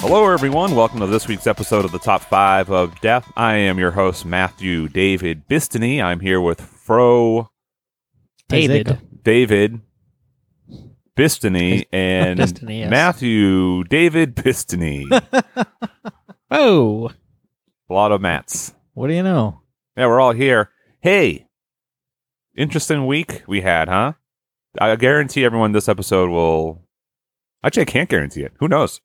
Hello, everyone. Welcome to this week's episode of the Top 5 of Death. I am your host, Matthew David Bistany. I'm here with Fro David. David Bistany and Bistany, yes. Matthew David Bistany. A Oh, lot of Mats. what do you know? Yeah, we're all here. Hey, interesting week we had, huh? I guarantee everyone this episode will. Actually, I can't guarantee it. Who knows?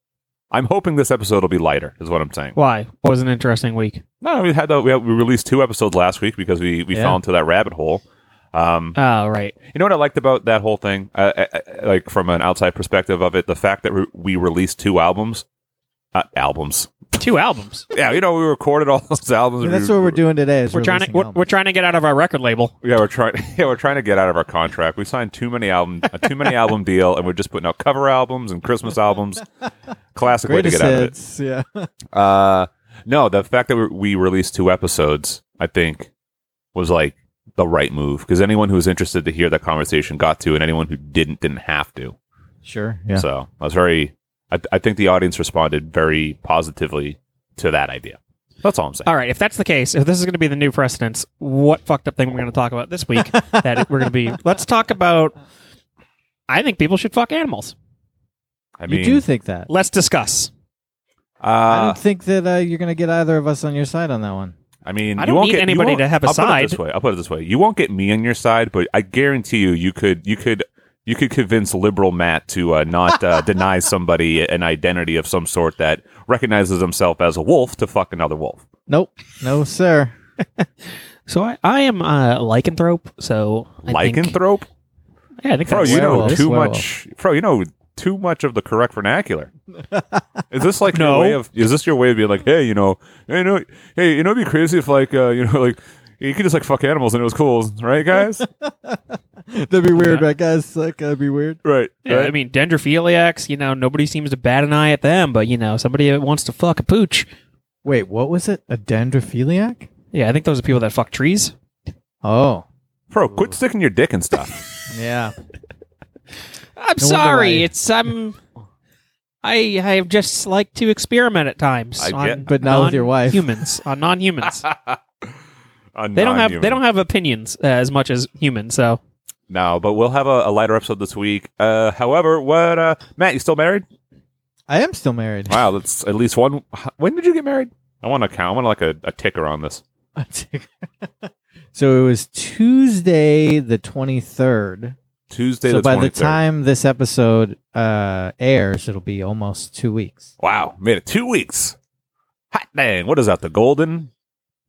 I'm hoping this episode will be lighter, is what I'm saying. Why? It was an interesting week. No, we had the, we, had, we released two episodes last week because we, we Yeah. fell into that rabbit hole. Um, Oh, right. you know what I liked about that whole thing, uh, uh, uh, like from an outside perspective of it, the fact that we, we released two albums, uh, albums. Two albums. Yeah, you know we recorded all those albums. Yeah, that's We- what we're doing today. Is We're trying to releasing we're, albums. we're trying to get out of our record label. Yeah, we're trying. Yeah, we're trying to get out of our contract. We signed too many album, a too many album deal, and we're just putting out cover albums and Christmas albums. Classic way to greatest get out of it. hits. Yeah, Uh, no, the fact that we- we released two episodes, I think, was like the right move because anyone who was interested to hear that conversation got to, and anyone who didn't didn't have to. sure. Yeah, So I was very, I, I think the audience responded very positively to that idea. That's all I'm saying. All right. If that's the case, if this is going to be the new precedence, what fucked up thing we're going to talk about this week? that we're going to be. Let's talk about. I think people should fuck animals. I you mean, do think that. Let's discuss. I uh, don't think that uh, you're going to get either of us on your side on that one. I mean, I you don't won't need get, you anybody won't- to have a I'll Put it side. this way. I'll put it this way: you won't get me on your side, but I guarantee you, you could, you could, you could convince liberal Matt to uh, not uh, deny somebody an identity of some sort that recognizes himself as a wolf to fuck another wolf. Nope, no sir. So I, I am uh, lycanthrope. So I Think, Lycanthrope, yeah, I think bro, that's you know werewolf. too Werewolf. much, bro. You know too much of the correct vernacular. Is this like your No. way of? Is this your way of being like, hey, you know, hey, you know, hey, you know, it'd be crazy if like, uh, you know, like. You could just like fuck animals and it was cool, right, guys? That'd be weird, right, guys? Like, that'd be weird. right. Yeah, right? I mean, dendrophiliacs. You know, nobody seems to bat an eye at them, but you know, somebody that wants to fuck a pooch. Wait, what was it? A dendrophiliac? Yeah, I think those are people that fuck trees. Oh, Bro, quit sticking your dick in stuff. yeah. I'm No wonder sorry. I- It's um, I I just like to experiment at times. I on get- But not with your wife. Humans on non-humans. A they don't have non-human. they don't have opinions uh, as much as humans. So No, but we'll have a, a lighter episode this week. Uh, however, what uh, Matt, you still married? I am still married. Wow, that's at least one. When did you get married? I want to count. I want like a, a ticker on this. so it was Tuesday the 23rd. Tuesday. so the by the 23rd. time this episode uh, airs, it'll be almost two weeks. Wow, made it two weeks. Hot dang! What is that? The golden,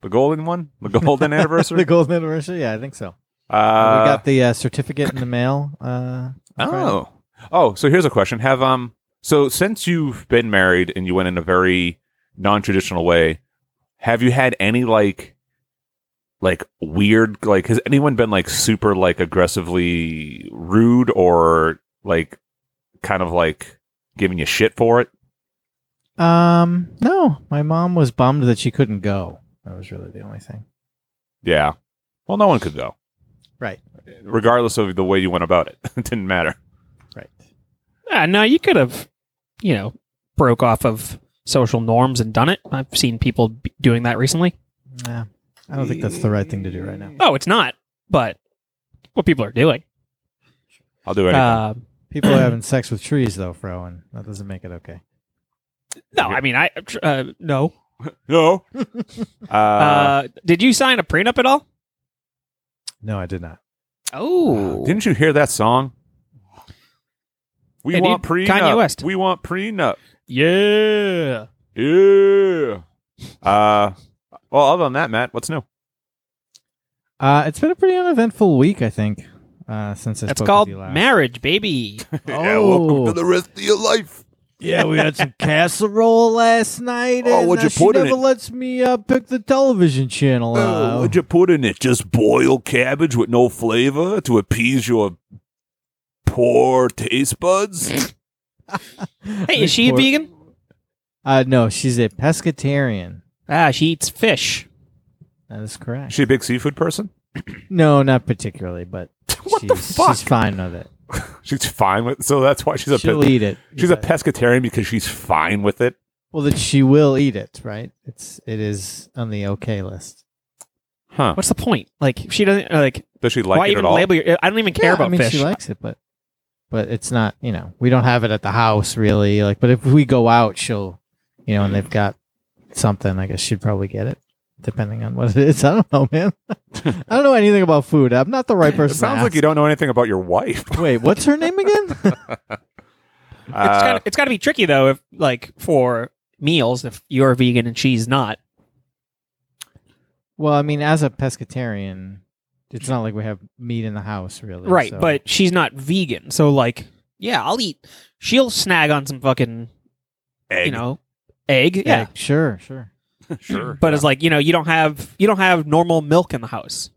the golden one, the golden anniversary. the golden anniversary? Yeah, I think so. uh, we got the uh, certificate in the mail. Uh, on Friday. Oh. Oh, so here's a question. Have um so since you've been married and you went in a very non-traditional way, have you had any like like weird like has anyone been like super like aggressively rude or like kind of like giving you shit for it? Um, no, my mom was bummed that she couldn't go. That was really the only thing. Yeah. Well, no one could go. Right. Regardless of the way you went about it. it didn't matter. Right. yeah, no, you could have, you know, broke off of social norms and done it. I've seen people b- doing that recently. Yeah. I don't think that's the right thing to do right now. Oh, it's not, but what people are doing. I'll do anything. Uh, People are having sex with trees though, Fro, and that doesn't make it okay. no, I mean, I uh, no. no. uh, Uh, did you sign a prenup at all? No, I did not. Oh, Didn't you hear that song? We Hey, want dude, prenup. Kanye West. We want prenup. yeah. Yeah. Uh, well, other than that, Matt, what's new? Uh, it's been a pretty uneventful week, I think, uh, since I That's spoke called with you last. marriage, baby. Yeah, welcome to Oh. the rest of your life. Yeah, we had some casserole last night. Oh, and, what'd uh, you put she in never it? Oh, lets me uh, pick the television channel. uh, what'd you put in it? Just boiled cabbage with no flavor to appease your poor taste buds? Hey, is she a Poor- vegan? Uh, no, she's a pescatarian. Ah, she eats fish. That is correct. she a big seafood person? no, not particularly, but What the she's, fuck? she's fine with it. She's fine with so that's why she's a She'll pe- eat it. she's a Yeah. pescatarian because she's fine with it. Well, that she will eat it, right? It's it is on the okay list. Huh. What's the point? Like, she doesn't like. Does she why like it even at all? label your? I don't even care Yeah, about I mean, fish. she likes it, but but it's not. You know, we don't have it at the house really. Like, but if we go out, she'll, you know, and they've got something. I guess she'd probably get it, depending on what it is. I don't know, man. I don't know anything about food. I'm not the right it person. to sounds like ask. you don't know anything about your wife. Wait, what's her name again? it's Uh, gotta, it's got to be tricky though. If like for meals, if you're vegan and she's not, Well, I mean, as a pescatarian, it's not like we have meat in the house, really. right? so- But she's not vegan, so like, yeah, I'll eat. She'll snag on some fucking egg. you know egg, yeah. yeah, sure, sure. sure. But yeah. it's like you know you don't have you don't have normal milk in the house.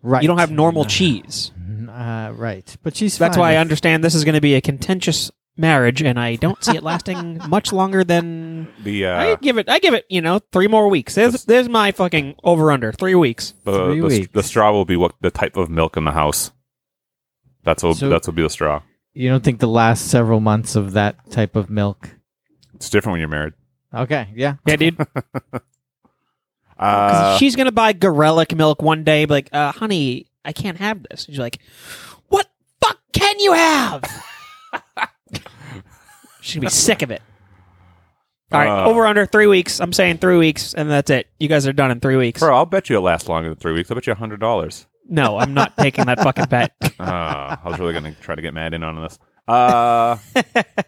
Right. You don't have normal Uh, cheese. Uh, right, but she's. That's fine why I with- understand this is going to be a contentious marriage, and I don't see it lasting much longer than the uh, I give it. I give it, you know, three more weeks. There's there's my fucking over under three weeks. the, Three the, weeks. the straw will be what the type of milk in the house. That's what So- that's what be the straw. You don't think the last several months of that type of milk? It's different when you're married. Okay, yeah. Yeah, dude. 'Cause Uh, she's gonna buy Gorelick milk one day. be Like, uh, honey, I can't have this. And she's like, what fuck can you have? she's gonna be sick of it. All right, Uh. over under three weeks. I'm saying three weeks, and that's it. You guys are done in three weeks. bro, I'll bet you it lasts longer than three weeks. I bet you hundred dollars. No, I'm not taking that fucking bet. Uh, I was really gonna try to get mad in on this. Uh,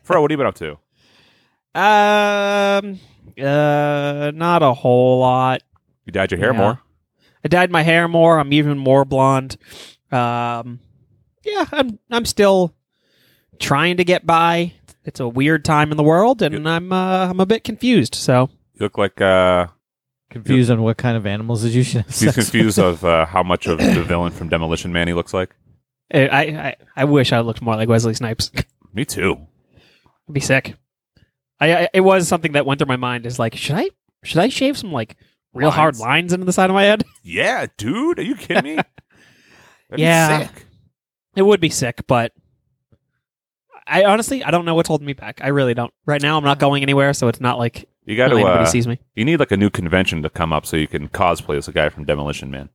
Fro, what have you been up to? Um, uh, not a whole lot. You dyed your hair Yeah. more. I dyed my hair more. I'm even more blonde. Um, yeah, I'm I'm still trying to get by. It's a weird time in the world, and I'm uh, I'm a bit confused. So You look like uh, Confused on what kind of animals did you should have he's sex with. confused of uh, how much of the villain from Demolition Man he looks like. I I, I, I wish I looked more like Wesley Snipes. It'd Me too. be sick. I, I it was something that went through my mind. Is like, should I should I shave some like real hard Lines. lines into the side of my head? Yeah, dude. Are you kidding me? That'd be Yeah. sick. It would be sick, but I honestly I don't know what's holding me back. I really don't. Right now, I'm not going anywhere, so it's not like You got to. really anybody Uh, sees me. you need like a new convention to come up so you can cosplay as a guy from Demolition Man.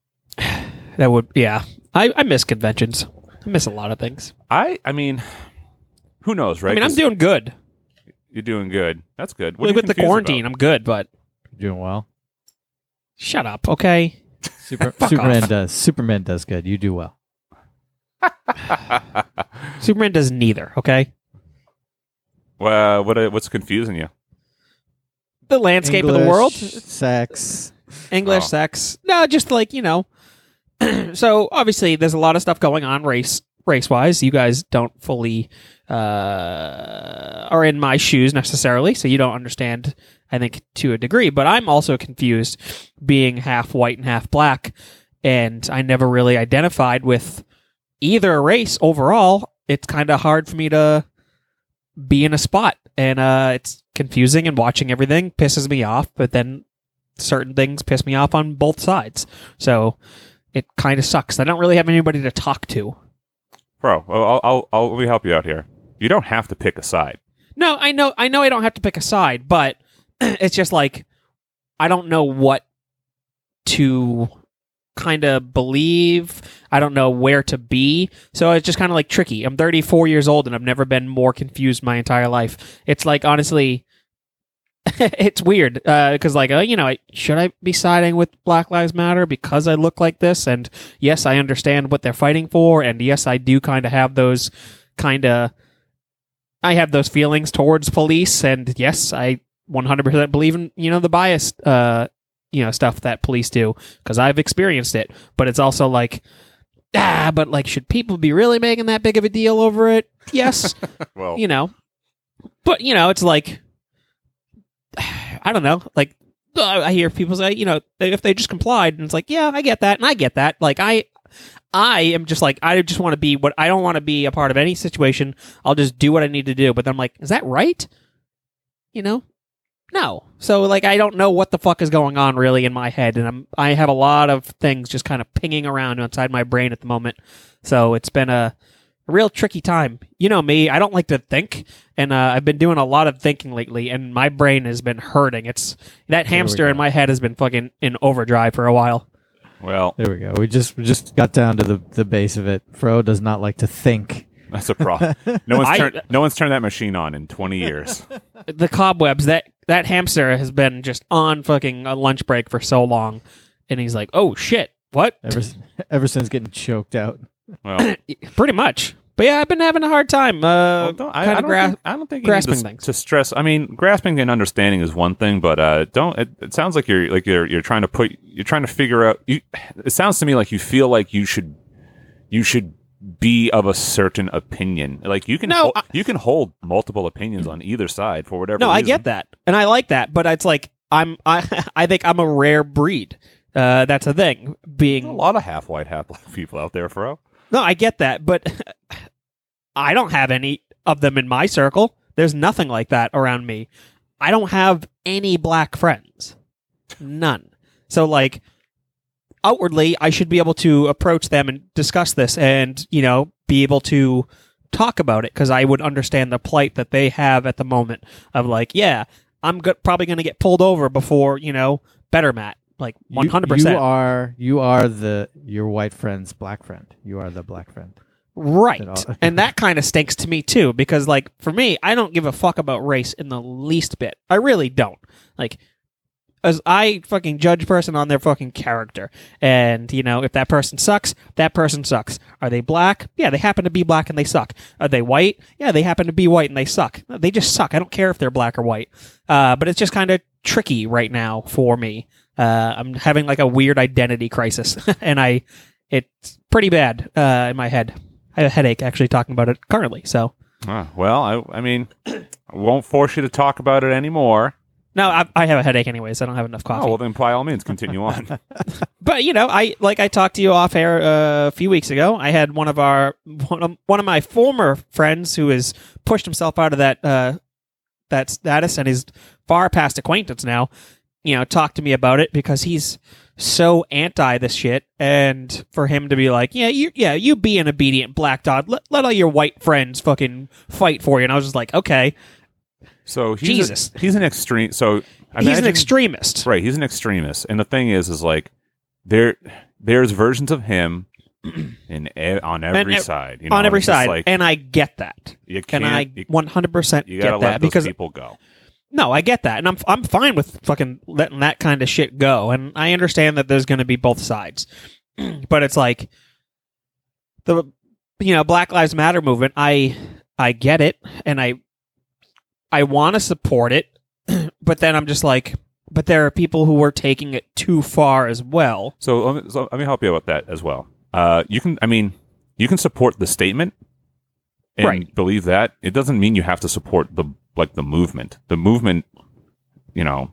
That would yeah. I, I miss conventions. I miss a lot of things. I I mean, who knows, right? I mean, I'm 'Cause doing good. You're doing good. That's good. What are Like you with the confused quarantine, about? I'm good, but Doing well. shut up, okay? Super, Fuck Superman off. does. Superman does good. You do well. Superman does neither, okay? Well, what uh, what's confusing you? The landscape of the world, English, sex. English Oh. sex. No, just like, you know. so obviously there's a lot of stuff going on race race wise. You guys don't fully uh are in my shoes necessarily, so you don't understand I think to a degree, but I'm also confused being half white and half black and I never really identified with either race overall. It's kind of hard for me to be in a spot and uh it's confusing and watching everything pisses me off, but then certain things piss me off on both sides. So it kind of sucks. I don't really have anybody to talk to. Bro, I'll, I'll, I'll, I'll let me help you out here. You don't have to pick a side. No, I know I know I don't have to pick a side, but it's just like I don't know what to kind of believe. I don't know where to be. So it's just kind of like tricky. I'm 34 years old and I've never been more confused my entire life. It's like honestly it's weird because like uh, you know I, should i be siding with black lives matter because i look like this and yes i understand what they're fighting for and yes i do kind of have those kind of I have those feelings towards police, and yes, I 100% believe in you know the bias, uh, you know stuff that police do because I've experienced it. But it's also like, ah, but Oh. like, should people be really making that big of a deal over it? Yes, Well, you know, but you know, it's like I don't know. Like uh, I hear people say, you know, they, if they just complied, and it's like, yeah, I get that, and I get that. Like I, I am just like I just want to be what I don't want to be a part of any situation. I'll just do what I need to do. But then I'm like, is that right? You know, no. So like I don't know what the fuck is going on really in my head, and I'm I have a lot of things just kind of pinging around inside my brain at the moment. So it's been a a real tricky time. You know me, I don't like to think, and uh, I've been doing a lot of thinking lately, and my brain has been hurting. It's that we hamster in go. my head has been fucking in overdrive for a while. Well, There we go. We just we just got down to the, the base of it. Fro does not like to think. that's a problem. No one's I- turned no one's turned that machine on in 20 years. The cobwebs that that hamster has been just on fucking a lunch break for so long, and he's like, oh shit, what? Ever s- ever since getting choked out. Well, Pretty much. But yeah, I've been having a hard time. Uh, well, don't- I, I kind don't of grasp. think, I don't think grasping you need to, things. to stress. I mean, grasping and understanding is one thing, but uh, don't. It, it sounds like you're like you're you're trying to put you're trying to figure out. You, it sounds to me like you feel like you should you should be of a certain opinion. Like you can No, hol- I- you can hold multiple opinions on either side for whatever. No, I reason. get that, and I like that, but it's like I'm I I think I'm a rare breed. Uh, that's a thing. Being There's a lot of half white, half black people out there, bro. no, I get that, but I don't have any of them in my circle. There's nothing like that around me. I don't have any black friends, none. So like outwardly, I should be able to approach them and discuss this, and you know, be able to talk about it because I would understand the plight that they have at the moment of like, yeah, I'm go- probably going to get pulled over before you know better Matt, like You- 100. You percent are you are the your white friend's black friend. You are the black friend. Right. at all. and that kind of stinks to me too because like for me, I don't give a fuck about race in the least bit. I really don't. Like as I fucking judge person on their fucking character. And you know, if that person sucks, that person sucks. Are they black? Yeah, they happen to be black and they suck. Are they white? Yeah, they happen to be white and they suck. They just suck. I don't care if they're black or white. Uh, but it's just kind of tricky right now for me. Uh, I'm having like a weird identity crisis, and I it's pretty bad uh, in my head. I have a headache actually talking about it currently. So Ah, well, I I mean, I won't force you to talk about it anymore. no, I, I have a headache anyways. I don't have enough coffee. Oh well, then by all means, continue on. but you know, I like I talked to you off air uh, a few weeks ago. I had one of our one of, one of my former friends who has pushed himself out of that uh, that status and is far past acquaintance now. You know, talk to me about it because he's so anti this shit, and for him to be like, yeah, you yeah, you be an obedient black dog. Let, let all your white friends fucking fight for you. And I was just like, okay, So he's a- Jesus. he's an extreme. So he's an imagine- extremist. Right, he's an extremist, and the thing is, is like there, there's versions of him in e- on every ev- side. You know, on every it's just side, like and I get that. you And can't. I you, 100% you gotta get let that those because people go. No, I get that, and I'm I'm fine with fucking letting that kind of shit go, and I understand that there's going to be both sides, but it's like the you know Black Lives Matter movement. I I get it, and I I want to support it, but then I'm just like, but there are people who are taking it too far as well. So let, me, so let me help you with that as well. Uh, you can, I mean, you can support the statement and Right. believe that. It doesn't mean you have to support the like the movement. The movement, you know,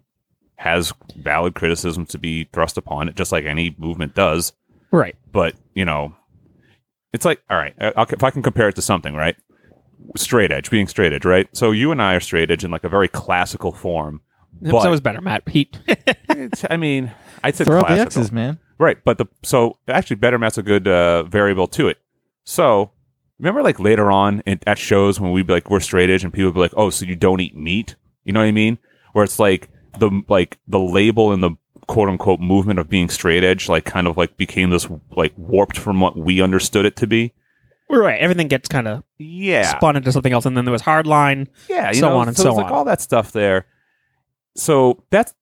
has valid criticism to be thrust upon it, just like any movement does. Right. but you know, it's like all right. I- I'll, if I can compare it to something, right? Straight edge, being straight edge, right? So you and I are straight edge in like a very classical form. But so is better, Matt. He it's, I mean, I said Throw up the classical, X's, man. right? But the so actually, better mat's a good uh, variable to it. So remember, like later on it, at shows when we be like we're straight edge and people be like, oh, so you don't eat meat? You know what I mean? Where it's like the like the label and the quote unquote movement of being straight edge like kind of like became this like warped from what we understood it to be. right. Everything gets kind of Yeah. spun into something else, and then there was hardline. yeah. so on and it's so like on. all that stuff there. So that's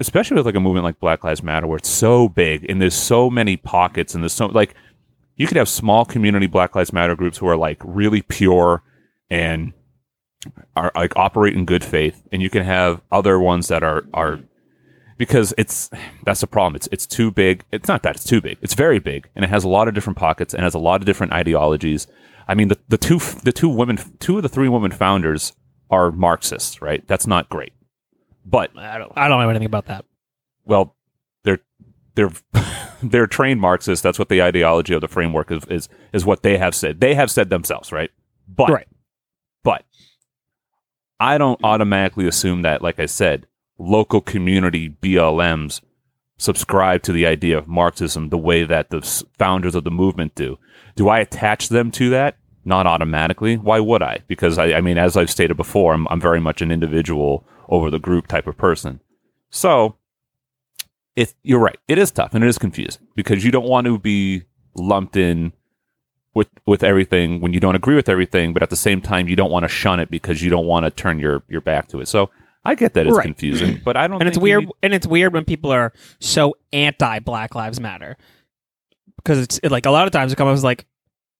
especially with like a movement like Black Lives Matter, where it's so big and there's so many pockets and there's so like you could have small community Black Lives Matter groups who are like really pure and are like operate in good faith, and you can have other ones that are are because it's that's the problem. It's it's too big. It's not that it's too big. It's very big, and it has a lot of different pockets and has a lot of different ideologies. I mean, the the two the two women, two of the three women founders are Marxists, right? That's not great. But I don't. I don't know anything about that. well, they're they're they're trained Marxists. That's what the ideology of the framework is is, is what they have said. They have said themselves, right? But Right. but I don't automatically assume that, like I said, local community BLMs subscribe to the idea of Marxism the way that the s- founders of the movement do. Do I attach them to that? Not automatically. Why would I? Because I, I mean, as I've stated before, I'm, I'm very much an individual over the group type of person. So it, you're right. It is tough and it is confusing because you don't want to be lumped in with with everything when you don't agree with everything, but at the same time you don't want to shun it because you don't want to turn your your back to it. So I get that it's Right. confusing, but I don't. And it's think you weird. need- And it's weird when people are so anti Black Lives Matter because it's it, like a lot of times it comes like,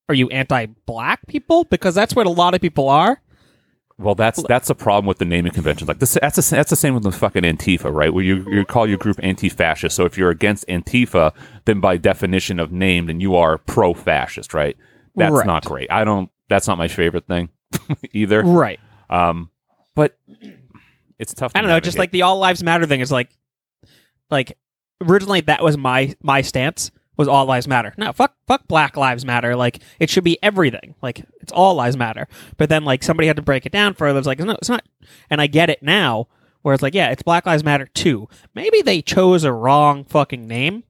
are you anti Black people? Because that's what a lot of people are. well, that's that's the problem with the naming conventions. Like this, that's the, that's the same with the fucking Antifa, right? Where you you call your group anti-fascist. So if you're against Antifa, then by definition of name, then you are pro-fascist, right? That's Right. not great. I don't. That's not my favorite thing either. Right. Um, but it's tough. To I don't know, just like navigate. the all lives matter thing is like like originally that was my my stance was all lives matter. No, fuck fuck black lives matter. Like it should be everything. Like it's all lives matter. But then like somebody had to break it down further. It's like no, it's not. And I get it now where it's like yeah, it's black lives matter too. Maybe they chose a wrong fucking name.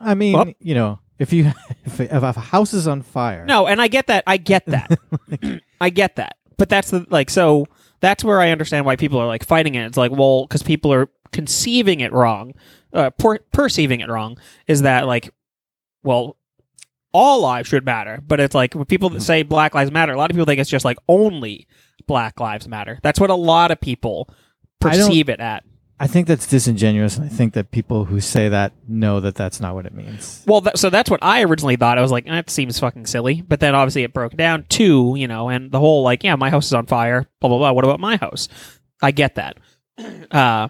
I mean, Well- you know, if you if, if a house is on fire, No, and I get that. I get that. I get that. But that's the like so that's where I understand why people are like fighting it. It's like well, because people are conceiving it wrong, uh, per- perceiving it wrong. Is that like, well, all lives should matter. But it's like when people that say Black Lives Matter, a lot of people think it's just like only Black Lives Matter. That's what a lot of people I don't- perceive it at. I think that's disingenuous, and I think that people who say that know that that's not what it means. Well, that, so that's what I originally thought. I was like, "Eh, that seems fucking silly. But then obviously it broke down too, you know, and the whole like, yeah, my house is on fire, blah blah blah. What about my house? I get that. Uh,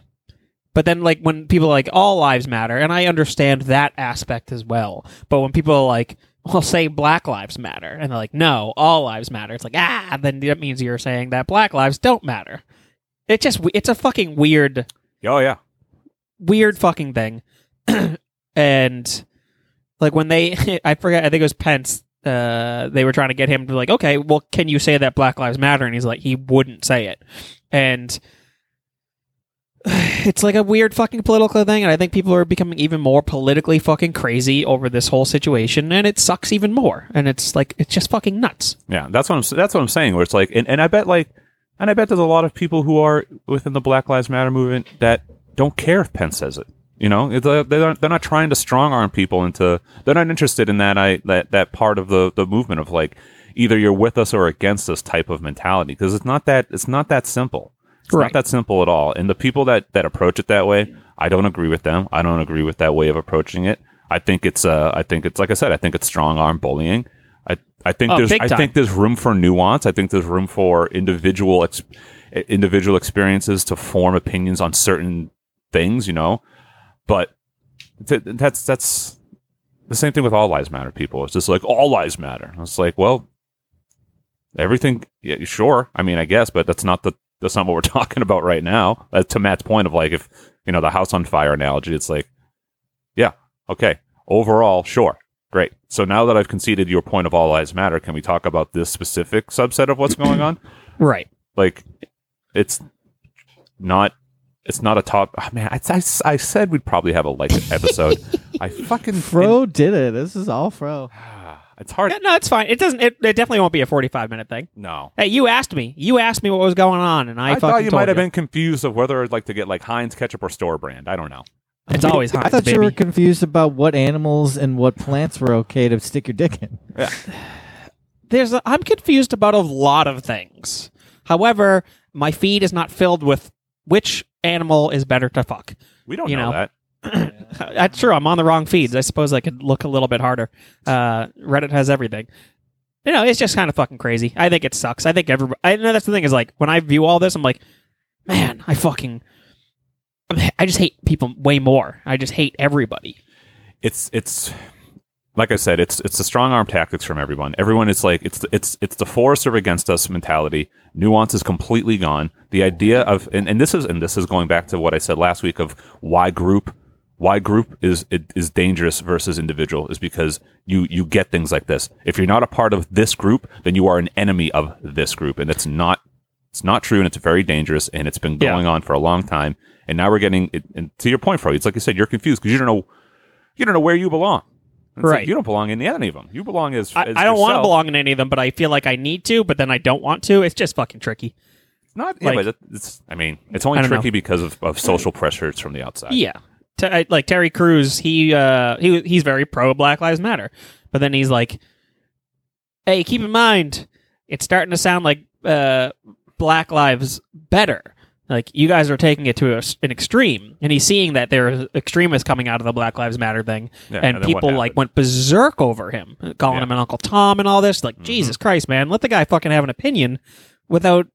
but then like when people are like all lives matter, and I understand that aspect as well. But when people are like, well, say Black Lives Matter, and they're like, no, all lives matter. It's like ah, then that means you're saying that Black lives don't matter. It just it's a fucking weird oh yeah. weird fucking thing. and like when they, I forget, I think it was Pence. Uh, they were trying to get him to like, okay, well, can you say that Black Lives Matter? And he's like, he wouldn't say it. And it's like a weird fucking political thing. And I think people are becoming even more politically fucking crazy over this whole situation. And it sucks even more. And it's like, it's just fucking nuts. Yeah, that's what I'm. That's what I'm saying. Where it's like, and, and I bet like, and I bet there's a lot of people who are within the Black Lives Matter movement that don't care if Pence says it. You know, It's, uh, they're not, they're not trying to strong arm people into. They're not interested in that. I that that part of the the movement of like either you're with us or against us type of mentality because it's not that it's not that simple. It's Right. not that simple at all. And the people that that approach it that way, I don't agree with them. I don't agree with that way of approaching it. I think it's uh, I think it's like I said, I think it's strong arm bullying. I I think Oh, there's big I time. think there's room for nuance. I think there's room for individual ex- e, individual experiences to form opinions on certain things, you know. But th- that's that's the same thing with all lives matter people. It's just like all lives matter. It's like, well, everything yeah, sure. I mean, I guess, but that's not the that's not what we're talking about right now. Uh, to Matt's point of like if, you know, the house on fire analogy, it's like yeah, okay. Overall, sure. Great. So now that I've conceded your point of all lives matter, can we talk about this specific subset of what's going on? Right. like it's not it's not a top oh, man I, I, I said we'd probably have a like episode i fucking ah, Fro did it. This is all Fro. it's hard No, it's fine. It doesn't, it, it definitely won't be a 45 minute thing. no Hey, you asked me. You asked me what was going on, and i, I, fucking thought you told might have been confused of whether i'd like to get like heinz ketchup or store brand i don't know It's always Heinz, I thought you baby. were confused about what animals and what plants were okay to stick your dick in. There's a, I'm confused about a lot of things. However, my feed is not filled with which animal is better to fuck. we don't You know, know. that That's true. I'm on the wrong feeds. I suppose I could look a little bit harder. Uh, Reddit has everything. You know, it's just kind of fucking crazy. I think it sucks. I think everybody. I know that's the thing is like when I view all this, I'm like, man, I fucking, I just hate people way more. I just hate everybody. it's it's like I said, it's it's the strong arm tactics from everyone. Everyone is like it's the, it's it's the for us or against us mentality. Nuance is completely gone. The idea of and, and this is and this is going back to what I said last week of why group why group is it is dangerous versus individual is because you you get things like this. If you're not a part of this group, then you are an enemy of this group, and that's not it's not true, and it's very dangerous, and it's been Yeah. going on for a long time. And now we're getting it, and to your point, Freud. It's like you said, you're confused because you don't know you don't know where you belong. It's like, Right. you don't belong in any of them. You belong as, I, as I don't want to yourself. belong in any of them, but I feel like I need to, but then I don't want to. It's just fucking tricky. Not yeah, like- but it's. I mean, it's I only don't tricky because of, of social pressures from the outside. Yeah, Te- I- like Terry Crews, he uh, he he's very pro Black Lives Matter, but then he's like, "Hey, keep in mind, it's starting to sound like uh, Black Lives Better. Like you guys are taking it to a s an extreme, and he's seeing that there are extremists coming out of the Black Lives Matter thing, Yeah, and, and then what people like happened? went berserk over him, calling Yeah. Mm-hmm. him an Uncle Tom and all this. Like Jesus Christ, man, let the guy fucking have an opinion without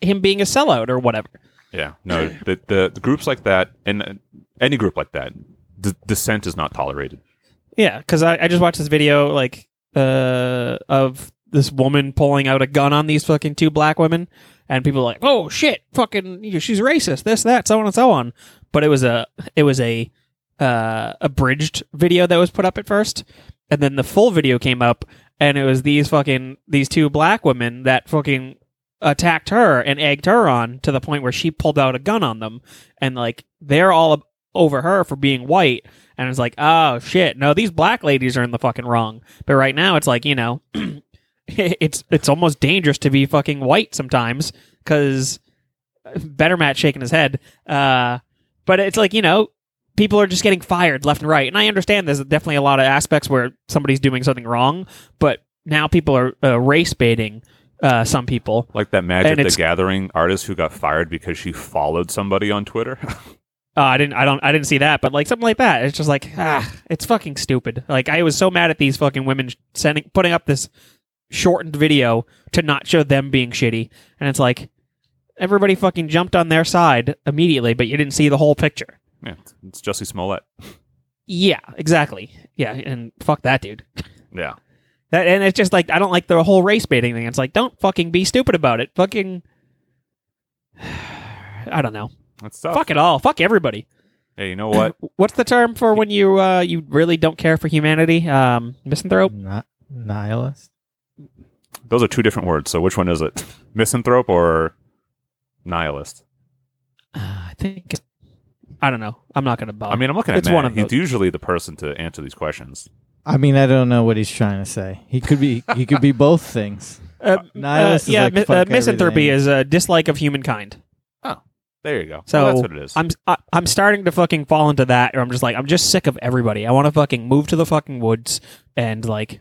him being a sellout or whatever. yeah. No, the, the the groups like that, and uh, any group like that, d- dissent is not tolerated. Yeah, because I, I just watched this video like uh, of this woman pulling out a gun on these fucking two black women, and people are like, "Oh shit, fucking, you know, she's racist, this, that, so on and so on." But it was a it was a uh, abridged video that was put up at first, and then the full video came up, and it was these fucking these two black women that fucking attacked her and egged her on to the point where she pulled out a gun on them, and like they're all ab- over her for being white, and it's like, oh shit, no, these black ladies are in the fucking wrong. But right now, it's like you know, it's it's almost dangerous to be fucking white sometimes because better Matt shaking his head. Uh, but it's like you know, people are just getting fired left and right, and I understand there's definitely a lot of aspects where somebody's doing something wrong, but now people are uh, race baiting uh, some people. Like that And Magic the it's- Gathering artist who got fired because she followed somebody on Twitter. Uh, I didn't. I don't. I didn't see that. But like something like that. It's just like ah, it's fucking stupid. Like I was so mad at these fucking women sh- sending putting up this shortened video to not show them being shitty, and it's like everybody fucking jumped on their side immediately, but you didn't see the whole picture. yeah, it's, it's Jesse Smollett. Yeah, exactly. Yeah, and fuck that dude. Yeah. That and it's just like I don't like the whole race baiting thing. It's like don't fucking be stupid about it. Fucking. I don't know. That's tough. Fuck it all. Fuck everybody. Hey, you know what? Uh, What's the term for when you uh, you really don't care for humanity? Um, misanthrope. Not nihilist. Those are two different words. So which one is it? Misanthrope or nihilist? Uh, I think. It's, I don't know. I'm not gonna bother. I mean, I'm looking at It's Matt. one of He's those. usually the person to answer these questions. I mean, I don't know what he's trying to say. He could be he could be both things. uh, nihilist is uh, yeah, like, mi- fuck uh, misanthropy everything. is a dislike of humankind. There you go. So Well, that's what it is. I'm I, I'm starting to fucking fall into that, or I'm just like I'm just sick of everybody. I want to fucking move to the fucking woods and like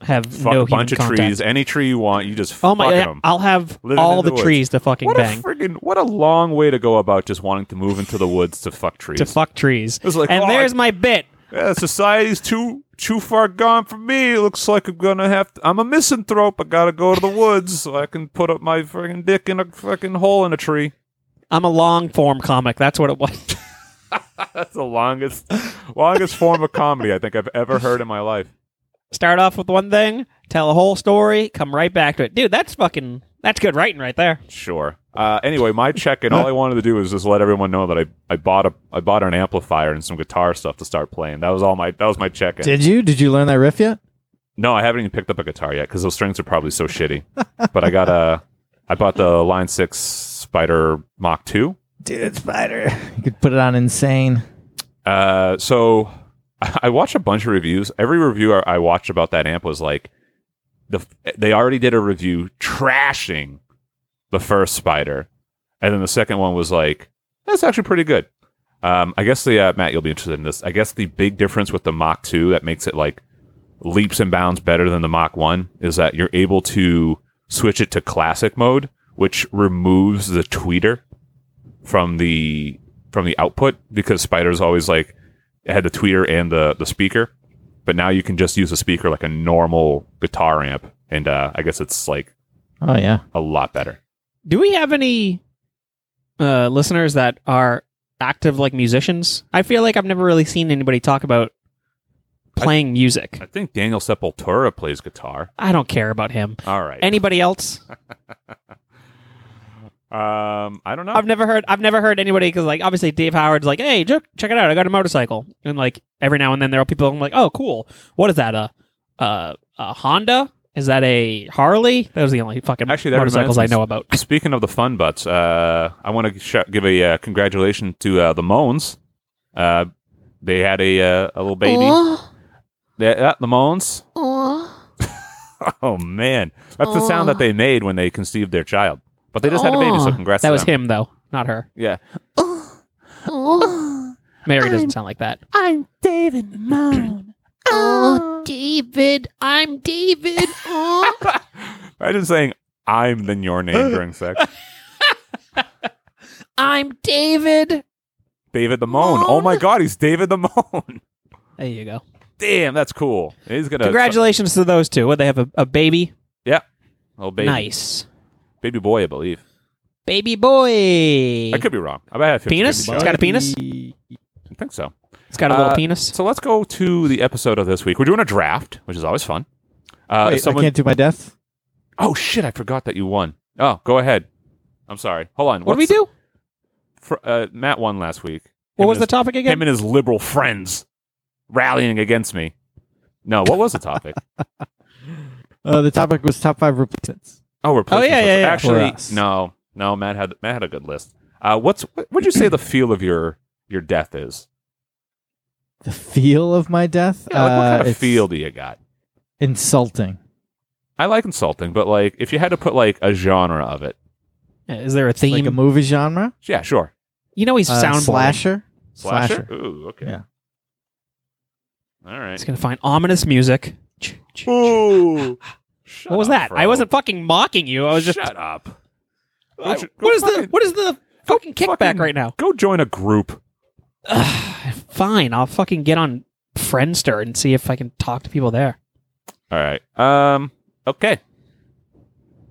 have Fuck no a bunch of human contact. trees. Any tree you want, you just Oh my! fucking yeah, 'em. I'll have Living all in the, the woods. trees to fucking What bang a friggin' what a long way to go about just wanting to move into the woods to fuck trees. to fuck trees. It's like, and oh, I- there's my bit. Yeah, society's too too far gone for me. It looks like I'm gonna have. To, I'm a misanthrope. I gotta go to the woods so I can put up my friggin' dick in a fucking hole in a tree. I'm a long form comic. That's what it was. That's the longest longest form of comedy I think I've ever heard in my life. start off with one thing, tell a whole story, come right back to it. Dude, that's fucking that's good writing right there. Sure. Uh, anyway, my check in. All I wanted to do was just let everyone know that I, I bought a I bought an amplifier and some guitar stuff to start playing. That was all my that was my check in. Did you did you learn that riff yet? No, I haven't even picked up a guitar yet because those strings are probably so shitty. But I got a I bought the Line Six Spider Mach Two. Dude, spider. You could put it on insane. Uh, so I I watched a bunch of reviews. Every review I I watched about that amp was like the they already did a review trashing the first spider, and then the second one was like that's actually pretty good. Um, I guess the uh, Matt, you'll be interested in this. I guess the big difference with the Mach Two that makes it like leaps and bounds better than the Mach One is that you're able to switch it to classic mode, which removes the tweeter from the from the output because Spider's always like it had the tweeter and the the speaker, but now you can just use a speaker like a normal guitar amp, and uh, I guess it's like Oh yeah. a lot better. Do we have any uh listeners that are active like musicians? I feel like I've never really seen anybody talk about playing music. I think Daniel Sepultura plays guitar. I don't care about him. All right. Anybody else? um, I don't know. I've never heard. I've never heard anybody because, like, obviously Dave Howard's like, "Hey, Jook, check it out! I got a motorcycle." And like every now and then there are people I'm like, "Oh, cool! What is that? A, a, a Honda? Is that a Harley?" That was the only fucking Actually, that motorcycles I reminds me- know about. Speaking of the fun butts, uh, I want to sh- give a uh, congratulation to uh, the Moans. Uh, they had a uh, a little baby. They- uh, the Moans. Oh man, that's the sound that they made when they conceived their child. But they just had a baby, so Aw. congrats. Oh, That to was them. him though, not her. Yeah. Oh, Mary I'm- doesn't sound like that. I'm David Moon. oh, David. I'm David. Oh. Imagine saying "I'm" than your name during sex. I'm David. David the Moan. Oh my God, he's David the Moan. There you go. Damn, that's cool. He's gonna Congratulations to those two. What they have a, a baby? Oh, baby, Nice. baby boy, I believe. Baby boy. I could be wrong. I might have 50-50 Penis? shot. It's got a penis? I think so. It's got a little Uh, penis. So let's go to the episode of this week. We're doing a draft, which is always fun. Uh, Wait, someone- I can't do my death. oh shit! I forgot that you won. Oh, go ahead. I'm sorry. Hold on. What do we What's- do? Fr- uh, Matt won last week. What Him was and the his- topic Him again? and his liberal friends rallying against me. No, what was the topic? Uh, the topic was top five replacements. oh, replacements. yeah, yeah, yeah. For Actually, us. no, no. Matt had Matt had a good list. Uh, what's what would you say the feel of your your death is? The feel of my death. Yeah, like what Uh, kind of it's feel do you got? Insulting. I like insulting, but like if you had to put like a genre of it, Is there a theme? Like a movie genre. yeah, sure. you know he's Uh, sound slasher. Slasher? Ooh, okay. Yeah. All He's right. gonna find ominous music. Ooh. Oh, Shut What was up, that? Fro. I wasn't fucking mocking you. I was just. Shut up. I- Go- what is go the fucking- what is the fucking kickback fucking- right now? Go join a group. Ugh, fine, I'll fucking get on Friendster and see if I can talk to people there. All right. Um. Okay.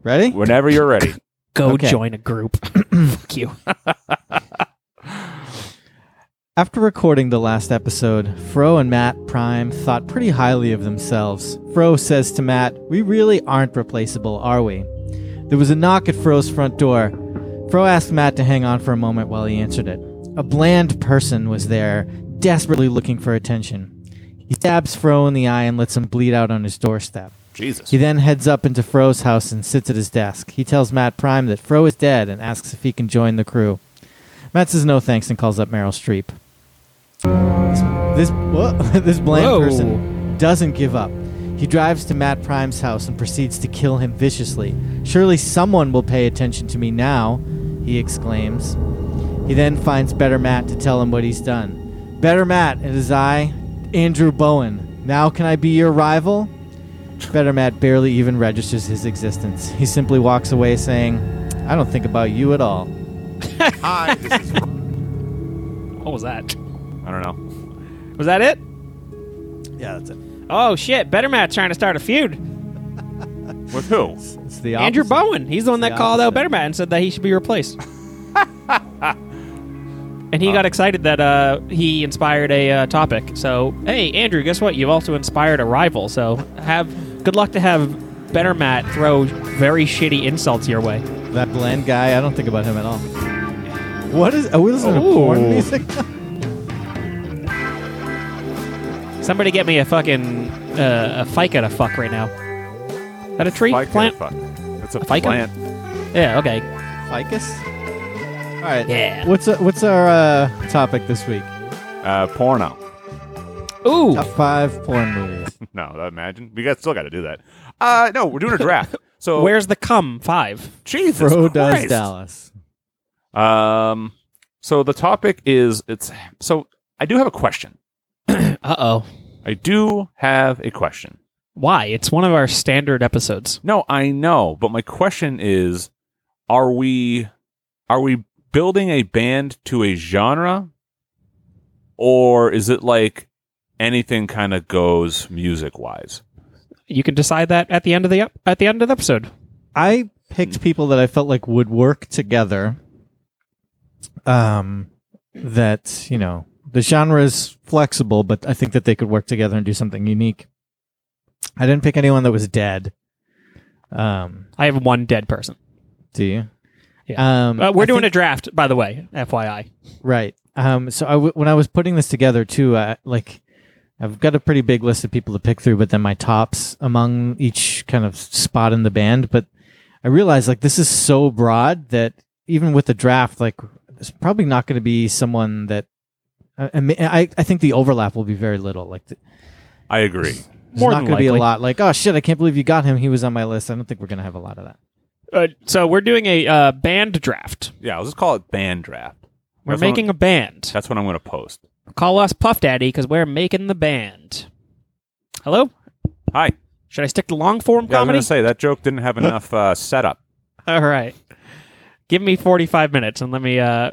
Ready? Whenever you're ready. Go Okay. join a group. Fuck you. After recording the last episode, Fro and Matt Prime thought pretty highly of themselves. Fro says to Matt, We really aren't replaceable, are we? There was a knock at Fro's front door. Fro asked Matt to hang on for a moment while he answered it. A bland person was there, desperately looking for attention. He stabs Fro in the eye and lets him bleed out on his doorstep. Jesus. He then heads up into Fro's house and sits at his desk. He tells Matt Prime that Fro is dead and asks if he can join the crew. Matt says no thanks and calls up Meryl Streep. This whoa, this bland Whoa. person doesn't give up. He drives to Matt Prime's house and proceeds to kill him viciously. Surely someone will pay attention to me now, he exclaims. He then finds Better Matt to tell him what he's done. Better Matt, it is I, Andrew Bowen. Now can I be your rival? Better Matt barely even registers his existence. He simply walks away saying, I don't think about you at all. Hi, this is What was that? I don't know. Was that it? Yeah, that's it. Oh shit! Better Matt trying to start a feud. With who? It's the Andrew opposite. Bowen. He's the one that The called out opposite. Better Matt and said that he should be replaced. and he got excited that uh, he inspired a uh, topic. So, hey, Andrew, guess what? You've also inspired a rival. So, have good luck to have Better Matt throw very shitty insults your way. That bland guy, I don't think about him at all. What is. Are we listening to Ooh. porn music? Somebody get me a fucking uh, a fica to fuck right now. Is that a tree Fica. plant? Fuck. It's a Fica? plant. Yeah. Okay. Ficus? Alright. Yeah. What's, uh, what's our uh, topic this week? Uh, porno. Ooh. Top five porn movies. No, that- imagine. We got still got to do that. Uh, no, we're doing a draft. So Where's the cum five? Jesus Bro does Christ. Dallas. Um. So the topic is it's. So I do have a question. Uh oh. I do have a question. Why? It's one of our standard episodes. No, I know, but my question is are we are we building a band to a genre or is it like anything kind of goes music wise? You can decide that at the end of the ep- at the end of the episode. I Mm. picked people that I felt like would work together. Um, that you know the genre is flexible, but I think that they could work together and do something unique. I didn't pick anyone that was dead. Um, I have one dead person. do you? Yeah. Um, Uh, we're I doing think- a draft, by the way, FYI. Right. Um, so I w- when I was putting this together too, uh, like I've got a pretty big list of people to pick through, but then my tops among each kind of spot in the band. But I realized like this is so broad that even with the draft, like it's probably not going to be someone that I, I mean, I, I think the overlap will be very little. Like th- I agree. there's More not than going to be a likely. lot. Like oh shit, I can't believe you got him. He was on my list. I don't think we're going to have a lot of that. Uh, so we're doing a uh, band draft. Yeah, let's just call it band draft. We're That's what making a band. That's what I'm going to post. Call us Puff Daddy because we're making the band. Hello? Hi. Should I stick to long form Yeah, I was comedy? going to say that joke didn't have enough uh, setup. All right. Give me 45 minutes and let me uh,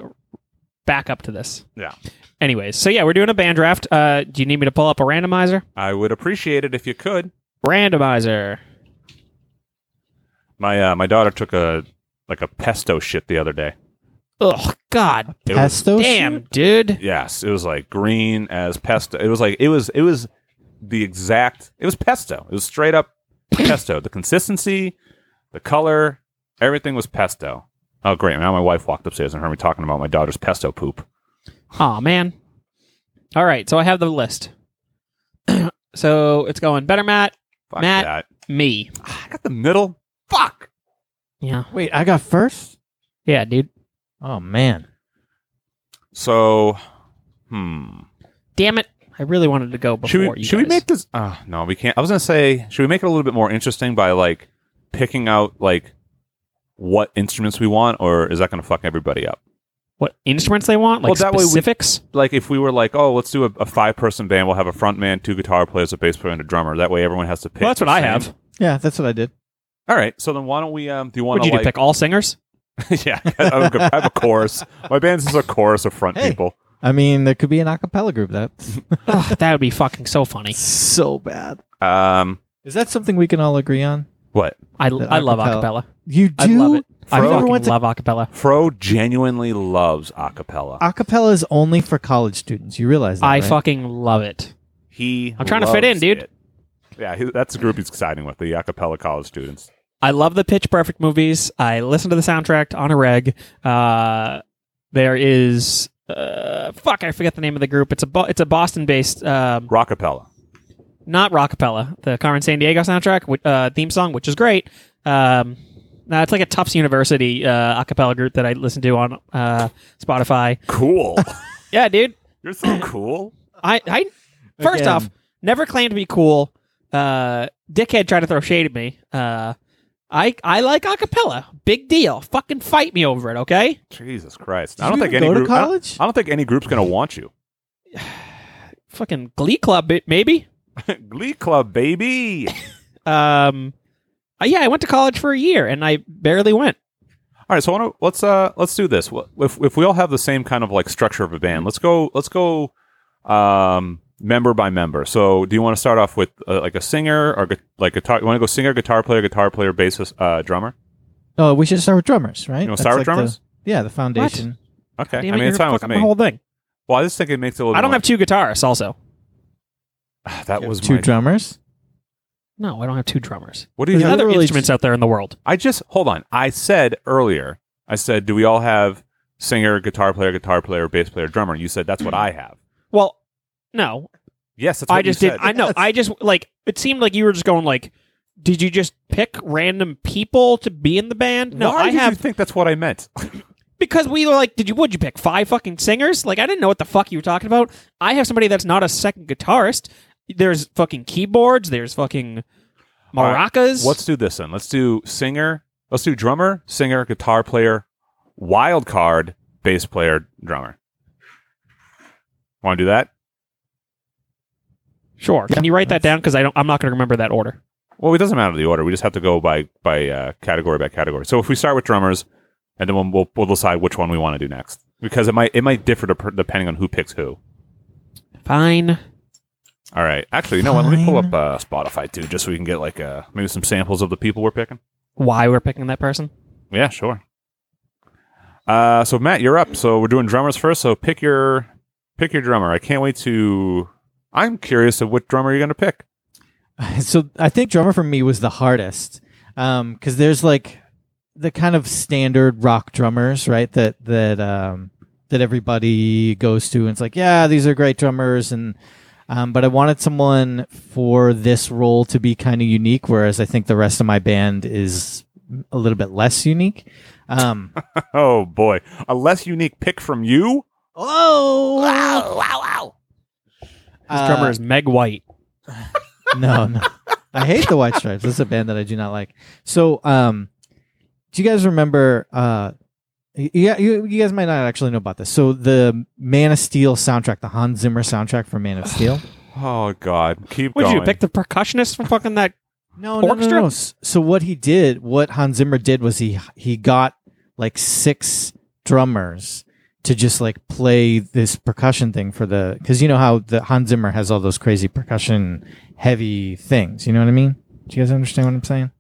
back up to this. Yeah. Anyways, so yeah, we're doing a band draft. Uh, do you need me to pull up a randomizer? I would appreciate it if you could. Randomizer. My uh, my daughter took a like a pesto shit the other day. Ugh, God It was Pesto damn, shoot? dude. Yes, it was like green as pesto. It was like it was it was the exact. It was pesto. It was straight up pesto. The consistency, the color, everything was pesto. Oh great! Now my wife walked upstairs and heard me talking about my daughter's pesto poop. Aw, man. All right, so I have the list. so it's going Better Matt, Fuck Matt. that! Ah, me. I got the middle. Fuck. Yeah. Wait, I got first. Yeah, dude. Oh man. So, hmm. Damn it. I really wanted to go before Should we you should we guys. make this? Uh, no, we can't. I was gonna say, should we make it a little bit more interesting by like picking out like what instruments we want, or is that gonna fuck everybody up? what instruments they want? Like Well, that way we- specifics? like if we were like, oh, let's do a, a five person band, we'll have a front man, two guitar players, a bass player, and a drummer. That way, everyone has to pick. well, that's what the I same. have. Yeah, that's what I did. All right, so then why don't we? Um, do you want Would to you do, like? pick all singers? yeah, I have a- I have a chorus. My band's is a chorus of front Hey. people. I mean, there could be an acapella group. That's Ugh, that would be fucking so funny. so bad. Um, Is that something we can all agree on? what? I, That I love acapella. acapella. You do. I love it. I Fro- fucking Everyone's a- love acapella. Fro genuinely loves acapella. Acapella is only for college students. You realize that? I right? fucking love it. he. I'm trying to fit loves in, dude. it. Yeah, he, that's the group he's siding with, the acapella college students. I love the Pitch Perfect movies. I listen to the soundtrack on a reg. Uh, there is uh, fuck, I forget the name of the group. It's a Bo- it's a Boston based, um, Rockapella. not rockapella. The Carmen San Diego soundtrack whi- uh, theme song, which is great. Um, now it's like a Tufts University uh, acapella group that I listen to on uh, Spotify. Cool. Yeah, dude. You're so cool. I, I first Again. off, never claimed to be cool. Uh, dickhead tried to throw shade at me. Uh, I I like acapella. Big deal. Fucking fight me over it, okay? Jesus Christ! Did I don't you think even any go to group. I don't- college? I don't think any group's gonna want you. Fucking Glee Club, it- maybe. Glee Club, baby. Um, uh, yeah, I went to college for a year and I barely went. All right, so why don't, let's uh let's do this. Wh- If if we all have the same kind of like structure of a band, let's go let's go um member by member. So, do you want to start off with uh, like a singer or gu- like guitar? You want to go singer, guitar player, guitar player, bassist, uh, drummer? Oh, we should start with drummers, right? You want That's to start like with drummers? the- yeah, the foundation. Okay, Damn I it, mean you're it's fine gonna with fuck up me. my whole thing. well, I just think it makes it a little. I don't have two guitarists. Also, have that was two my, drummers. no, I don't have two drummers. What do you There's have? other literally instruments out there in the world. I just hold on. I said earlier. I said, do we all have singer, guitar player, guitar player, bass player, drummer? You said that's what Mm-hmm. I have. Well, no, Yes, that's what I just you did. said. I know. Yes. I just like it seemed like you were just going like, did you just pick random people to be in the band? No, Why I did have you think that's what I meant? because we were like, did you? Would you pick five fucking singers? Like I didn't know what the fuck you were talking about. I have somebody that's not a second guitarist. There's fucking keyboards. There's fucking All right. maracas. Let's do this then. Let's do singer. Let's do drummer, singer, guitar player, wild card, bass player, drummer. Want to do that? sure? Can you write that down? Because I don't. I'm not going to remember that order. Well, it doesn't matter the order. We just have to go by by uh, category by category. So if we start with drummers, and then we'll we'll, we'll decide which one we want to do next because it might it might differ dep- depending on who picks who. Fine. All right. Actually, you know what? Let me pull up Fine. uh, Spotify too, just so we can get like uh, maybe some samples of the people we're picking. Why we're picking that person? Yeah, sure. Uh, so Matt, you're up. So we're doing drummers first. So pick your pick your drummer. I can't wait to. I'm curious of what drummer you're going to pick. so I think drummer for me was the hardest because there's like the kind of standard rock drummers, right? That that um, that everybody goes to and it's like, yeah, these are great drummers, and um, but I wanted someone for this role to be kind of unique, whereas I think the rest of my band is a little bit less unique. Um, Oh boy, a less unique pick from you. oh, wow, wow, His Uh, drummer is Meg White. no, no. I hate the White Stripes. This is a band that I do not like. So, um, do you guys remember? Uh, yeah, you, you guys might not actually know about this. So, the Man of Steel soundtrack, the Hans Zimmer soundtrack for Man of Steel. Oh God, keep Would going. you pick the percussionist from fucking that? Oh, No, no, no, Orchestra? no. S- So, what he did, what Hans Zimmer did, was he he got like six drummers to just like play this percussion thing for the because you know how the Hans Zimmer has all those crazy percussion heavy things. You know what I mean? Do you guys understand what I'm saying?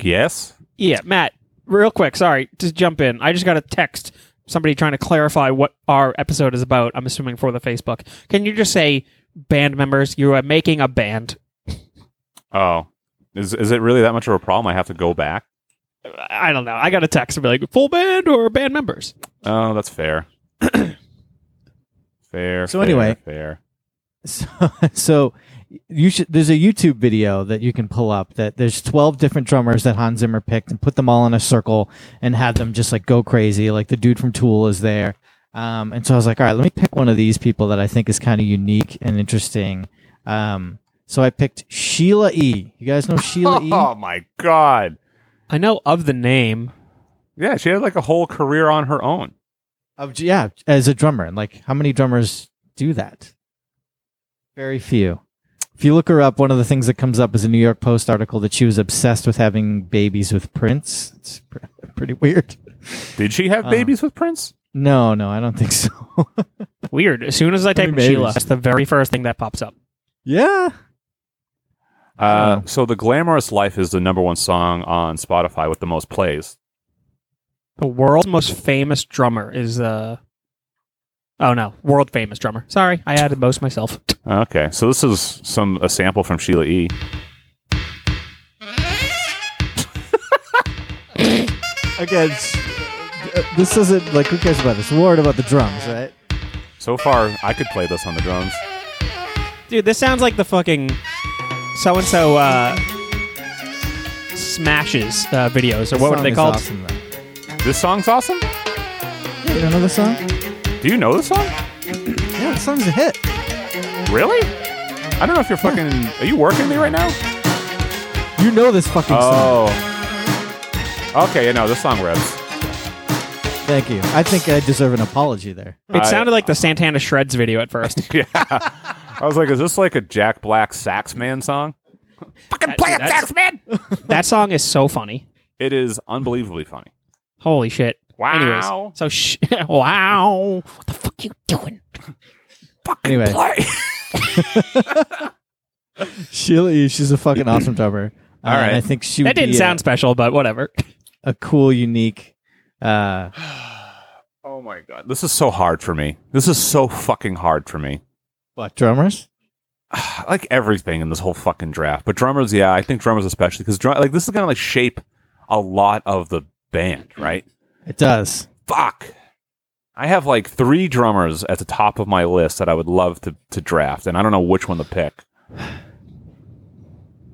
yes. Yeah, Matt. Real quick, sorry, just jump in. I just got a text. Somebody trying to clarify what our episode is about. I'm assuming for the Facebook. Can you just say band members? You are making a band. Oh, is is it really that much of a problem? I have to go back. I don't know. I got a text and be like full band or band members. Oh, that's fair. fair. So fair, anyway. fair. So, so you should. There's a YouTube video that you can pull up. That there's 12 different drummers that Hans Zimmer picked and put them all in a circle and had them just like go crazy. Like the dude from Tool is there. Um, and so I was like, all right, let me pick one of these people that I think is kind of unique and interesting. Um, so I picked Sheila E. You guys know Sheila E. Oh my God. I know of the name. Yeah, she had like a whole career on her own. Of, yeah, as a drummer. And like, how many drummers do that? Very few. If you look her up, one of the things that comes up is a New York Post article that she was obsessed with having babies with Prince. It's pr- pretty weird. Did she have Uh. babies with Prince? No, no, I don't think so. Weird. As soon as I type in Maybe. Sheila, that's the very first thing that pops up. yeah. Uh, Oh. so the glamorous life is the number one song on Spotify with the most plays. The world's most famous drummer is uh Oh no, world famous drummer. Sorry, I added most myself. Okay, so this is some a sample from Sheila E. Again, s- uh, this isn't like who cares about this? We're worried about the drums, right? So far, I could play this on the drums. Dude, this sounds like the fucking so and so uh smashes uh, videos or what were Song they is called? Awesome, though. This song's awesome. you don't know the song? Do you know this song? Yeah, the song's a hit. Really? I don't know if you're fucking. Are you working me right now? You know this fucking song. Oh. Okay, yeah, no, this song rips. Thank you. I think I deserve an apology there. It I- sounded like the Santana Shreds video at first. Yeah. I was like, is this like a Jack Black sax man song? Fucking play it, sax man! that song is so funny. It is unbelievably funny. Holy shit. Wow. Anyways, so sh- wow. What the fuck you doing? Anyway. Sheila E. She's a fucking awesome drummer. Uh, All right. and I think she. That would didn't be sound special, but whatever. a, a cool, unique. Uh, Oh my god. This is so hard for me. This is so fucking hard for me. what drummers? I like everything in this whole fucking draft. But drummers, yeah, I think drummers especially because drum- like this is gonna like shape a lot of the band, right? It does. Fuck. I have like three drummers at the top of my list that I would love to, to draft, and I don't know which one to pick.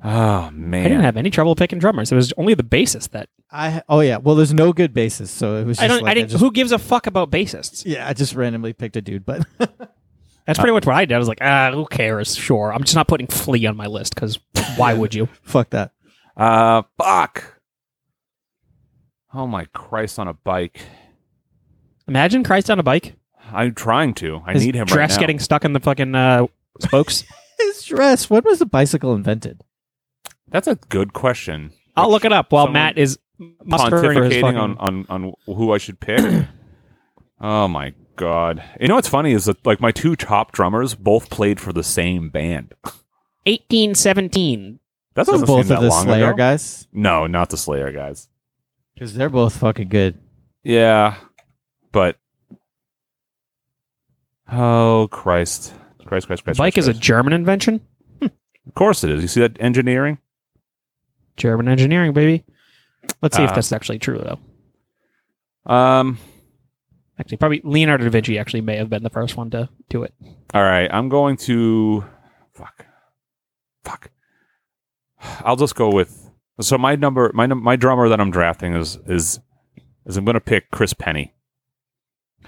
Oh man. I didn't have any trouble picking drummers. It was only the bassist that I oh yeah. Well, there's no good bassist, so it was. Just I don't. Like, I didn't. just- who gives a fuck about bassists? yeah, I just randomly picked a dude, but That's Uh, pretty much what I did. I was like, ah, who cares? Sure, I'm just not putting Flea on my list because why would you? fuck that. Uh, fuck. Oh my Christ on a bike. Imagine Christ on a bike. I'm trying to. I His need him Dress right now. getting stuck in the fucking uh, spokes. His dress. When was the bicycle invented? That's a good question. I'll look it up while Someone Matt is mustering his Pontificating fucking. on, on, on who I should pick. oh my God. You know what's funny is that like my two top drummers both played for the same band. 1817. That So doesn't both seem that of the long Slayer ago. guys, No, not the Slayer guys. because they're both fucking good. Yeah, but Oh Christ, Christ, Christ, Christ! Bike Christ, is a Christ. German invention. Of course it is. You see that engineering? German engineering, baby. Let's see if Uh, that's actually true though. Um. Actually, probably Leonardo da Vinci actually may have been the first one to do it. All right, I'm going to fuck, fuck. I'll just go with. So my number, my num- my drummer that I'm drafting is is is I'm going to pick Chris Penny.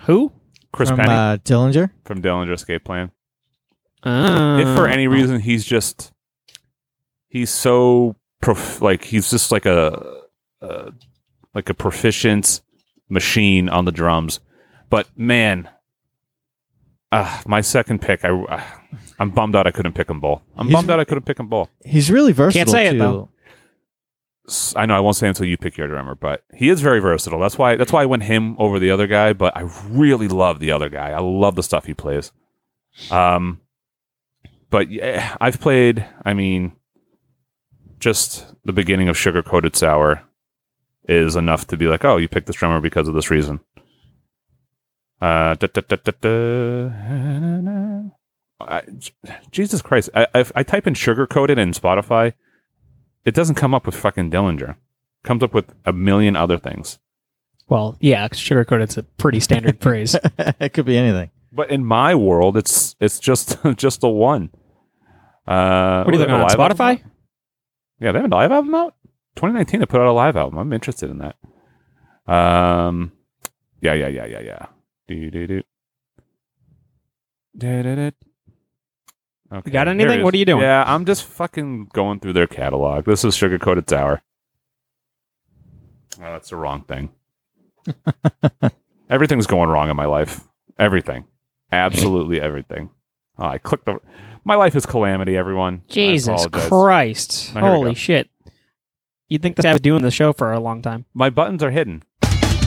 Who? Chris from Penny uh, Dillinger. from Dillinger Escape Plan. Uh, if for any reason he's just he's so prof- like he's just like a, a like a proficient machine on the drums but man uh, my second pick i uh, i'm bummed out i couldn't pick them both i'm He's- bummed out i couldn't pick them both He's really versatile. say it, too. though. S- i know i won't say until you pick your drummer but he is very versatile that's why that's why i went him over the other guy but i really love the other guy i love the stuff he plays um but yeah, I've played. I mean, just the beginning of Sugar Coated Sour is enough to be like, oh, you picked this drummer because of this reason. Uh, da, da, da, da, da. I, Jesus Christ! I, I, I type in "sugar coated" in Spotify, it doesn't come up with fucking Dillinger. It comes up with a million other things. well, yeah, sugarcoated's a pretty standard phrase. it could be anything. But in my world, it's it's just just a one. Uh, What do they you think have a live on album Spotify? Yeah, they have a live album out. 2019, they put out a live album. I'm interested in that. Um, yeah, yeah, yeah, yeah, yeah. Do do do. Da, da, da. Okay, got here it anything? is. What are you doing? Yeah, I'm just fucking going through their catalog. This is Sugar Coated Sour. Oh, that's the wrong thing. Everything's going wrong in my life. Everything, absolutely everything. Oh, I clicked over. My life is calamity. Everyone, I Jesus apologize. Christ! Oh, here we Holy go. shit! You'd think this guy was doing the show for a long time. My buttons are hidden. Oh,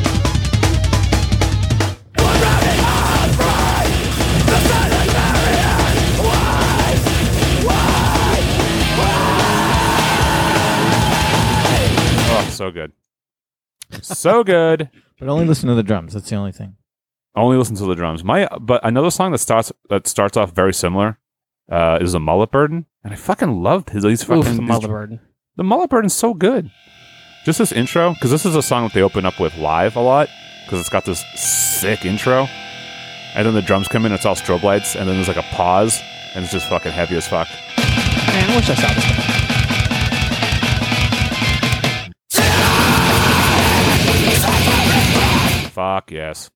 Oh, so good. So good. But only listen to the drums. That's the only thing. Only listen to the drums. My but another song that starts that starts off very similar uh, is the Mullet Burden, and I fucking loved his these fucking Oof, the these- mother burden. the Mullet Burden's so good. Just this intro, because this is a song that they open up with live a lot, because it's got this sick intro. And then the drums come in, it's all strobe lights, and then there's like a pause, and it's just fucking heavy as fuck. Man, I wish I saw this. Guy. Fuck yes.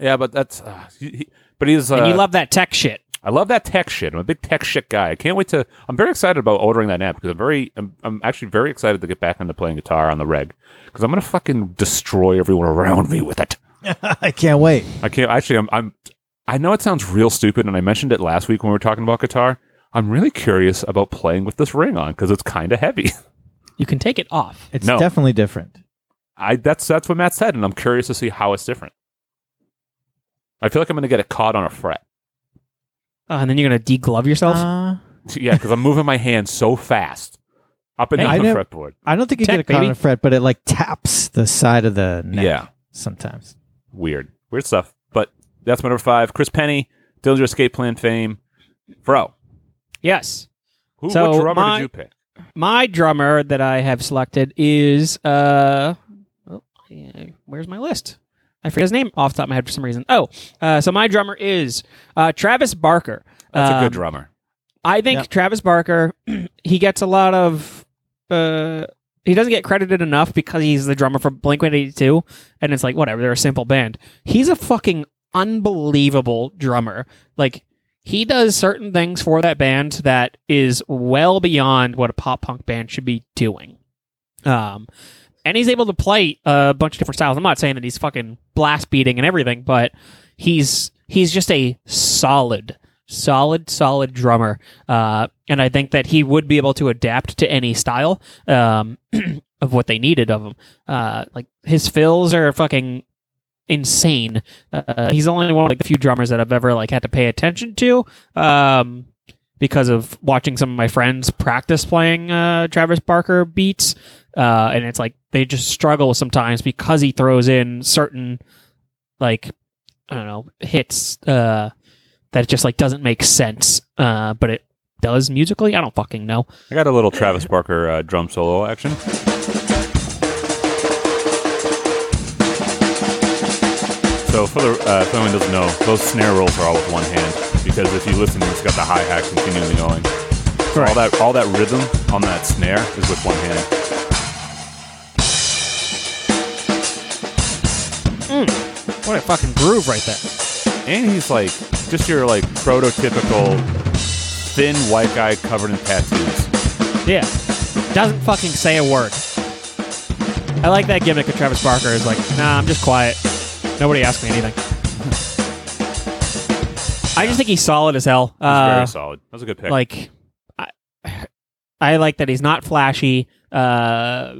Yeah, but that's. Uh, he, he- but he's. Uh, and you love that tech shit. I love that tech shit. I'm a big tech shit guy. I can't wait to. I'm very excited about ordering that amp because I'm very. I'm, I'm actually very excited to get back into playing guitar on the reg because I'm gonna fucking destroy everyone around me with it. I can't wait. I can't actually. I'm, I'm. I know it sounds real stupid, and I mentioned it last week when we were talking about guitar. I'm really curious about playing with this ring on because it's kind of heavy. You can take it off. It's No. definitely different. I that's that's what Matt said, and I'm curious to see how it's different. I feel like I'm going to get it caught on a fret. Uh, and then you're gonna deglove yourself. Uh, Yeah, because I'm moving my hand so fast up and Hey, down I the nev- fretboard. I don't think you Tech, get a caught on baby. a fret, but it like taps the side of the neck. Yeah. sometimes. Weird, weird stuff. But that's my number five. Chris Penny, Dillinger Escape Plan fame, bro. yes. Who So what drummer my- did you pick? My drummer that I have selected is uh, oh, yeah, where's my list? I forget his name off the top of my head for some reason. Oh, uh, so my drummer is uh, Travis Barker. That's a Um, good drummer. I think Yep. Travis Barker, he gets a lot of. Uh, he doesn't get credited enough because he's the drummer for Blink 182, and it's like, whatever, they're a simple band. He's a fucking unbelievable drummer. Like, he does certain things for that band that is well beyond what a pop punk band should be doing. Um, and he's able to play a bunch of different styles. I'm not saying that he's fucking blast beating and everything, but he's he's just a solid, solid, solid drummer. Uh, and I think that he would be able to adapt to any style um, of what they needed of him. Uh, like his fills are fucking insane. Uh, he's only one of like, the few drummers that I've ever like had to pay attention to. Um, because of watching some of my friends practice playing uh, Travis Barker beats, uh, and it's like they just struggle sometimes because he throws in certain like I don't know hits uh, that it just like doesn't make sense. Uh, but it does musically. I don't fucking know. I got a little Travis Barker uh, drum solo action. So for the uh, if anyone doesn't know, those snare rolls are all with one hand because if you listen, it's got the hi hat continually going. So all that all that rhythm on that snare is with one hand. What a fucking groove right there. And he's like just your like prototypical thin white guy covered in tattoos. Yeah. Doesn't fucking say a word. I like that gimmick of Travis Barker is like, nah, I'm just quiet. Nobody asked me anything. I just think he's solid as hell. He's Uh, very solid. That was a good pick. like, I, I like that he's not flashy, uh,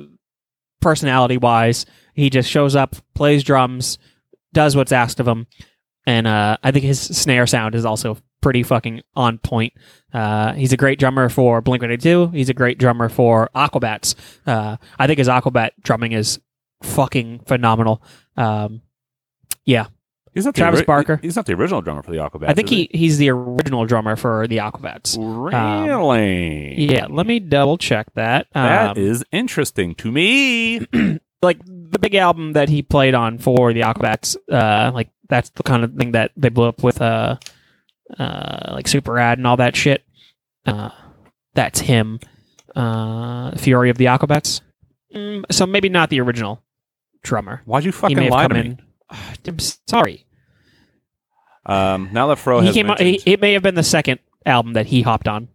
personality wise. He just shows up, plays drums, does what's asked of him. And uh, I think his snare sound is also pretty fucking on point. Uh, he's a great drummer for Blink 182. He's a great drummer for Aquabats. Uh, I think his Aquabat drumming is fucking phenomenal. Um, he's not the Travis ori- Barker. He's not the original drummer for the Aquabats. I think is he, um, he's the original drummer for the Aquabats. Really? Yeah, let me double check that. That Um, is interesting to me. like the big album that he played on for the Aquabats, uh, like that's the kind of thing that they blew up with, uh, uh, like Super Ad and all that shit. Uh, that's him. Uh, Fury of the Aquabats. Mm, so maybe not the original drummer. Why'd you He fucking may have lie come to me? in. I'm sorry. Um, now that Fro he has came. On, mentioned, he, it may have been the second album that he hopped on.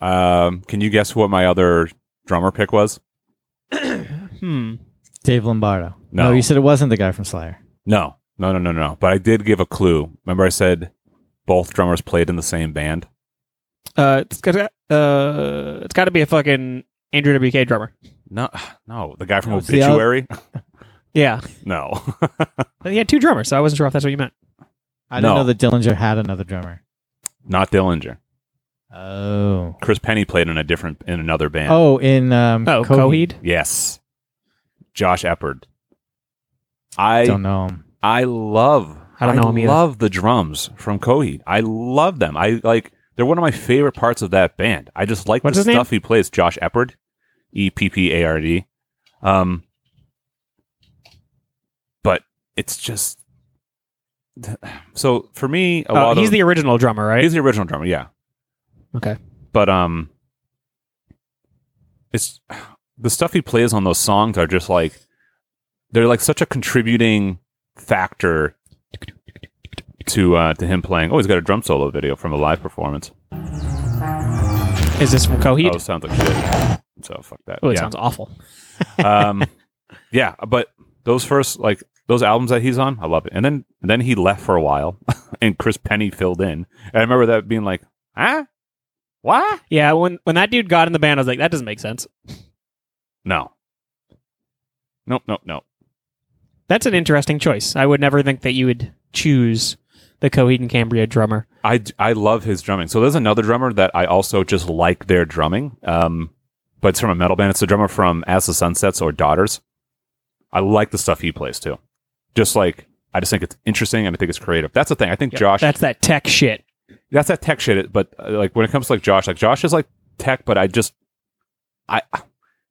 um, can you guess what my other drummer pick was? Hmm. Dave Lombardo. No. you said it wasn't the guy from Slayer. No, no, no, no, no. But I did give a clue. Remember, I said both drummers played in the same band. Uh, it's got. Uh, it's got to be a fucking Andrew WK drummer. No, no, the guy from Oh, No, it's the Obituary. Yeah, no, he had two drummers, so I wasn't sure if that's what you meant. I didn't No. know that Dillinger had another drummer. not Dillinger. Oh. Chris Penny played in a different in another band. Oh, in um, Oh, Coheed. yes, Josh Eppard. I Don't know him. I love. I don't know him either. love the drums from Coheed. I love them. I like. They're one of my favorite parts of that band. I just like What's the his name? stuff he plays. Josh Eppard, E P P A R D. Um, but it's just so for me. A Uh, lot he's of, the original drummer, right? he's the original drummer. Yeah. Okay. But um, it's the stuff he plays on those songs are just like they're like such a contributing factor to uh to him playing. Oh, he's got a drum solo video from a live performance. Is this from Coheed? Oh, Oh, sounds like shit. So fuck that. it Oh, yeah. sounds awful. um, yeah, but those first like those albums that he's on, I love it. And then and then he left for a while, and Chris Penny filled in. And I remember that being like, huh, what? Yeah, when when that dude got in the band, I was like, that doesn't make sense. No, nope, nope, nope. That's an interesting choice. I would never think that you would choose the Coheed and Cambria drummer. I, I love his drumming. So there's another drummer that I also just like their drumming. Um, but it's from a metal band. It's the drummer from As the Sun Sets or Daughters. I like the stuff he plays too. Just like I just think it's interesting and I think it's creative. That's the thing. I think Josh That's that tech shit. that's that tech shit. But uh, like when it comes to like Josh, like Josh is like tech, but I just I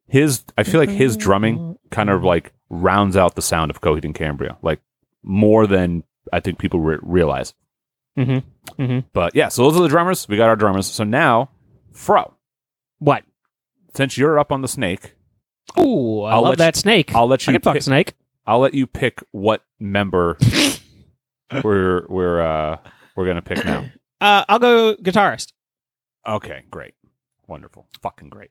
his I feel like his drumming kind of like rounds out the sound of Coheed and Cambria like more than I think people re- realize. Mhm. Mhm. But yeah, so those are the drummers. We got our drummers. So now, Fro, What? since you're up on the snake, Ooh, I I'll love let that snake. I'll let I you can fuck pick- snake. I'll let you pick what member we're we're uh we're gonna pick now. Uh, I'll go guitarist. Okay, great, wonderful, fucking great.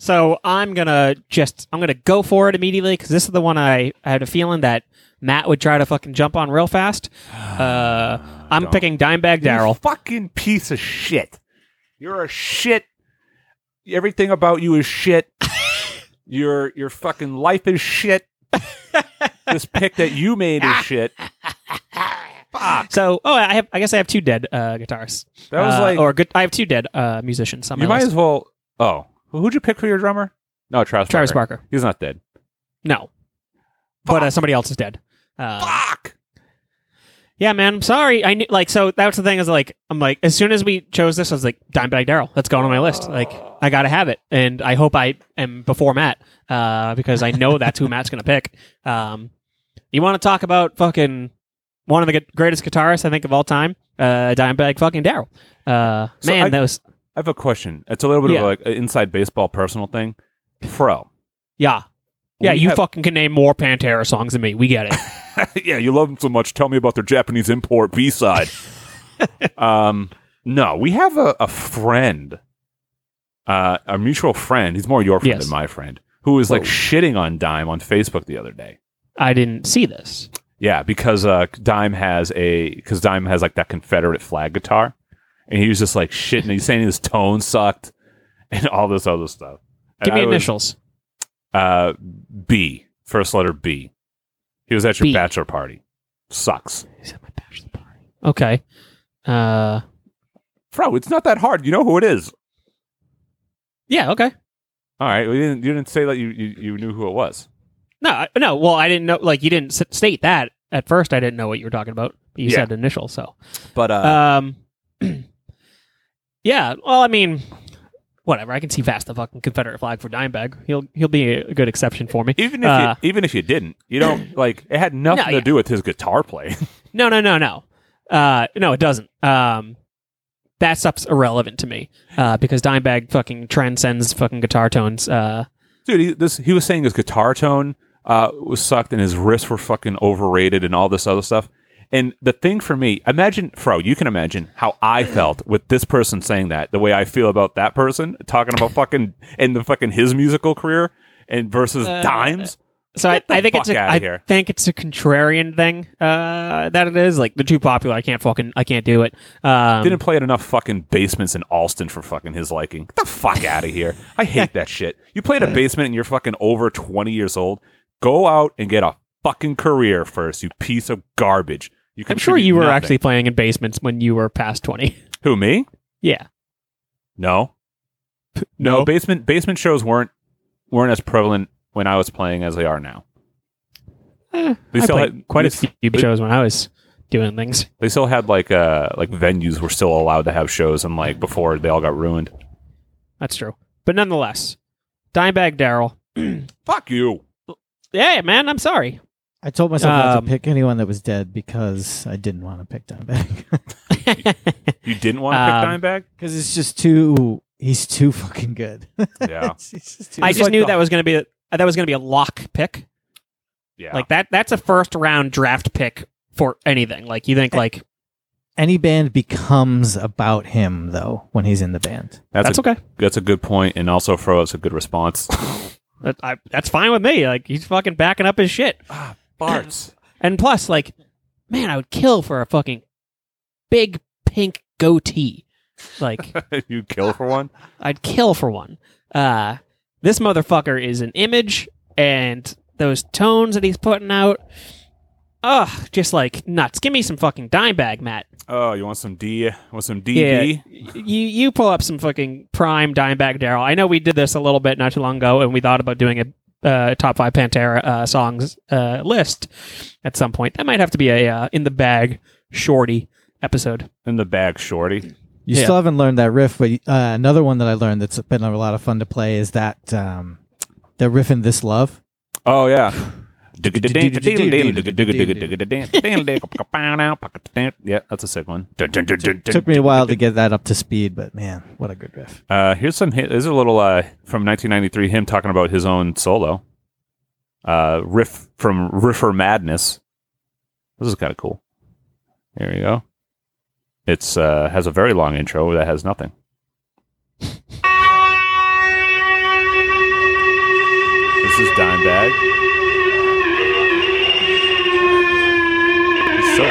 So I'm gonna just I'm gonna go for it immediately because this is the one I, I had a feeling that Matt would try to fucking jump on real fast. Uh, I'm Don't. picking Dimebag You Daryl. fucking piece of shit. You're a shit. Everything about you is shit. your your fucking life is shit. this pick that you made is shit. Fuck. So, oh, I have. I guess I have two dead uh, guitarists. That was Uh, like or good. I have two dead uh, musicians. On my you might list. as well. Oh, Who- who'd you pick for your drummer? No, Travis. Travis Barker. Barker. He's not dead. No, but uh, somebody else is dead. Uh, Fuck. yeah, man, I'm sorry. I knew, like, so that was the thing. Is like, I'm like, as soon as we chose this, I was like, Dimebag Daryl, that's going on my list. Like, I gotta have it, and I hope I am before Matt, uh, because I know that's who Matt's gonna pick. Um, you want to talk about fucking one of the gu- greatest guitarists I think of all time, uh, Dimebag fucking Daryl. Uh, So man, I- that was I have a question. It's a little bit Yeah. of like an inside baseball personal thing. Fro. yeah, yeah. we you have- fucking can name more Pantera songs than me. We get it. yeah, you love them so much. Tell me about their Japanese import B side. um, no, we have a, a friend, uh, a mutual friend. He's more your friend Yes. than my friend, who was like shitting on Dime on Facebook the other day. I didn't see this. Yeah, because uh, Dime has a because Dime has like that Confederate flag guitar, and he was just like shitting. He's saying his tone sucked, and all this other stuff. And Give me I was- initials. uh, B, first letter B. He was at your B. bachelor party. Sucks. He's at my bachelor party. Okay. Uh, Bro, it's not that hard. You know who it is. yeah. Okay. All right. well, you, didn't, you didn't say that you, you, you knew who it was. No, I, no. Well, I didn't know. Like you didn't s- state that at first. I didn't know what you were talking about. But you Yeah. said initial. So. But uh, Um. yeah. Well, I mean, whatever. I can see past the fucking Confederate flag for Dimebag. He'll he'll be a good exception for me. even if uh, you, even if you didn't, you don't like it had nothing No, to yeah. do with his guitar playing. No, no, no, no. Uh, no, it doesn't. Um, that stuff's irrelevant to me uh, because Dimebag fucking transcends fucking guitar tones. Uh, Dude, he, this he was saying his guitar tone uh, was sucked and his wrists were fucking overrated and all this other stuff. And the thing for me, imagine, Fro, you can imagine how I felt with this person saying that, the way I feel about that person talking about fucking and the fucking his musical career and versus Uh, Dimes. so I, Get the I think it's fuck a, outta I here. think it's a contrarian thing uh, that it is like they're too popular. I can't fucking I can't do it. Um, Didn't play at enough fucking basements in Alston for fucking his liking. Get the fuck out of here. I hate that shit. You play at a basement and you're fucking over 20 years old. Go out and get a fucking career first, you piece of garbage. You I'm sure contribute you were nothing. actually playing in basements when you were past twenty. Who me? yeah. No. no. basement basement shows weren't weren't as prevalent when I was playing as they are now. Eh, They I still played had- quite a they- few shows when I was doing things. They still had like uh like venues were still allowed to have shows and like before they all got ruined. That's true. But nonetheless, Dimebag Daryl. Fuck you. Yeah, man, I'm sorry. I told myself not Um, to pick anyone that was dead because I didn't want to pick Dimebag You didn't want to Um, pick because it's just too. He's too fucking good. Dimebag? Yeah. It's- it's too- I it's just like knew the- that was going to be a, that was going to be a lock pick. Yeah. Like that that's a first round draft pick for anything. Like you think like any band becomes about him though when he's in the band. that's that's a, okay. that's a good point and also Fro it's a good response. That, I, that's fine with me. Like he's fucking backing up his shit. Barts. And plus like man, I would kill for a fucking big pink goatee. Like you kill for one? I'd kill for one. Uh, this motherfucker is an image, and those tones that he's putting out, ugh, just like nuts. Give me some fucking dime bag, Matt. Oh, you want some D want some DD? Yeah, you you pull up some fucking prime dime bag, Daryl. I know we did this a little bit not too long ago, and we thought about doing a uh, top five Pantera uh, songs uh, list at some point. That might have to be a uh, in the bag shorty episode. In the bag shorty. You Yeah. still haven't learned that riff, but uh, another one that I learned that's been a lot of fun to play is that um, the riff in "This Love." Oh yeah. yeah, that's a sick one. Took me a while to get that up to speed, but man, what a good riff! Uh, here's some. Here's a little uh, from 1993. Him talking about his own solo. Uh, riff from Riffer Madness. This is kind of cool. Here we go. It's uh, has a very long intro that has nothing. This is Dimebag. He's so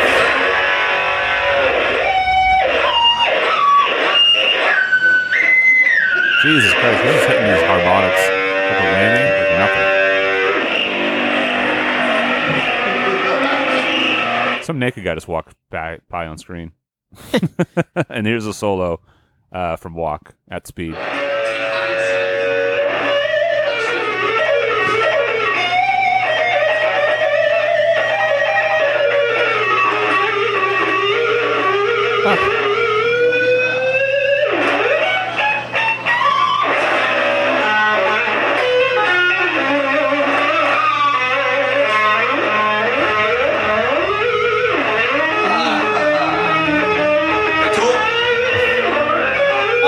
Jesus Christ, he's just hitting these harmonics with a landing with nothing. Some naked guy just walked by, by on screen. and here's a solo uh, from Walk at Speed.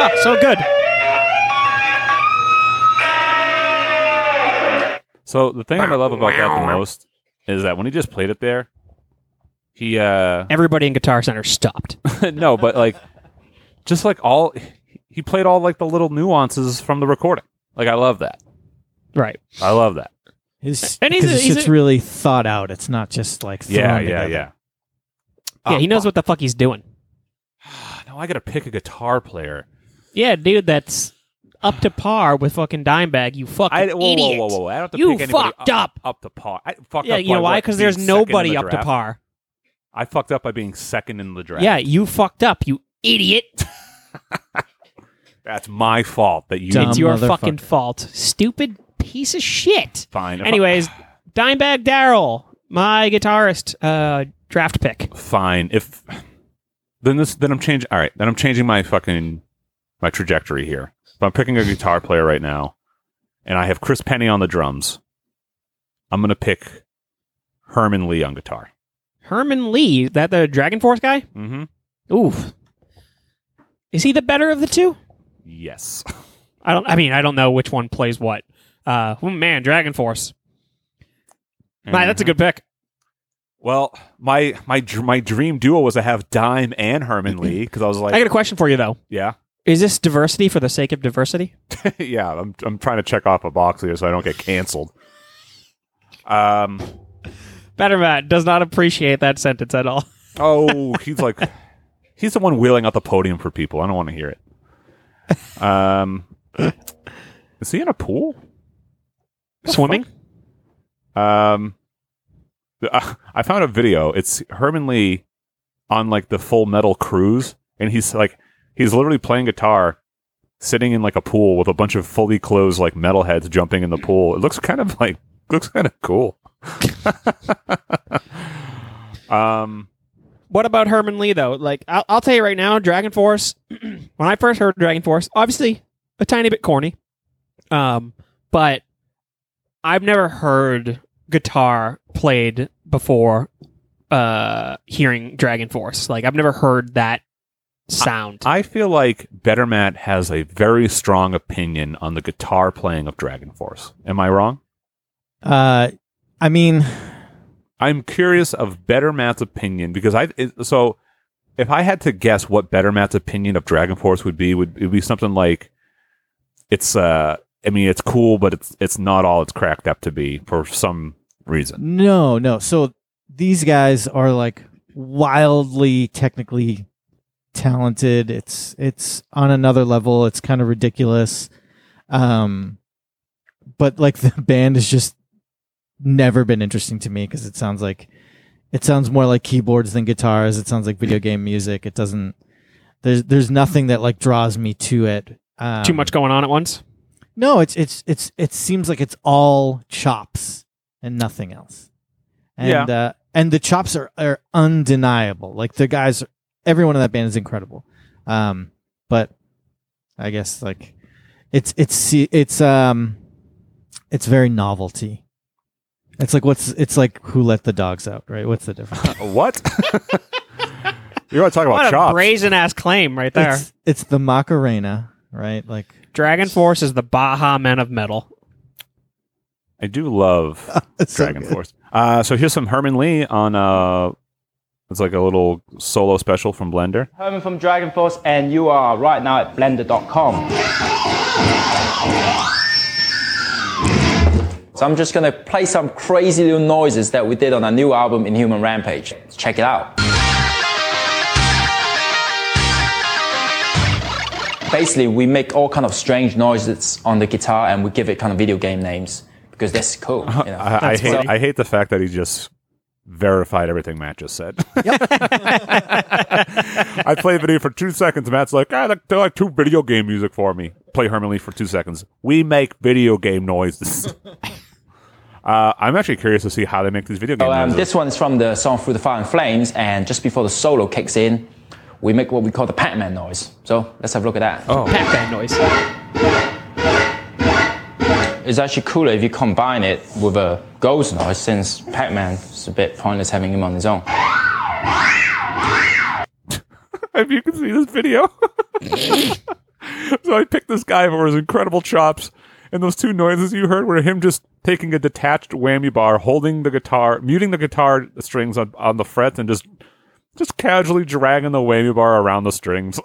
Ah, so good. So the thing that I love about that the most is that when he just played it there, he uh Everybody in Guitar Center stopped. no, but like just like all he played all like the little nuances from the recording. Like I love that. right. I love that. His, And he's 'cause a- his he's shit's a- really thought out. It's not just like thrown Yeah, yeah, together. yeah. Um, yeah, he Ah, knows what the fuck he's doing. Now I got to pick a guitar player. Yeah, dude, that's up to par with fucking Dimebag. You fucking I whoa, whoa, idiot. whoa, whoa, I don't have to You pick anybody fucked up. up to par. I fucked Yeah, up you know by, why? what, Because there's being second in nobody the up to draft? par. I fucked up by being second in the draft. Yeah, you fucked up, you idiot. that's my fault that you Dumb. it's your motherfucker. fucking fault. Stupid piece of shit. fine. If I- Anyways, Dimebag Daryl, my guitarist, uh, draft pick. fine. If then this then I'm changing. All right, then I'm changing my fucking my trajectory here. If I'm picking a guitar player right now, and I have Chris Penny on the drums, I'm gonna pick Herman Lee on guitar. Herman Lee, is that the Dragon Force guy? Mm-hmm. Oof. Is he the better of the two? Yes. I don't. I mean, I don't know which one plays what. Uh, oh man, Dragon Force. Man, that's a good pick. Well, my my dr- my dream duo was to have Dime and Herman Lee because I was like, I got a question for you though. yeah, Is this diversity for the sake of diversity? yeah. I'm I'm trying to check off a box here so I don't get canceled. Um. Better Matt does not appreciate that sentence at all. Oh, he's like, he's the one wheeling out the podium for people. I don't want to hear it. Um, is he in a pool? Swimming? Um, the- uh, I found a video. It's Herman Lee on like the Full Metal Cruise, and he's like, he's literally playing guitar, sitting in like a pool with a bunch of fully clothed like metalheads jumping in the pool. It looks kind of like looks kind of cool. um. What about Herman Lee though? Like, I'll, I'll tell you right now, Dragon Force. when I first heard Dragon Force, obviously a tiny bit corny, um, but I've never heard guitar played before. Uh, hearing Dragon Force, like I've never heard that sound. I feel like Better Matt has a very strong opinion on the guitar playing of Dragon Force. Am I wrong? Uh, I mean, I'm curious of Better Matt's opinion because I it, so if I had to guess what Better Matt's opinion of Dragon Force would be, would it would be something like it's uh I mean it's cool, but it's it's not all it's cracked up to be for some reason. No, no. So these guys are like wildly technically talented. It's it's on another level. It's kind of ridiculous. Um but like the band has just never been interesting to me cuz it sounds like it sounds more like keyboards than guitars. It sounds like video game music. It doesn't there's there's nothing that like draws me to it. Um, Too much going on at once. no, it's it's it's it seems like it's all chops and nothing else. And uh, and the chops are are undeniable. Like the guys, everyone in that band is incredible. Um, but I guess like it's it's it's um it's very novelty. It's like what's it's like who let the dogs out, right? What's the difference? what? you want to talk about What a chops? brazen ass claim right there. It's it's the Macarena, right? Like Dragon Force is the Baja Men of Metal. I do love it's so Dragon good. Force. Uh, so here's some Herman Lee on uh, it's like a little solo special from Blender. Oh, Herman from Dragon Force, and you are right now at blender.com. So I'm just gonna play some crazy little noises that we did on our new album, Inhuman Rampage. Check it out. Basically, we make all kind of strange noises on the guitar, and we give it kind of video game names because that's cool. You know? I, I That's hate funny. I hate the fact that he just verified everything Matt just said. I played video for two seconds. Matt's like, ah, they're like two video game music for me. Play Herman Lee for two seconds. We make video game noises. uh, I'm actually curious to see how Oh, they make these video game So, um, noises. this one's from the song Through the Fire and Flames, and just before the solo kicks in, we make what we call the Pac-Man noise. So let's have a look at that. Oh, Pac-Man noise. It's actually cooler if you combine it with a ghost noise, since Pac-Man is a bit pointless having him on his own. if you can see this video. so I picked this guy for his incredible chops, and those two noises you heard were him just taking a detached whammy bar, holding the guitar, muting the guitar strings on, on the frets, and just just casually dragging the whammy bar around the strings.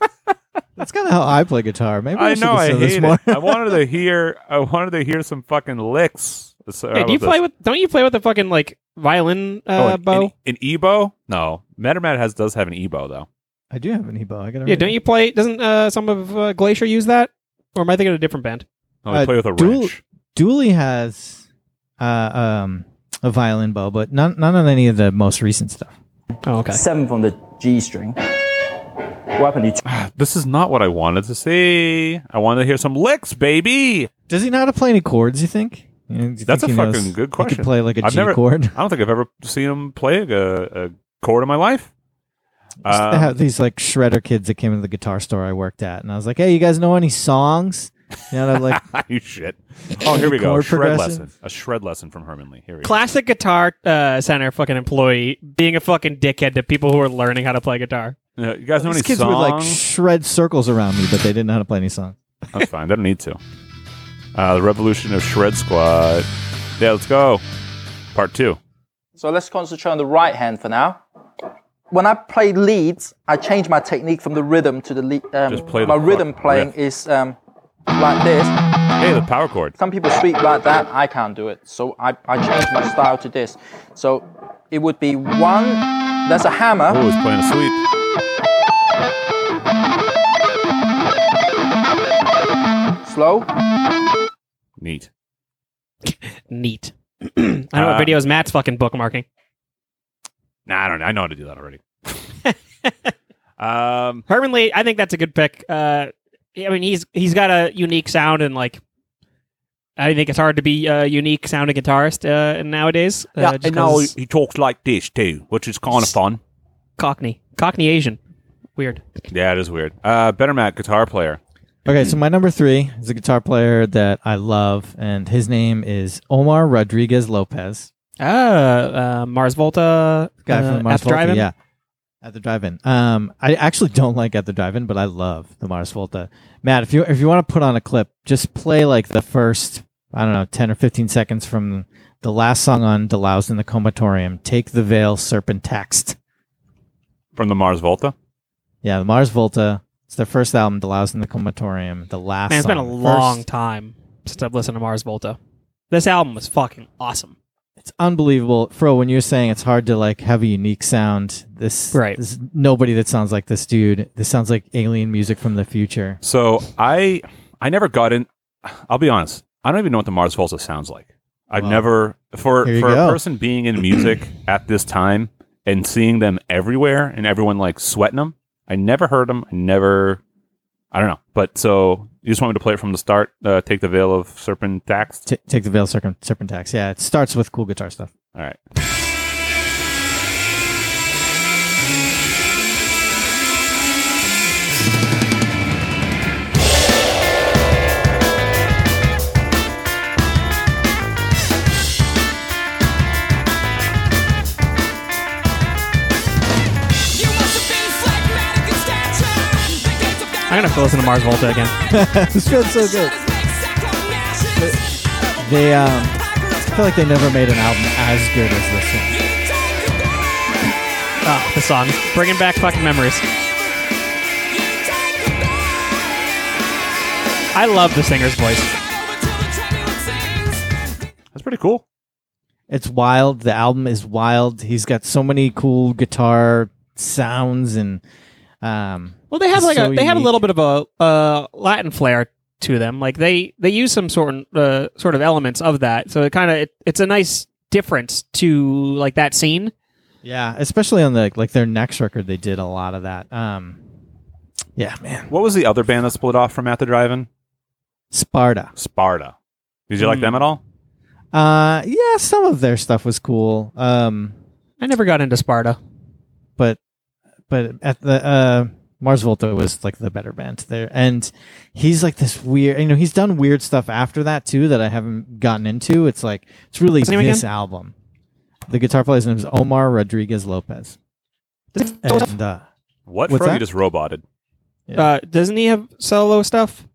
That's kind of how I play guitar. Maybe I, I should know I listen to this hate more. it. I wanted to hear. I wanted to hear some fucking licks. So how Hey, do you about play this? with? uh, Don't you play with a fucking like violin Oh, uh, an, bow? An, an ebow? No, Metamat has does have an ebow though. I do have an ebow. I got yeah, don't you play? Doesn't uh, some of uh, Glacier use that? Or am I thinking of a different band? No, I Uh, Oh, play with a dual- wrench. Dooley has uh, um, a violin bow, but none none on any of the most recent stuff. Oh, okay. Seventh on the G string. Weapon you This is not what I wanted to see. I wanted to hear some licks, baby. Does he know how to play any chords? You think? You know, do you That's think a he knows- fucking good He question. could play like a I've G never- chord. I don't think I've ever seen him play a, a chord in my life. Just Um, to have these like shredder kids that came into the guitar store I worked at, and I was like, "Hey, you guys know any songs?" You know, and I'm like, Uh, you shit. Oh, here we go. A Chord shred progression. lesson. A shred lesson from Herman Lee. Here we go. Classic guitar uh, center fucking employee being a fucking dickhead to people who are learning how to play guitar. Uh, you guys know these any kids songs? would like shred circles around me, but they didn't know how to play any songs. That's fine. They don't need to. Uh, the Revolution of Shred Squad. Yeah, let's go. Part two. So let's concentrate on the right hand for now. When I play leads, I change my technique from the rhythm to the lead. Um, Just play the my fuck rhythm playing riff. is um, like this. Hey, the power chord. Some people speak like that. I can't do it. So I, I change my style to this. So it would be one. That's a hammer. Oh, it's playing a sweep. Slow. Neat. Neat. I know Uh, what videos Matt's fucking bookmarking. Nah, I don't know. I know how to do that already. um, Herman Lee, I think that's a good pick. Uh, I mean, he's he's got a unique sound and like. I think it's hard to be a unique sounding guitarist uh, nowadays. Uh, just 'cause he talks like this too, which is kind of fun. Cockney, Cockney Asian, weird. Yeah, it is weird. Uh, Better Matt, guitar player. Okay, so my number three is a guitar player that I love, and his name is Omar Rodriguez Lopez. Ah, uh, Mars Volta guy uh, from Mars at the drive-in? Volta, yeah. At the drive-in. Um, I actually don't like at the drive-in, but I love the Mars Volta. Matt, if you if you want to put on a clip, just play like the first I don't know ten or fifteen seconds from the last song on "Deloused in the Comatorium." Take the veil, serpent text. From the Mars Volta. Yeah, the Mars Volta. It's their first album, "Deloused in the Comatorium." The last. Man, it's been a song, the long first- time since I've listened to Mars Volta. This album was fucking awesome. It's unbelievable, Fro. When you're saying it's hard to like have a unique sound, this Right. This, nobody that sounds like this dude. This sounds like alien music from the future. So I I never got in. I'll be honest. I don't even know what the Mars Volta sounds like. I've Wow. never for for Here you a go. person being in music at this time and seeing them everywhere and everyone like sweating them. I never heard them. I never. I don't know. But so you just want me to play it from the start? Uh, take the veil of serpent tax. T- take the veil circum serpentax. Yeah, it starts with cool guitar stuff. All right. I'm gonna have to listen to Mars Volta again. this feels so good. They um, I feel like they never made an album as good as this one. Ah, the song, bringing back fucking memories. I love the singer's voice. That's pretty cool. It's wild. The album is wild. He's got so many cool guitar sounds and um, Well, they have It's like a so they have a unique. little bit of a uh, Latin flair to them. Like they they use some sort uh, sort of elements of that. So it kind of it, it's a nice difference to like that scene. yeah, especially on the like their next record, they did a lot of that. Um, yeah, man, What was the other band that split off from At the Drive-In? Sparta. Sparta. Did you like Hmm. them at all? Uh, yeah, some of their stuff was cool. Um, I never got into Sparta. but but at the uh, Mars Volta was like the better band there, and he's like this weird. You know, he's done weird stuff after that too that I haven't gotten into. It's like it's really What's his name this album. The guitar player's name is Omar Rodriguez Lopez, and uh, What? What's Fro, you that? just roboted. Uh, doesn't he have solo stuff?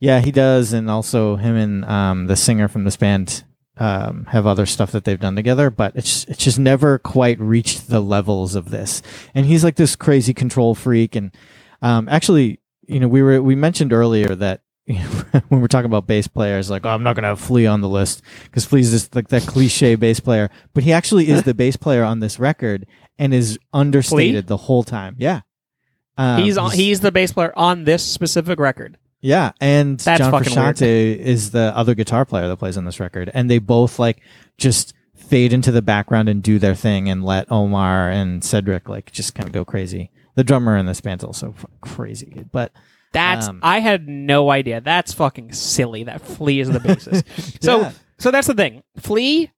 yeah, he does, and also him and um, the singer from this band. Um, have other stuff that they've done together, but it's it's just never quite reached the levels of this. and he's like this crazy control freak and um, actually you know we were we mentioned earlier that when we're talking about bass players like oh, i'm not going to have flea on the list because flea's just like that cliche bass player but he actually is the bass player on this record and is understated the whole time yeah um, Uh, he's on, he's the bass player on this specific record. yeah, and That's John fucking Frusciante is the other guitar player that plays on this record, and they both like just fade into the background and do their thing, and let Omar and Cedric like just kind of go crazy. The drummer in this band's also f- crazy, dude, but That's Um, I had no idea. That's fucking silly. That Flea is the bassist. Yeah. So so that's the thing. Flea,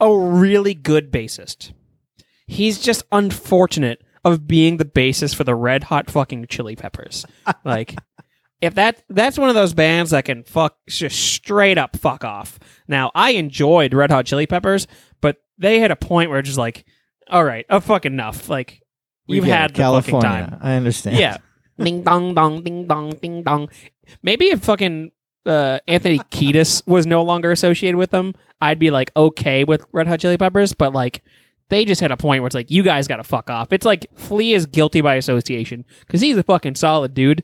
a really good bassist. He's just unfortunate of being the bassist for the Red Hot fucking Chili Peppers. like if that that's one of those bands that can fuck just straight up fuck off. Now I enjoyed Red Hot Chili Peppers, but they hit a point where it's just like, all right, oh fuck enough. Like we you've get it. had the California. fucking time. I understand. Yeah. ding dong dong ding dong ding dong. Maybe if fucking uh, Anthony Kiedis was no longer associated with them, I'd be like okay with Red Hot Chili Peppers, but like they just hit a point where it's like you guys got to fuck off. It's like Flea is guilty by association cuz he's a fucking solid dude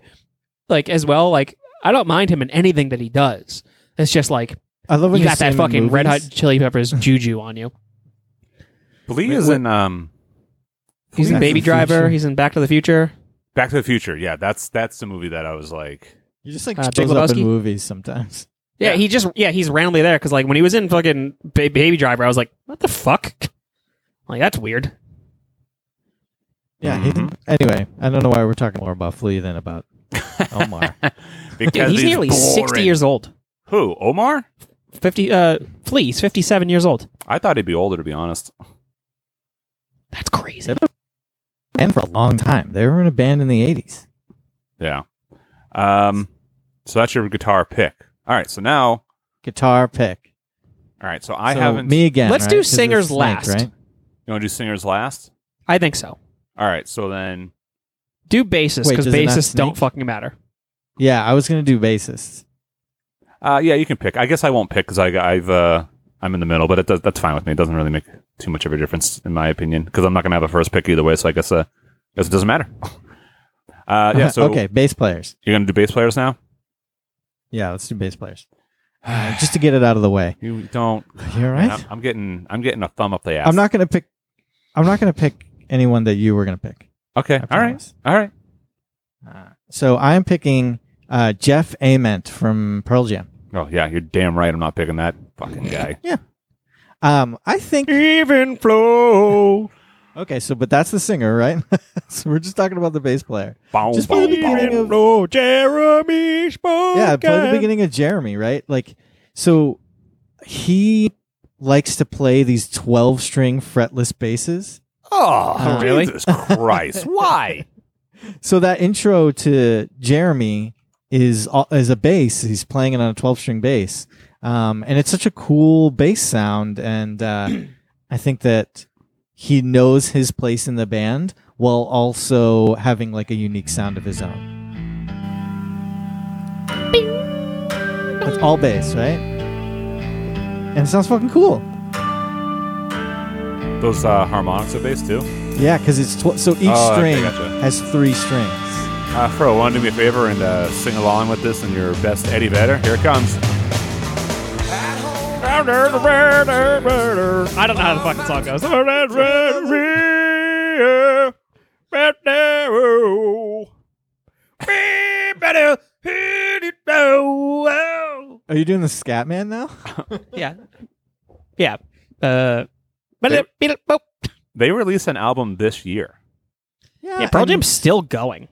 like as well like I don't mind him in anything that he does. It's just like I love when you you got see him that in fucking Red Hot movies. Chili Peppers juju on you. Flea is in um, He's in Back to Baby the Future. Driver, he's in Back to the Future. Back to the Future. Yeah, that's that's the movie that I was like. You just like Uh, Big shows up in Lebowski? movies sometimes. Yeah, he just yeah he's randomly there because like when he was in fucking ba- Baby Driver, I was like, what the fuck? Like that's weird. Mm-hmm. Yeah. he- Mhm. anyway, I don't know why we're talking more about Flea than about Omar. Because Dude, he's nearly sixty boring. years old. Who? Omar? Fifty uh, Flea's fifty-seven years old. I thought he'd be older, to be honest. That's crazy. and for a long time, they were in a band in the '80s. Yeah. Um. So that's your guitar pick. All right. So now, all Guitar pick. right. So I So, haven't. Me again. Let's right? do 'Cause it's singers Snake, last. right? You want to do singers last? I think so. All right. So then, Do bassists Wait, because does it not bassists don't sneak? fucking matter. Yeah, I was gonna do bassists. uh, yeah, you can pick. I guess I won't pick because I, I've, uh, I'm in the middle, but it does, that's fine with me. It doesn't really make too much of a difference in my opinion because I'm not going to have a first pick either way. So I guess, uh, guess it doesn't matter. Uh, yeah. So Uh-huh. okay, bass players. you're going to do bass players now. Yeah, let's do bass players. Uh, just to get it out of the way. You don't. You all right? I'm, I'm getting, I'm getting a thumb up the ass. I'm not gonna pick. I'm not gonna pick anyone that you were gonna pick. Okay. I All right. promise. All right. Uh, so I am picking uh, Jeff Ament from Pearl Jam. Oh yeah, you're damn right. I'm not picking that fucking guy. Um, I think. Even flow. Okay, so but that's the singer, right? so we're just talking about the bass player. Bow, Just play the beginning of- Flow, Jeremy Spoken. Yeah, play the beginning of Jeremy, right? Like, so he likes to play these 12 string fretless basses. Oh, Uh, really? Jesus Christ! Why? So that intro to Jeremy is all- is a bass. He's playing it on a 12 string bass. Um, and it's such a cool bass sound. And uh, I think that he knows his place in the band while also having like a unique sound of his own. That's all bass, right? And it sounds fucking cool. Those uh, harmonics are bass too. Yeah, because it's tw- so each Oh, okay, string gotcha. has three strings. Uh, Fro, want to do me a favor and uh, sing along with this in your best Eddie Vedder? Here it comes. I don't know how the fucking song goes. Are you doing the scat man now? Yeah, yeah. Uh, but They released an album this year. yeah, Pearl and- Jam's still going.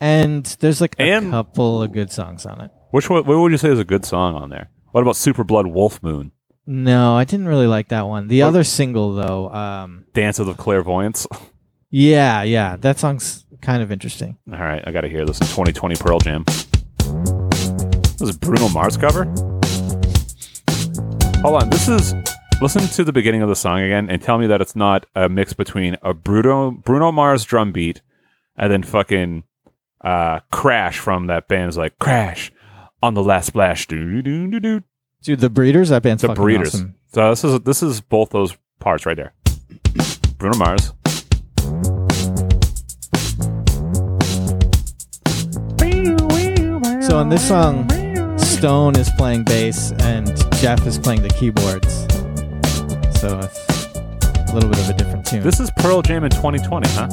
and there's like a And- couple of good songs on it. Which one? What would you say is a good song on there? What about Super Blood Wolf Moon? No, I didn't really like that one. The other single though, um, Dance of the Clairvoyance. Yeah, yeah. That song's kind of interesting. All right, I got to hear this in 2020 Pearl Jam. This is Bruno Mars cover. Hold on, this is. Listen to the beginning of the song again and tell me that it's not a mix between a Bruno Bruno Mars drum beat and then fucking uh, Crash from that band's like Crash on the last splash. Doo, doo, doo, doo. Dude, the Breeders, that band's The fucking Breeders. awesome. So this is this is both those parts right there. Bruno Mars. So on this song, Stone is playing bass and Jeff is playing the keyboards. So it's a little bit of a different tune. This is Pearl Jam in 2020, huh?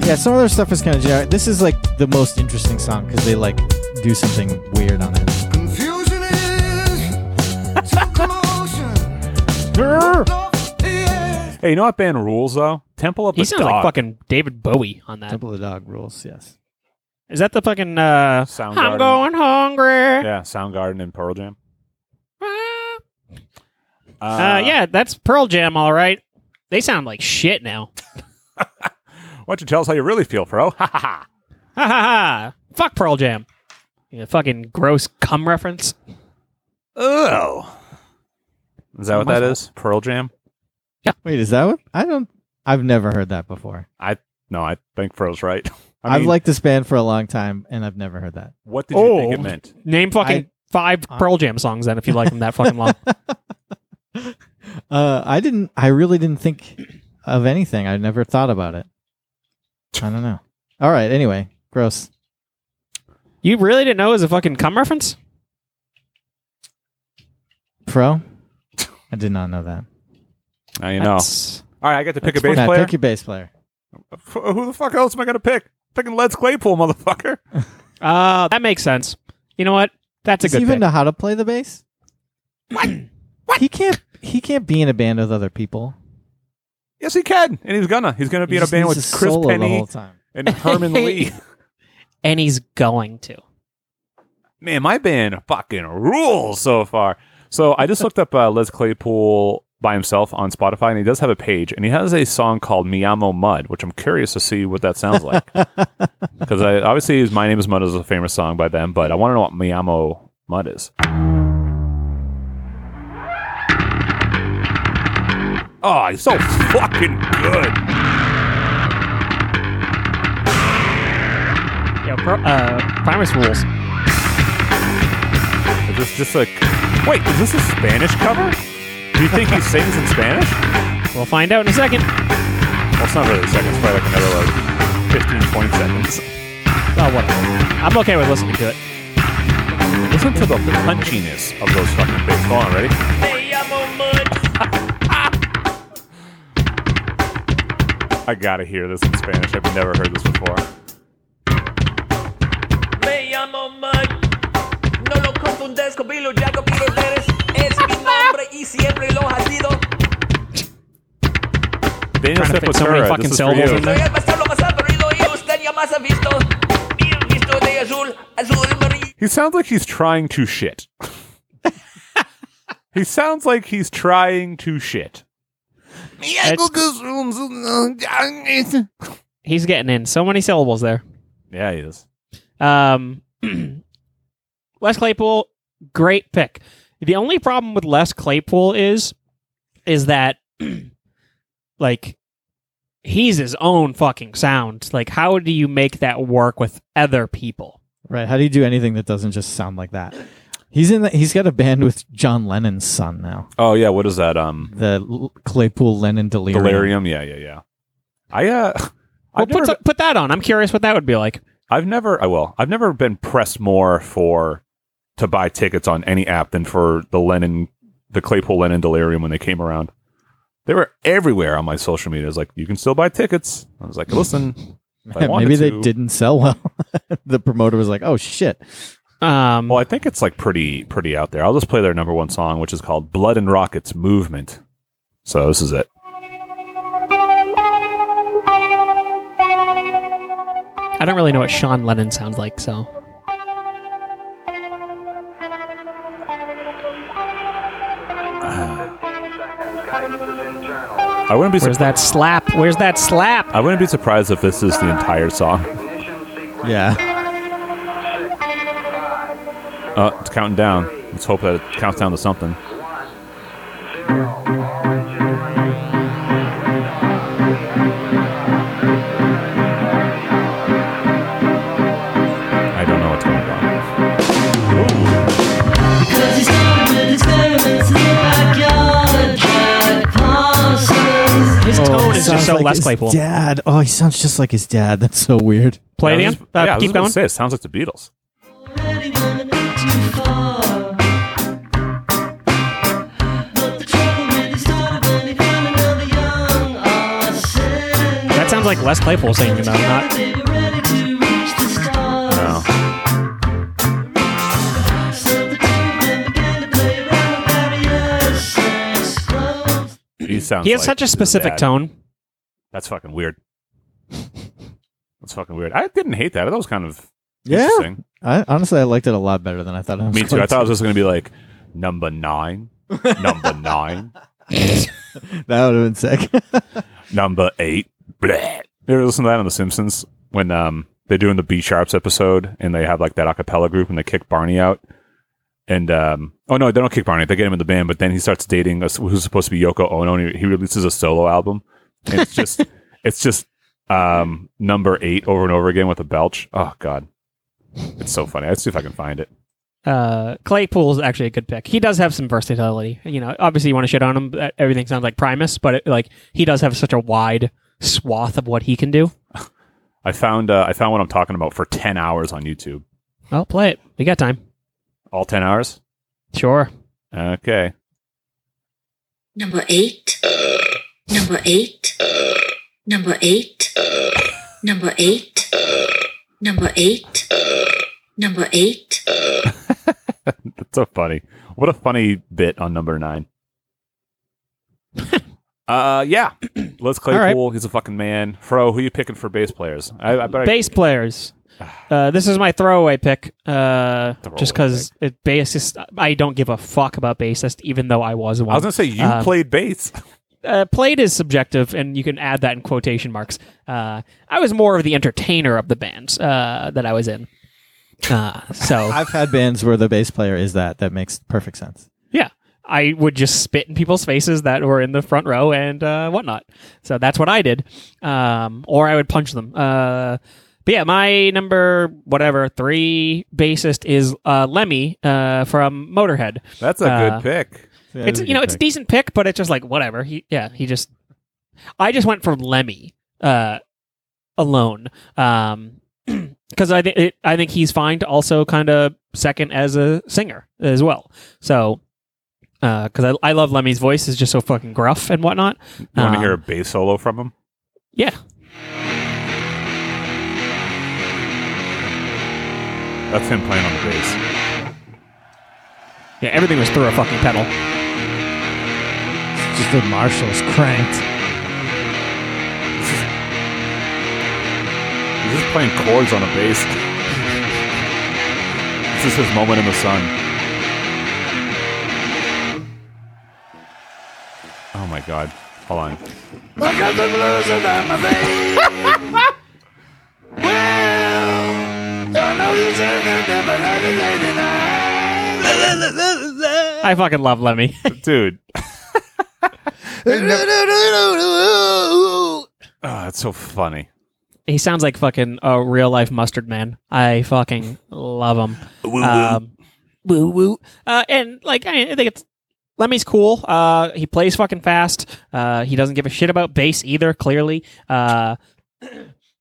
yeah, some of their stuff is kind of generic. This is like the most interesting song because they like do something weird on it. Confusion is to commotion. Love is Hey, you know what band rules though? Temple of the He sounds like Dog. fucking David Bowie on that. Temple of the Dog rules, yes. Is that the fucking uh Soundgarden. I'm going hungry. Yeah, Soundgarden and Pearl Jam. Ah. Uh, yeah, that's Pearl Jam all right. They sound like shit now. Why don't you tell us how you really feel, bro? Ha ha ha. Ha ha ha. Fuck Pearl Jam. Yeah, fucking gross cum reference. Oh. Is that what that is? Pearl Jam? Wait, is that what? I don't. I've never heard that before. No, I think Pearl's right. I I have mean, liked this band for a long time and I've never heard that. what did you think it Oh. meant? Name fucking I- five I- Pearl Jam songs then if you like them that fucking long. Uh, I didn't. I really didn't think of anything. I never thought about it. I don't know. All right. Anyway, gross. You really didn't know it was a fucking cum reference? Pro. I did not know that. Now you know. That's- All right, I get to pick a That's bass Matt, player. Pick your bass player. F- Who the fuck else am I gonna pick? Picking Let's Claypool, motherfucker. Uh, that makes sense. You know what? That's a Does he good even pick. know how to play the bass? What? He can't. He can't be in a band with other people. Yes, he can, and he's gonna. He's gonna be He in a just band needs with to Chris solo the Penny whole time. and Herman Lee. and he's going to. Man, my band fucking rules so far. So I just looked up uh, Les Claypool by himself on Spotify, and he does have a page, and he has a song called "Miyamo Mud," which I'm curious to see what that sounds like. Because I obviously his "My Name Is Mud" is a famous song by them, but I want to know what "Miyamo Mud" is. Oh, he's so fucking good. Yeah, pro- uh, Primus rules. Is this just like, wait, is this a Spanish cover? Do you think he sings in Spanish? We'll find out in a second. Well, it's not really seconds, probably like another like 15, 20 seconds. Oh, whatever. I'm okay with listening to it. Listen to the punchiness of those fucking things. Hold on, ready? I gotta hear this in Spanish. I've never heard this before. Me llamo Mike. No lo confundes con Vilo Jaco Piro Pérez. Es mi nombre y siempre lo ha sido. Daniel Trying to fit so many Sepultura, fucking this is for syllables in you. there. Soy el bastardo más aburrido y usted ya más ha visto. Bien visto de azul, azul amarillo. He sounds like he's trying to shit. he sounds like he's trying to shit. He's getting in so many syllables there. Yeah, he is. Um, Les Claypool, great pick. The only problem with Les Claypool is, is that, like, he's his own fucking sound. Like, how do you make that work with other people? Right. How do you do anything that doesn't just sound like that? He's in. The, he's got a band with John Lennon's son now. Oh yeah, what is that? Um, The L- Claypool Lennon Delirium. Delirium. Yeah, yeah, yeah. I uh, Well, I've put, never, so- put that on. I'm curious what that would be like. I've never, I will, I've never been pressed more for to buy tickets on any app than for the Lennon, the Claypool Lennon Delirium when they came around. They were everywhere on my social media. It's like you can still buy tickets. I was like, listen, if I wanted Maybe they to- didn't sell well. the promoter was like, "Oh shit." Um, Well, I think it's like pretty, pretty out there. I'll just play their number one song, which is called "Blood and Rockets Movement." So this is it. I don't really know what Sean Lennon sounds like, so. I I wouldn't be Where's surprised. that slap? Where's that slap? I wouldn't be surprised if this is the entire song. Yeah. Uh, it's counting down. Let's hope that it counts down to something. I don't know what's going on. His Oh, tone Oh, sounds is just so like Les his Claypool. Dad. Oh, he sounds just like his dad. That's so weird. Play it Yeah, I was again. just- Uh, yeah, I was keep just gonna going. Say, it sounds like the Beatles. That sounds like Les Claypool singing though, not No. He sounds. he has like such a his specific dad. tone. That's fucking weird. That's fucking weird. I didn't hate that. That was kind of Yeah. interesting. I, honestly, I liked it a lot better than I thought. I was Me too. going I thought it to. was just going to be like number nine, number nine, that would have been sick. number eight. Bleh. You ever listen to that on The Simpsons when um they're doing the B Sharps episode and they have like that acapella group and they kick Barney out. And um oh no, they don't kick Barney. They get him in the band, but then he starts dating us who's supposed to be Yoko Ono. And he, he releases a solo album. And it's just it's just um number eight over and over again with a belch. Oh god, it's so funny. Let's see if I can find it. Uh, Claypool's actually a good pick. He does have some versatility. You know, obviously you want to shit on him. but Everything sounds like Primus, but it, like he does have such a wide swath of what he can do. I found uh, I found what I'm talking about for ten hours on YouTube. Well, play it. We got time. All ten hours. Sure. Okay. Number eight. Number eight. Number eight. Number eight. Number eight. Number eight. That's so funny. What a funny bit on number nine. uh, yeah. Let's All right. Claypool. He's a fucking man. Fro, who you picking for bass players? I, I bet. bass players. Uh, this is my throwaway pick, uh, just because bassist. I don't give a fuck about bassist, even though I was I, one. I was gonna say you Um, played bass. uh, played is subjective, and you can add that in quotation marks. Uh, I was more of the entertainer of the bands uh, that I was in. Uh, so I've had bands where the bass player is that. That makes perfect sense. yeah, I would just spit in people's faces that were in the front row and uh, whatnot. So that's what I did, um, or I would punch them. Uh, but yeah, my number whatever three bassist is uh, Lemmy uh, from Motorhead. That's a uh, good pick. Yeah, it's that's a you know good it's a pick. decent pick, but it's just like whatever. He yeah he just I just went for Lemmy uh, alone um because I think I think he's fine to also kind of second as a singer as well. So because I I love Lemmy's voice is just so fucking gruff and whatnot. You want to Um, hear a bass solo from him? Yeah, That's him playing on the bass. yeah everything was through a fucking pedal. just the Marshalls cranked. He's just playing chords on a bass. this is his moment in the sun. Oh my god! Hold on. I fucking love Lemmy. dude. Ah, oh, it's so funny. he sounds like fucking a real life mustard man. I fucking love him. woo woo. woo woo. Uh, and like I, I think it's Lemmy's cool. Uh, he plays fucking fast. Uh, he doesn't give a shit about bass either. Clearly. Uh,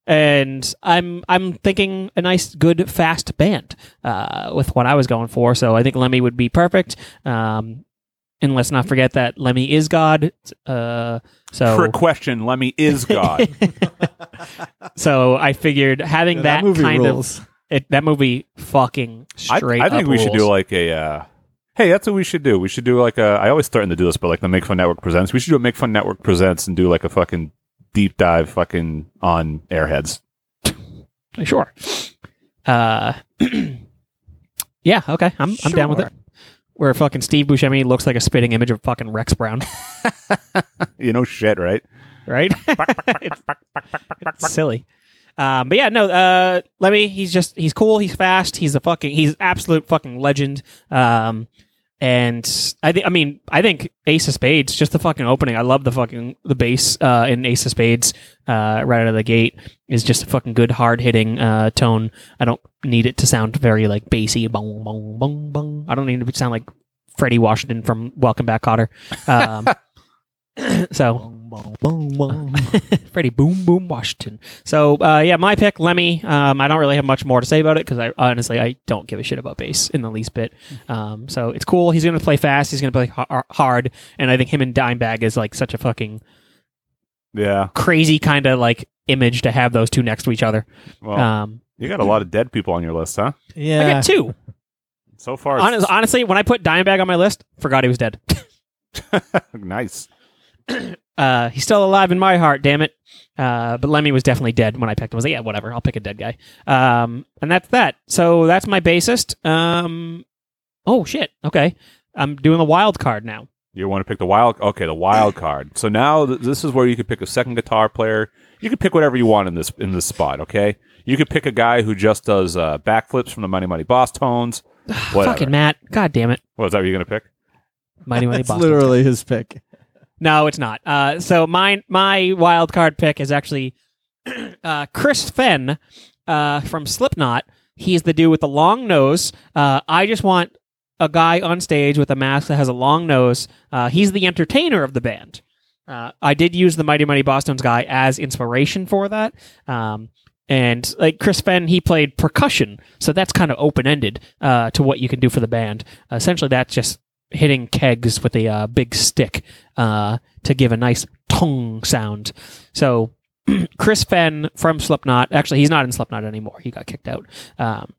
and I'm I'm thinking a nice, good, fast band uh, with what I was going for. So I think Lemmy would be perfect. Um, and let's not forget that Lemmy is God. Uh, so Trick question: Lemmy is God. so I figured having Yeah, that, that movie kind rules. of it, that movie fucking I, straight. I think up we should do rules. like a. Uh, hey, that's what we should do. We should do like a. I always threaten to do this, but like the Make Fun Network presents. We should do a Make Fun Network presents and do like a fucking deep dive, fucking on Airheads. sure. Uh, yeah. Okay. I'm I'm down with it. where fucking Steve Buscemi looks like a spitting image of fucking Rex Brown, You know shit, right? right? it's, it's silly. Um, but yeah, no, uh, Lemmy, he's just, he's cool. He's fast. He's a fucking, he's absolute fucking legend. Um, and I think, I mean, I think Ace of Spades, just the fucking opening. I love the fucking, the bass, uh, in Ace of Spades, uh, right out of the gate is just a fucking good hard hitting, uh, tone. I don't need it to sound very like bassy. Bong, bong, bong, bong. I don't need it to sound like Freddie Washington from Welcome Back, Cotter. Um, so Freddie Boom Boom Washington. So uh, yeah, my pick Lemmy. Um, I don't really have much more to say about it because I honestly I don't give a shit about bass in the least bit. Um, so it's cool. He's gonna play fast. He's gonna play har- hard, and I think him and Dimebag is like such a fucking Yeah. crazy kind of like image to have those two next to each other. Well, Um, you got a lot of dead people on your list, huh? I Yeah. got two. So far, Honest, honestly, when I put Dimebag on my list, forgot he was dead. nice. Uh, he's still alive in my heart, damn it. Uh, but Lemmy was definitely dead when I picked him. I was like, yeah, whatever, I'll pick a dead guy. Um, and that's that. So that's my bassist. Um, oh shit. Okay, I'm doing the wild card now. You want to pick the wild? Okay, the wild card. So now th- this is where you could pick a second guitar player. You could pick whatever you want in this in this spot. Okay, you could pick a guy who just does uh, backflips from the Money Money Boss tones. Whatever. Fucking Matt. God damn it. What is that? What you're gonna pick? Mighty Mighty That's Boston. literally his pick. No, it's not. Uh, so my my wild card pick is actually uh, Chris Fenn uh, from Slipknot. He's the dude with the long nose. Uh, I just want a guy on stage with a mask that has a long nose. Uh, he's the entertainer of the band. Uh, I did use the Mighty Mighty Boston's guy as inspiration for that. Um, and like Chris Fenn, he played percussion, so that's kind of open ended uh, to what you can do for the band. essentially, that's just hitting kegs with a uh, big stick uh, to give a nice tong sound. So Chris Fenn from Slipknot. Actually, he's not in Slipknot anymore. He got kicked out. Um,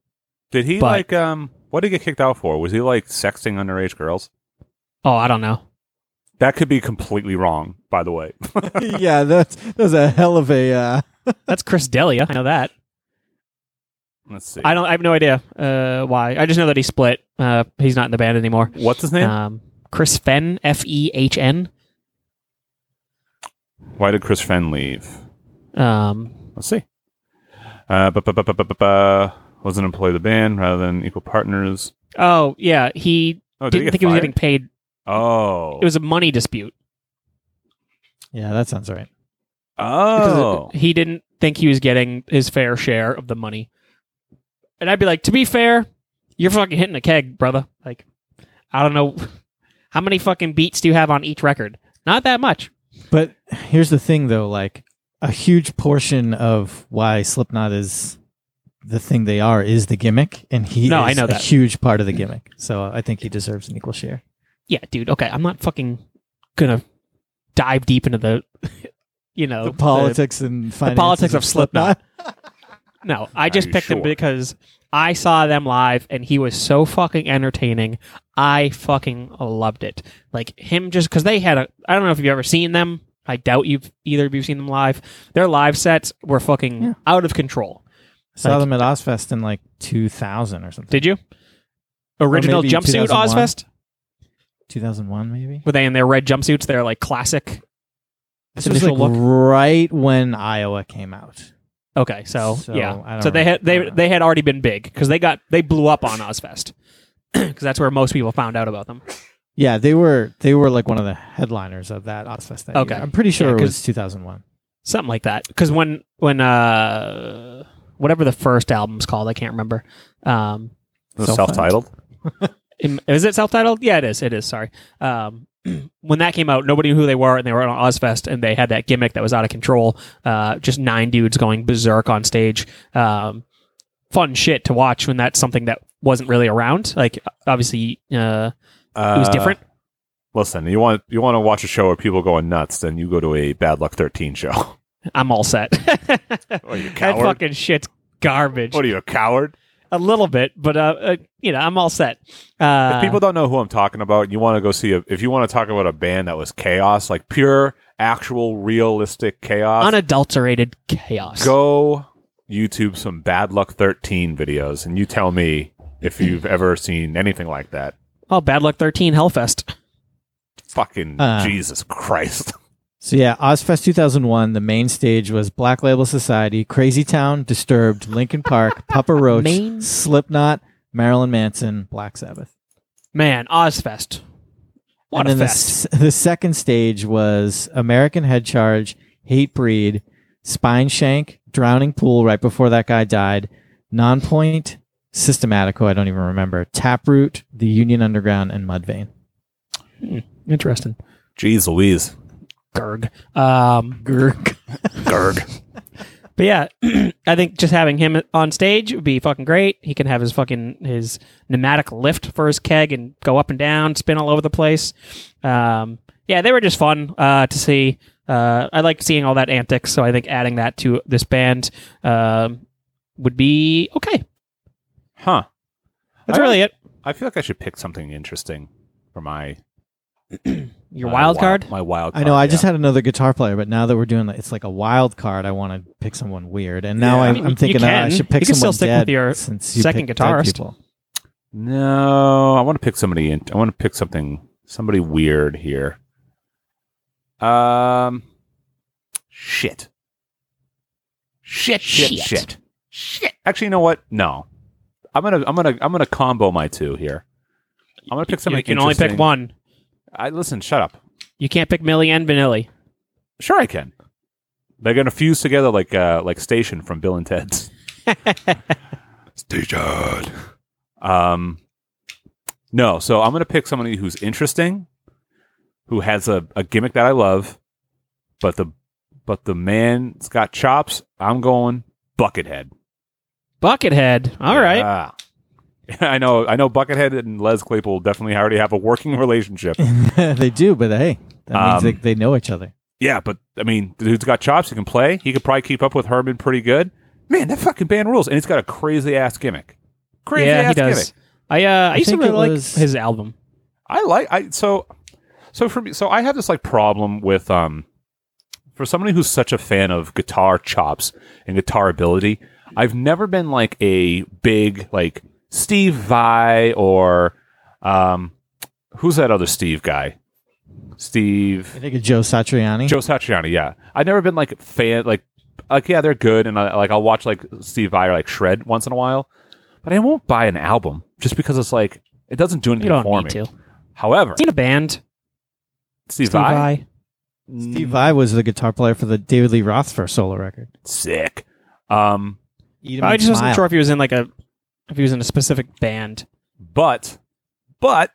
Did he But- like um? What did he get kicked out for? Was he like sexting underage girls? oh, I don't know. That could be completely wrong, by the way. yeah, that's that's a hell of a uh, That's Chris Delia. I know that. Let's see. I don't. I have no idea uh, why. I just know that he split. Uh, he's not in the band anymore. What's his name? Um, Chris Fenn, F E H N. Why did Chris Fenn leave? Um, Let's see. Uh, bu- bu- bu- bu- bu- bu- bu- was an employee of the band rather than equal partners. oh yeah, he Oh, did didn't he get think he was fired? getting paid. Oh, It was a money dispute. Yeah, that sounds right. because Oh, he didn't think he was getting his fair share of the money. And I'd be like, to be fair, you're fucking hitting a keg, brother. Like, I don't know how many fucking beats do you have on each record? Not that much. But here's the thing, though: like a huge portion of why Slipknot is the thing they are is the gimmick, and he No, I is know a that. huge part of the gimmick. So I think he deserves an equal share. Yeah, dude. Okay, I'm not fucking gonna dive deep into the, you know, the politics and finances politics of Slipknot. No, I just you picked him sure? because I saw them live and he was so fucking entertaining. I fucking loved it. Like him just cuz they had a I don't know if you've ever seen them. I doubt you've either of you've seen them live. Their live sets were fucking Yeah. out of control. Saw Like- them at Ozfest in like 2000 or something. Did you? Original maybe jumpsuit 2001. Ozfest? 2001 maybe? Were they in their red jumpsuits? They're like classic. This was like initial look? right when Iowa came out. Okay, so, So, I yeah. don't So they had really- I they don't know. they had already been big cuz they got they blew up on Ozfest. Cuz that's where most people found out about them. Yeah, they were they were like one of the headliners of that Ozfest. That Okay. year. I'm pretty sure Yeah, it 'cause- was 2001. something like that because when when uh whatever the first album's called i can't remember um self-titled. im- is it self-titled yeah it is it is sorry um when that came out nobody knew who they were and they were on ozfest and they had that gimmick that was out of control uh just nine dudes going berserk on stage um fun shit to watch when that's something that wasn't really around like obviously uh it was Uh, different Listen, you want you want to watch a show where people going nuts, then you go to a Bad Luck Thirteen show. i'm all set What are you, that coward? fucking shit's garbage what are you, a coward? a little bit, but uh, uh you know, I'm all set. Uh, if people don't know who I'm talking about, you want to go see a. If you want to talk about a band that was chaos, like pure, actual, realistic chaos, unadulterated chaos. go YouTube some Bad Luck Thirteen videos, and you tell me if you've ever seen anything like that. Oh, Bad Luck 13 Hellfest. Fucking Uh. Jesus Christ. So yeah, Ozfest 2001. The main stage was Black Label Society, Crazy Town, Disturbed, Linkin Park, Papa Roach, Main- Slipknot, Marilyn Manson, Black Sabbath. Man, Ozfest. What and a then fest. The, s- the second stage was American Head Charge, Hate Breed, Spine Shank, Drowning Pool. Right before that guy died, Nonpoint, Systematico. I don't even remember. Taproot, The Union Underground, and Mudvayne. Interesting. Jeez Louise. Gerg. Um, Gerg. Gerg. But yeah, I think just having him on stage would be fucking great. He can have his fucking his pneumatic lift for his keg and go up and down, spin all over the place. Um, yeah, they were just fun uh, to see. Uh, I like seeing all that antics, so I think adding that to this band um would be okay. Huh. That's I really it. I feel like I should pick something interesting for my Your my wild card. My wild I card. know. I yeah. just Oh, had another guitar player, but now that we're doing that, it's like a wild card. I want to pick someone weird, and now Yeah. I, I mean, I'm you thinking I can. should pick You can someone still stick dead with your since you second picked dead guitarist. people. No, I want to pick somebody. In, I want to pick something, somebody weird here. Um, shit, shit, shit, shit, shit. Actually, you know what? No, I'm gonna, I'm gonna, I'm gonna combo my two here. I'm gonna pick somebody. you can only pick interesting. one. I listen. Shut up. You can't pick Millie and Vanilli. Sure, I can. They're gonna fuse together like, uh, like Station from Bill and Ted's. Station. Um, no, so I'm gonna pick somebody who's interesting, who has a, a gimmick that I love, but the but the man's got chops. I'm going Buckethead. Buckethead. All right. uh, Yeah. I know, I know. Buckethead and Les Claypool definitely already have a working relationship. they do, but hey, that means Um, they, they know each other. yeah, but I mean, the dude's got chops. He can play. He could probably keep up with Herman pretty good. Man, that fucking band rules, and he's got a crazy ass gimmick. Crazy yeah, ass he does. gimmick. I uh, I, used to think really it like was- his album. I like I so so for me so I have this like problem with um for somebody who's such a fan of guitar chops and guitar ability, I've never been like a big like Steve Vai or um who's that other Steve guy? I Steve think of Joe Satriani. Joe Satriani, yeah. I've never been like fan like like yeah, they're good and I, like I'll watch like Steve Vai or like Shred once in a while, but I won't buy an album just because it's like it doesn't do You anything don't for need me. to. However, In a band. Steve, Steve Vai, Vai. Steve Vai was the guitar player for the David Lee Roth first solo record. sick. Um, Eat 'em I and just wasn't smile. sure if he was in like a if he was in a specific band. but, but,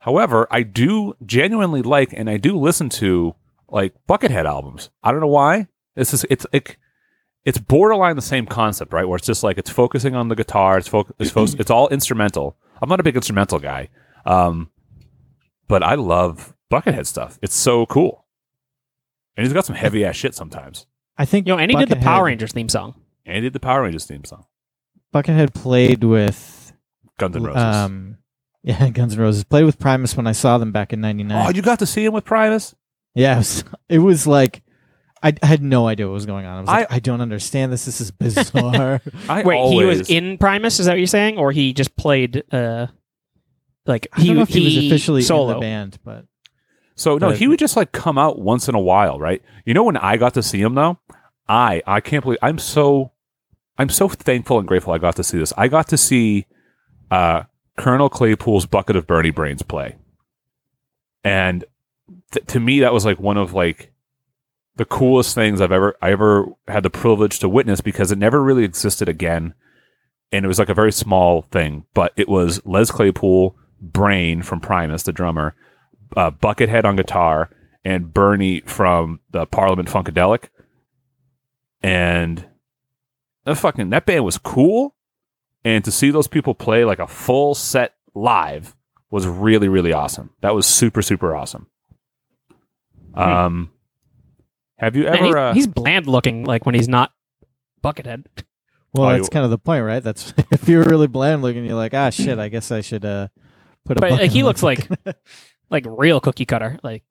however, I do genuinely like and I do listen to like Buckethead albums. I don't know why. It's just, it's like it's borderline the same concept, right? Where it's just like it's focusing on the guitar. It's fo- it's, fo- it's all instrumental. I'm not a big instrumental guy, um, but I love Buckethead stuff. It's so cool, and he's got some heavy ass shit sometimes. I think Yo, and he did the Power Buckethead- Rangers theme song. And he did the Power Rangers theme song, Buckethead played with Guns N' Roses. um, yeah, Guns N' Roses. Played with Primus when I saw them back in '99. oh, you got to see him with Primus. yeah, it was, it was like I, I had no idea what was going on. I was like, I- I don't understand this. This is bizarre. I Wait, he was always- in Primus, is that what you're saying? Or he just played uh like I don't know if he, he was officially solo. in the band, but So no, But- he would just like come out once in a while, right? You know when I got to see him though, I I can't believe I'm so I'm so thankful and grateful I got to see this. I got to see uh, Colonel Claypool's bucket of Bernie brains play, and th- to me that was like one of like the coolest things I've ever I ever had the privilege to witness because it never really existed again, and it was like a very small thing, but it was Les Claypool, Brain from Primus, the drummer, uh, Buckethead on guitar and Bernie from the Parliament Funkadelic. And that fucking that band was cool. And to see those people play like a full set live was really, really awesome. That was super, super awesome. Um have you Man, ever he's, uh, Hmm. he's bland looking like when he's not Buckethead. well, Oh, that's you- kind of the point, right? That's if you're really bland looking, you're like, ah, shit. I guess I should uh, put a. But bucket like he on looks like Buckethead. like real cookie cutter. Like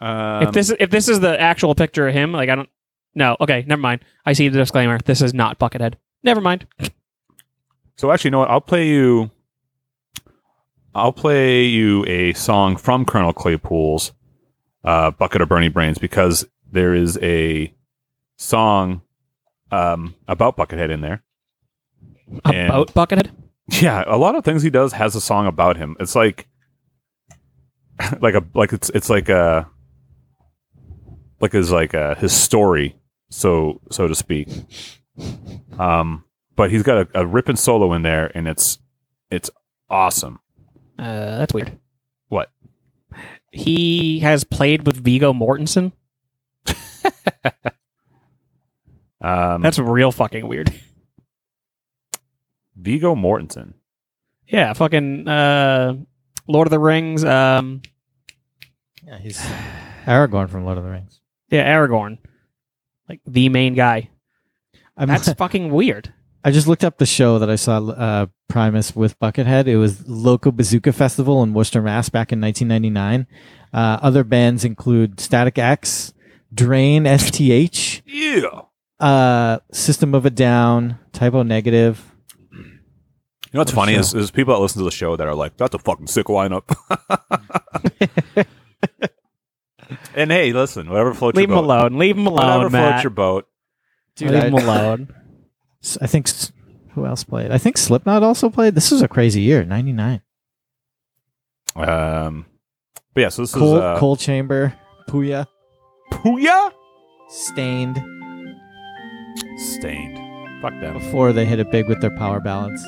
um, if this if this is the actual picture of him, like I don't no, okay, never mind. I see the disclaimer. This is not Buckethead. Never mind. So actually, you know what? I'll play you. I'll play you a song from Colonel Claypool's uh, Bucket of Bernie Brains because there is a song um, about Buckethead in there. And- About Buckethead? yeah, a lot of things he does has a song about him. It's like like a like it's it's like a like his like uh his story, so so to speak. Um but he's got a, a ripping solo in there and it's it's awesome. Uh, that's weird. What? He has played with Vigo Mortensen. Um That's real fucking weird. Vigo Mortensen. Yeah, fucking uh, Lord of the Rings. Um, Yeah, he's Aragorn from Lord of the Rings. yeah, Aragorn, like the main guy. I'm, That's fucking weird. I just looked up the show that I saw uh, Primus with Buckethead. It was Loco Bazooka Festival in Worcester, Mass, back in 1999. Uh, other bands include Static X, Drain, STH, Yeah. uh, System of a Down, Typo Negative. You know what's What a funny show. is, is people that listen to the show that are like, that's a fucking sick lineup. and hey, listen, whatever floats Leave your him boat. alone. Leave him Whatever alone, floats Oh, Matt. your boat. Dude, Leave I- him alone. S- I think s- who else played? I think Slipknot also played. This was a crazy year, 99. Um, but yeah, so this Cold, is uh, Cold Chamber, Puya, Puya Stained, stained. Fuck them. before they hit it big with their power ballads.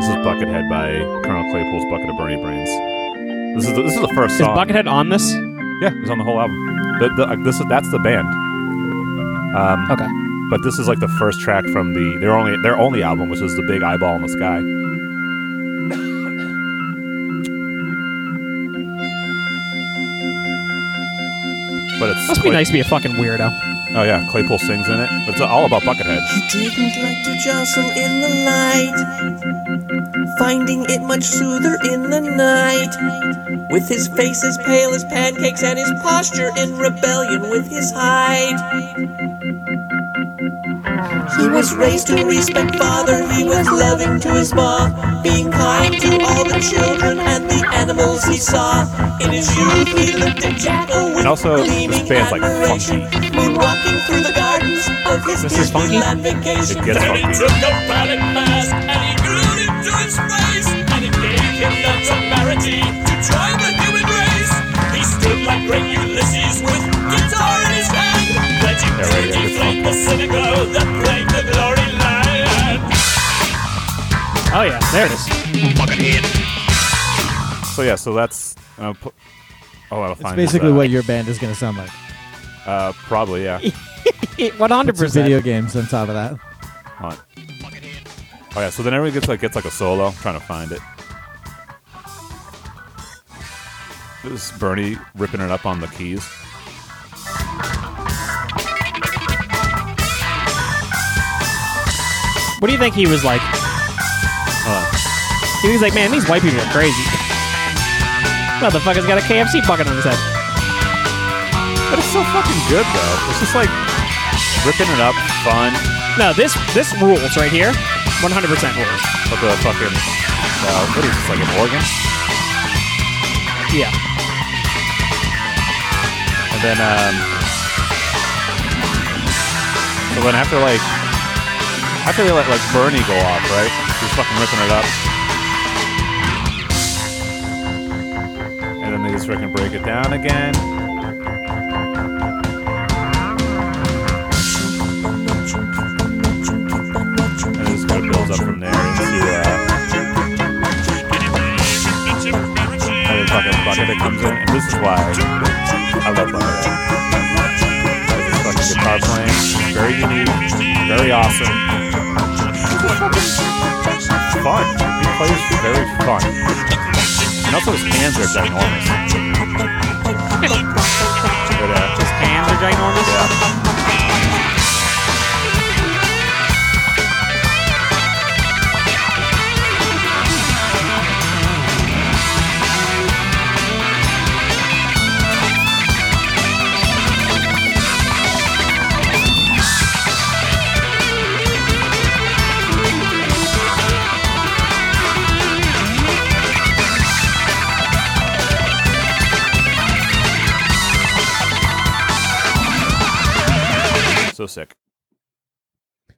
This is Buckethead by Colonel Claypool's Bucket of Bernie Brains. This is the, this is the first Is song. Buckethead on this? yeah, it's on the whole album. The, the, uh, this is that's the band. Um, Okay. but this is like the first track from the their only their only album, which is the Big Eyeball in the Sky. But it's Must be Clay- nice to be a fucking weirdo. Oh yeah, Claypool sings in it. But it's all about Buckethead. He didn't like to jostle in the light, finding it much soother in the night. With his face as pale as pancakes and his posture in rebellion with his height. He was raised to respect father, he was loving to his ma, being kind to all the children and the animals he saw. In his youth, he looked at Jackal with And also, this gleaming band's, like, admiration. Moonwalking through the gardens of his This is funky? Disneyland vacation. It gets Then funky. he took a pilot mask and he glued him to his face, and it gave him the temerity to join the human race. He stood like great Ulysses with guitar in his hand, pledging There to we go. deflate the cynical that played the glory land. Oh yeah, there it is. So yeah, so that's uh, pu- oh, I'll It's find this, basically uh, what your band is going to sound like. uh, probably yeah. One hundred Put some percent. video games on top of that. Hold on. Oh yeah, so then everybody gets like gets like a solo. I'm trying to find it. This is Bernie ripping it up on the keys. What do you think he was like? Hold on. He was like, man, these white people are crazy. Motherfucker's got a KFC bucket on his head. But it's so fucking good though. It's just like ripping it up, fun. No, this this rules right here. 100% rules. But the fucking uh, what is this like an organ? Yeah. And then um, so then after like after they let like Bernie go off, right? He's fucking ripping it up. And then they just fucking break it down again. And it just kind of builds up from there into uh, and then fucking bucket that comes in, and this is why I love bucket. It's fucking guitar playing, very unique, very awesome. Fun. He plays very fun. And also his hands are ginormous. But, uh, His hands are ginormous.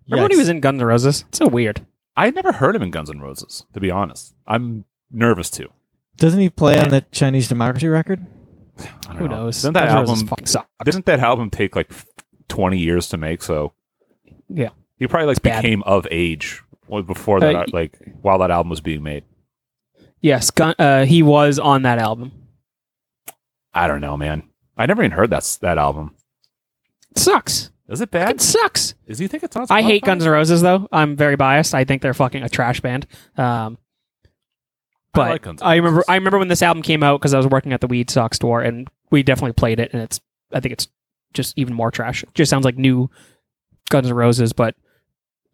Remember when he Yikes. was in Guns N' Roses? It's so weird. I never heard him in Guns N' Roses, to be honest. I'm nervous too. Doesn't he play on the Chinese Democracy record? I don't Who know. knows? Didn't that Guns N' Roses album fucking suck. didn't Uh, that album take like 20 years to make? So Yeah. he probably like It's bad. became of age well, before that, Uh, like while that album was being made. Yes, Gun- uh, he was on that album. I don't know, man. I never even heard that s- that album. It sucks. Is it It bad? sucks. Is you think it's on? I hate Spotify? Guns N' Roses though. I'm very biased. I think they're fucking a trash band. Um, but I, like Guns N' remember Roses. I remember when this album came out because I was working at the Weed Sock store and we definitely played it and it's I think it's just even more trash. It just sounds like new Guns N' Roses, but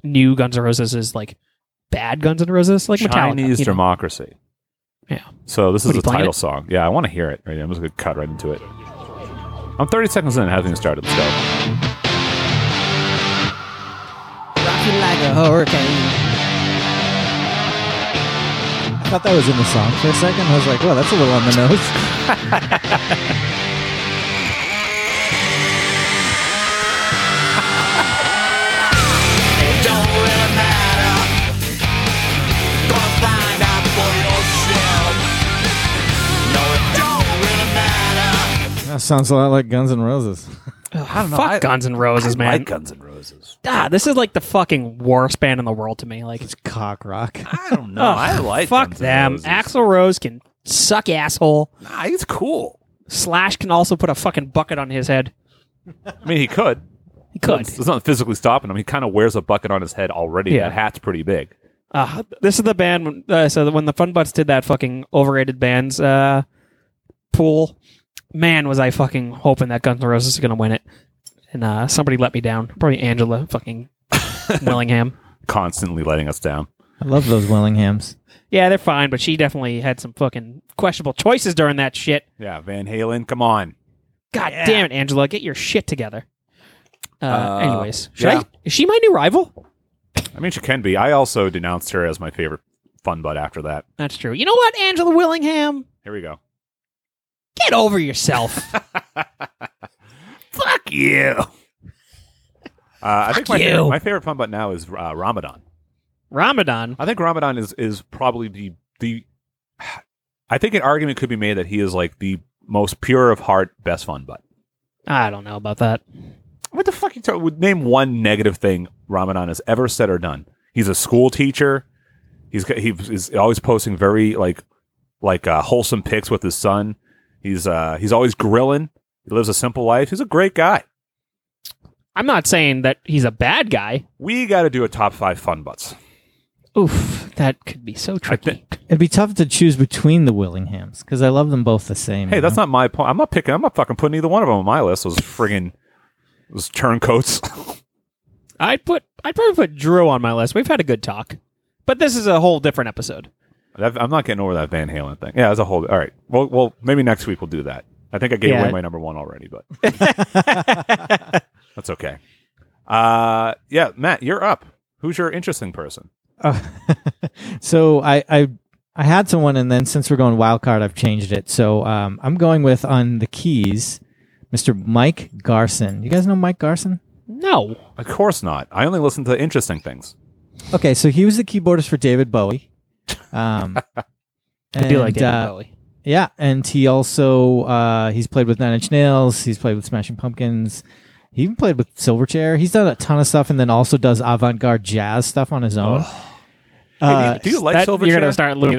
new Guns N' Roses is like bad Guns N' Roses, like Metallica. Chinese you know? Democracy. Yeah. So this What, is are you the playing title it? song. Yeah, I want to hear it. Right, I'm just gonna cut right into it. I'm 30 seconds in. It hasn't even started. Let's go. Rocking like a hurricane. I thought that was in the song for a second. I was like, well, that's a little on the nose. That sounds a lot like Guns N' Roses. I don't know. Fuck I, Guns N' Roses, I man. like Guns N' Roses. ah, this is like the fucking worst band in the world to me. Like, It's cock rock. I don't know. ugh, I like fuck Guns N' them. Roses. Axl Rose can suck asshole. Nah, he's cool. Slash can also put a fucking bucket on his head. I mean, he could. He could. There's nothing physically stopping him. He kind of wears a bucket on his head already. Yeah. That hat's pretty big. Uh, this is the band. when- Uh, so when the Fun Butts did that fucking overrated bands uh, pool, man, was I fucking hoping that Guns N' Roses was gonna win it, and uh, somebody let me down. Probably Angela fucking Willingham. Constantly letting us down. I love those Willinghams. Yeah, they're fine, but she definitely had some fucking questionable choices during that shit. Yeah, Van Halen, come on. God damn it, Angela, get your shit together. Uh, Uh, anyways, should yeah. I? Is she my new rival? I mean, she can be. I also denounced her as my favorite fun butt after that. That's true. You know what, Angela Willingham, Here we go. get over yourself. Fuck you. Uh, I think my you. favorite, my favorite fun butt now is uh, Ramadan. Ramadan. I think Ramadan is is probably the the. I think an argument could be made that he is like the most pure of heart, best fun butt. I don't know about that. What the fuck? You talk- would name one negative thing Ramadan has ever said or done. He's a school teacher. He's got- he is always posting very like like uh, wholesome pics with his son. He's uh he's always grilling. He lives a simple life. He's a great guy. I'm not saying that he's a bad guy. We got to do a top five fun butts. Oof, that could be so tricky. It'd be tough to choose between the Willinghams because I love them both the same. Hey, you that's know? not my point. I'm not picking. I'm not fucking putting either one of them on my list. Those friggin' those turncoats. I'd put I'd probably put Drew on my list. We've had a good talk. But this is a whole different episode. That- I'm not getting over that Van Halen thing. Yeah, as a whole. All right. Well, well, maybe next week we'll do that. I think I gave Yeah. away my number one already, but that's okay. Uh, yeah, Matt, you're up. Who's your interesting person? Uh, so I, I I had someone, and then since we're going wild card, I've changed it. So um, I'm going with on the keys, Mr. Mike Garson. You guys know Mike Garson? No. Of course not. I only listen to interesting things. Okay, so he was the keyboardist for David Bowie. Um, I do like and, David uh, Bowie. Yeah, and he also uh, he's played with Nine Inch Nails. He's played with Smashing Pumpkins. He even played with Silverchair. He's done a ton of stuff, and then also does avant-garde jazz stuff on his own. Hey, Uh, do, you, do you like That- Silverchair? You're gonna start looking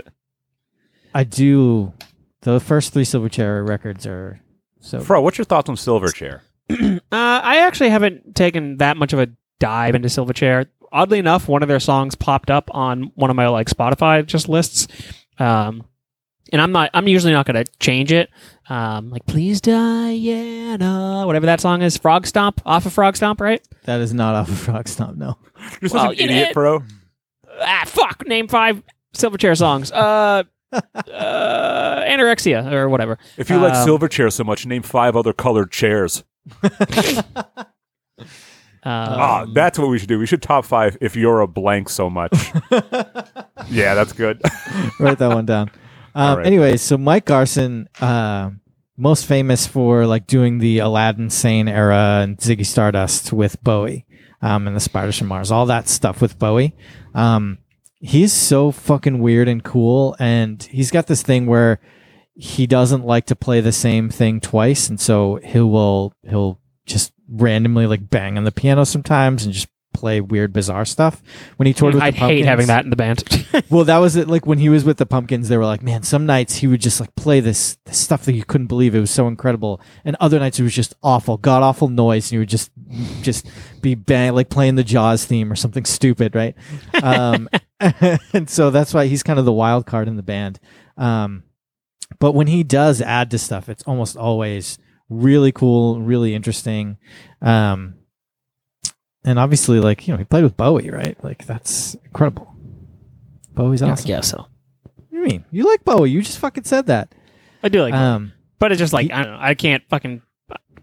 I do. The first three Silverchair records are so. Fro, what's your thoughts on Silverchair? Uh, I actually haven't taken that much of a dive into Silverchair. Oddly enough, one of their songs popped up on one of my like Spotify just lists, um, and I'm not. I'm usually not going to change it. Um, like please Diana, whatever that song is, Frog Stomp off of Frog Stomp, right? that is not off of Rock Stomp. No, You're such Well, an you idiot, did. bro. Ah, fuck. Name five Silverchair songs. Uh, uh, anorexia or whatever. If you like Um, Silverchair so much, name five other colored chairs. Uh, Ah, um, that's what we should do. We should top five if you're a blank so much. yeah, that's good. write that one down. Um, right. Anyway, so Mike Garson, uh, most famous for like doing the Aladdin Sane era and Ziggy Stardust with Bowie. um, and the Spiders from Mars, all that stuff with Bowie. Um, he's so fucking weird and cool, and he's got this thing where he doesn't like to play the same thing twice, and so he will he'll just randomly like bang on the piano sometimes and just play weird bizarre stuff when he toured with I the Mm, hate Pumpkins- having that in the band. well, that was it. Like when he was with the Pumpkins, they were like, man, some nights he would just like play this, this stuff that you couldn't believe. It was so incredible. And other nights it was just awful, god awful noise. And he would just, just be bang, like playing the Jaws theme or something stupid, right? Um, and so that's why he's kind of the wild card in the band. Um, but when he does add to stuff, it's almost always really cool, really interesting. Um, and obviously, like, you know, he played with Bowie, right? Like, that's incredible. Bowie's awesome. Yeah, so What do you mean? You like Bowie. You just fucking said that. I do like, that. Um, but it's just like I don't know. I can't fucking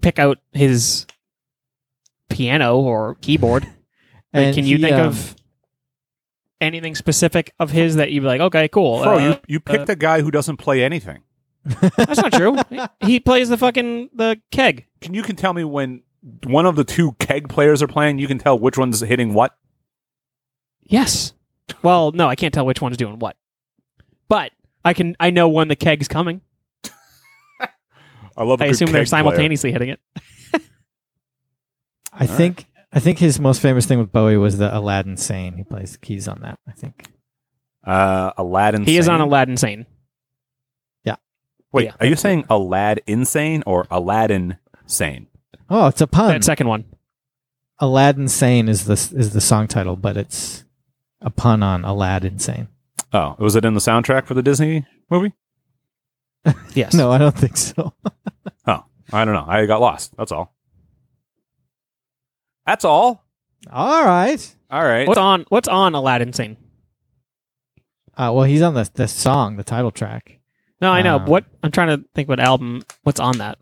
pick out his piano or keyboard. Like, and can you he, think um, of anything specific of his that you'd be like, okay, cool. Bro, uh, you, you picked a guy who doesn't play anything. that's not true. he plays the fucking the keg. Can you can tell me when one of the two keg players are playing? You can tell which one's hitting what. Yes. Well, no, I can't tell which one's doing what, but I can. I know when the keg's coming. I love. a I Oh, good assume they're keg player. simultaneously hitting it. I think I think his most famous thing with Bowie was the Aladdin Sane. He plays the keys on that. I think. Uh, Aladdin. He is on Sane. Aladdin Sane. Wait, yeah. are you saying Alad insane or Aladdin sane? Oh, it's a pun. That second one. Aladdin Sane is the is the song title, but it's a pun on Aladdin Sane. Oh, was it in the soundtrack for the Disney movie? Yes. No, I don't think so. Oh, I don't know. I got lost. That's all. That's all. All right. All right. What's on What's on Aladdin Sane? Uh, well, he's on the the song, the title track. No, I know. Um, what I'm trying to think what album. What's on that?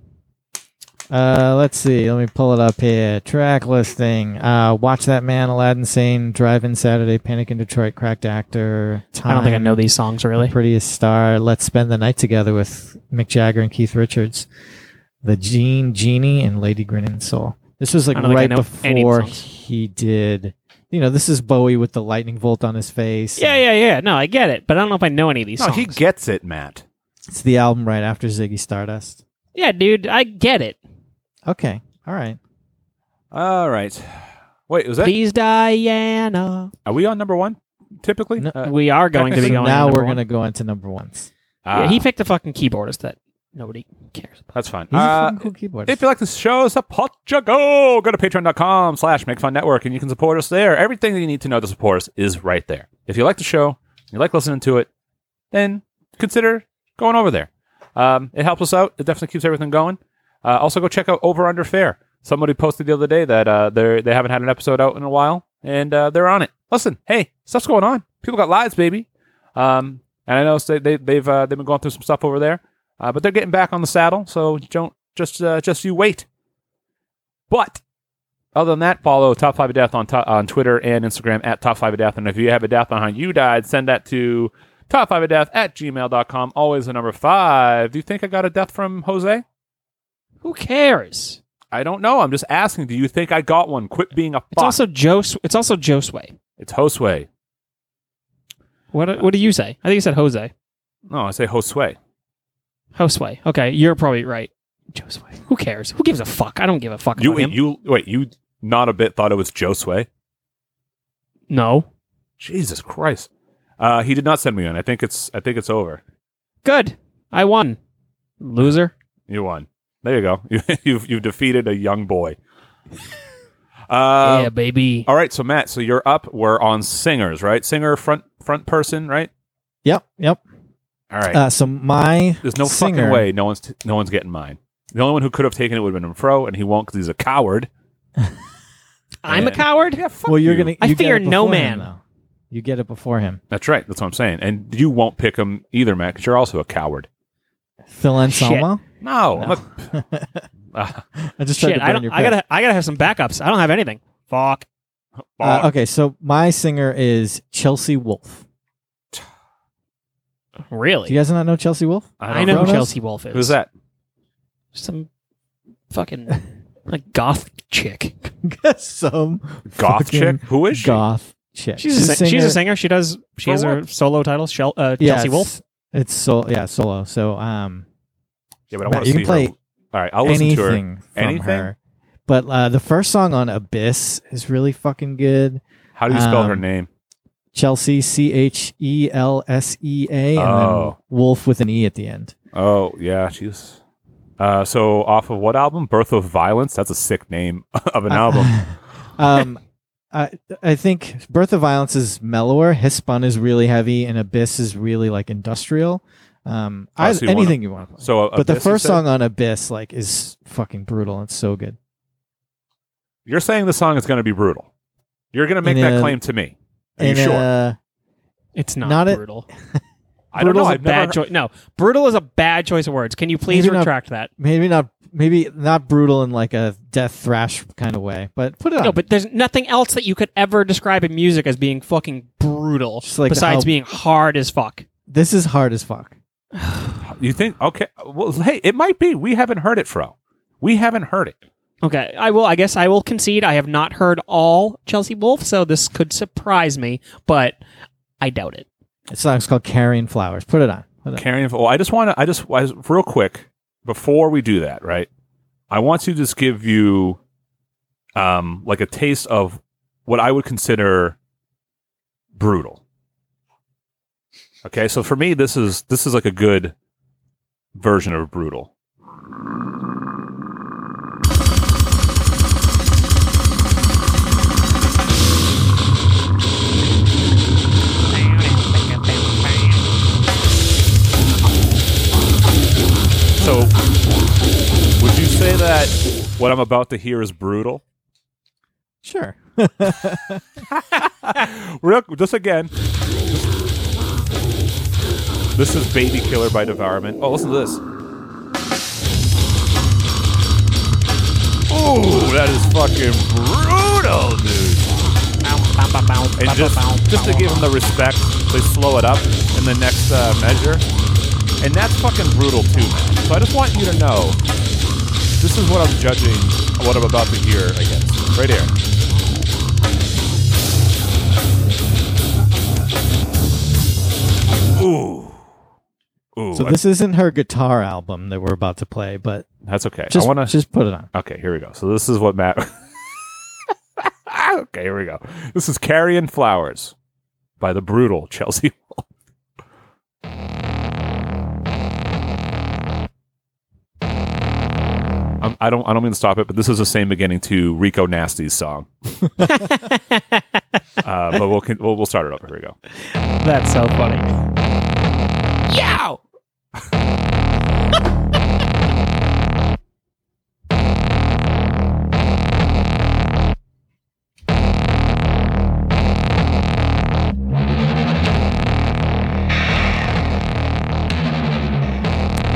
Uh, let's see. Let me pull it up here. Track listing. Uh, Watch that man, Aladdin Sane, Drive In Saturday, Panic in Detroit, Cracked Actor. Time, I don't think I know these songs really. Prettiest Star, Let's Spend the Night Together with Mick Jagger and Keith Richards, The Gene Genie, and Lady Grinning Soul. This was like I don't think I right know any before of the songs. he did. You know, this is Bowie with the lightning bolt on his face. Yeah, yeah, yeah. No, I get it, but I don't know if I know any of these no, songs. he gets it, Matt. It's the album right after Ziggy Stardust. yeah, dude, I get it. Okay. All right. All right. Wait, was that? Please, Diana. Are we on number one? Typically, No. Uh, We are going to be So going. now to we're going gonna go into number ones. ah, he picked a fucking keyboardist that nobody cares. that's fine. Uh, He's a fucking cool keyboard. If you like this show, support your go. Go to patreon.com slash network and you can support us there. Everything that you need to know to support us is right there. If you like the show, you like listening to it, then consider going over there. Um, it helps us out. It definitely keeps everything going. Uh, also, go check out Over Under Fair. Somebody posted the other day that uh, they they haven't had an episode out in a while, and uh, they're on it. Listen, hey, stuff's going on. People got lives, baby. Um, and I know they, they, they've uh, they've been going through some stuff over there, uh, but they're getting back on the saddle. So don't just uh, just you wait. But other than that, follow Top Five of Death on to- on Twitter and Instagram at Top Five of Death. And if you have a death behind you died, send that to Top Five of Death at gmail.com. Always the number five. Do you think I got a death from Jose? Who cares? I don't know. I'm just asking. Do you think I got one? Quit being a fuck. It's also Joe. Sw- It's also Joe Sway. it's Josue. What What do you say? I think you said Jose. No, I say Josue. Josue. Okay, you're probably right. Josue. Who cares? Who gives a fuck? I don't give a fuck You about him. you wait. You not a bit thought it was Josue. no. Jesus Christ. Uh, he did not send me one. I think it's I think it's over. Good. I won. Loser. You won. There you go. You, you've you've defeated a young boy. Uh, yeah, baby. All right. So Matt, so you're up. We're on singers, right? Singer front front person, right? Yep. Yep. All right. Uh, so my There's no singer- fucking way. No one's t- no one's getting mine. The only one who could have taken it would have been Fro, and he won't because he's a coward. I'm Yeah. a coward. Well, you're gonna. I you get fear it no before him, man. though. you get it before him. That's right. That's what I'm saying. And you won't pick him either, Matt, because you're also a coward. Phil Anselmo. No. I'm a- Ah, I just tried Shit. to I burn don't. your. I gotta. I gotta have some backups. I don't have anything. Fuck. pick. Uh, okay, so my singer is Chelsea Wolf. Do Really? you guys not know Uh. Chelsea Wolf? I don't know who Ronos? Chelsea Wolf is. Who's that? Some fucking a goth chick. Some Goth fucking chick? Who is she? Goth chick. She's a, sing- she's a singer. She does. She For has her solo title, Shel- uh, Yeah, Chelsea it's- Wolf. It's solo. Yeah, solo. So um, Yeah, but I Matt, want to you see can play her. All right, I'll listen anything to her. from Anything? her. But uh, the first song on Abyss is really fucking good. How do you spell her Um, name? Chelsea C H E L S E A and Oh. then Wolf with an E at the end. Oh yeah, she's. Uh, so off of what album? Birth of Violence. That's a sick name of an album. Uh, um, I I think Birth of Violence is mellower. Hispun is really heavy, and Abyss is really like industrial. Um, Oh, I, so you wanna- anything you want to play. So, but the Abyss, you first said? song on Abyss like is fucking brutal. It's so good. You're saying the song is going to be brutal. You're going to make In that a- claim to me. Are you And, sure? uh, It's not, Not a- brutal. I don't know. Brutal's a I've never bad heard- choice. No, brutal is a bad choice of words. Can you please Maybe not- retract that? maybe not maybe not brutal in like a death thrash kind of way, but put it on. No, but there's nothing else that you could ever describe in music as being fucking brutal Just like besides how- being hard as fuck. this is hard as fuck. You think? Okay. Well, hey, it might be. We haven't heard it, Fro. We haven't heard it. Okay, I will. I guess I will concede. I have not heard all Chelsea Wolf, so this could surprise me, but I doubt it. The song's called Carrying Flowers. Put it on. Put it on. Carrying. Well, oh, I just want to. I just I, just- real quick before we do that, right? I want to just give you, um, like a taste of what I would consider brutal. Okay, so for me, this is this is like a good version of brutal. So, would you say that what I'm about to hear is brutal? Sure. Real, just again. This is Baby Killer by Devourment. Oh, listen to this. Oh, that is fucking brutal, dude. And just, just to give them the respect, they slow it up in the next uh, measure. And that's fucking brutal, too, man. So I just want you to know this is what I'm judging what I'm about to hear against. Right here. Ooh. Ooh. So this isn't her guitar album that we're about to play, but that's okay. just I want to. just put it on. okay, here we go. So this is what Matt. okay, here we go. This is Carrion Flowers by the brutal Chelsea Wolf. I'm- Um, I don't. I don't mean to stop it, but this is the same beginning to Rico Nasty's song. uh, but we'll, con- we'll we'll start it over. Here we go. That's so funny.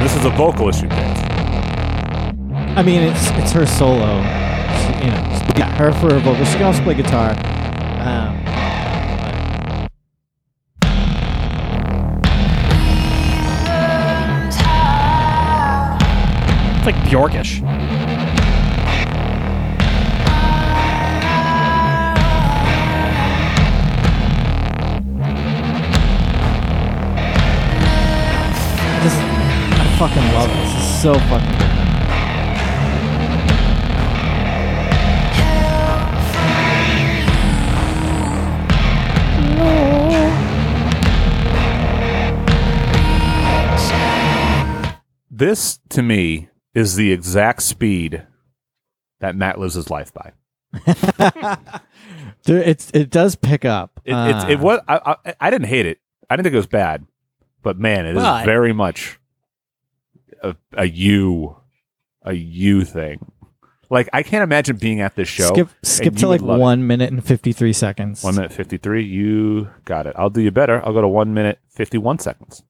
This is a vocal issue. Picked. I mean, it's it's her solo. She- you know, she got her for her vocal. She can also play guitar. Um, It's like Bjorkish. I just I fucking love it. This is so fucking. Good. This to me is the exact speed that Matt lives his life by. There- it's it does pick up. It, it's it Uh, was I, I I didn't hate it. I didn't think it was bad, but man, it is But- very much a, a you a you thing. Like I can't imagine being at this show. Skip and skip you to would like love it. one minute and fifty three seconds. One minute fifty three. You got it. I'll do you better. I'll go to one minute fifty one seconds.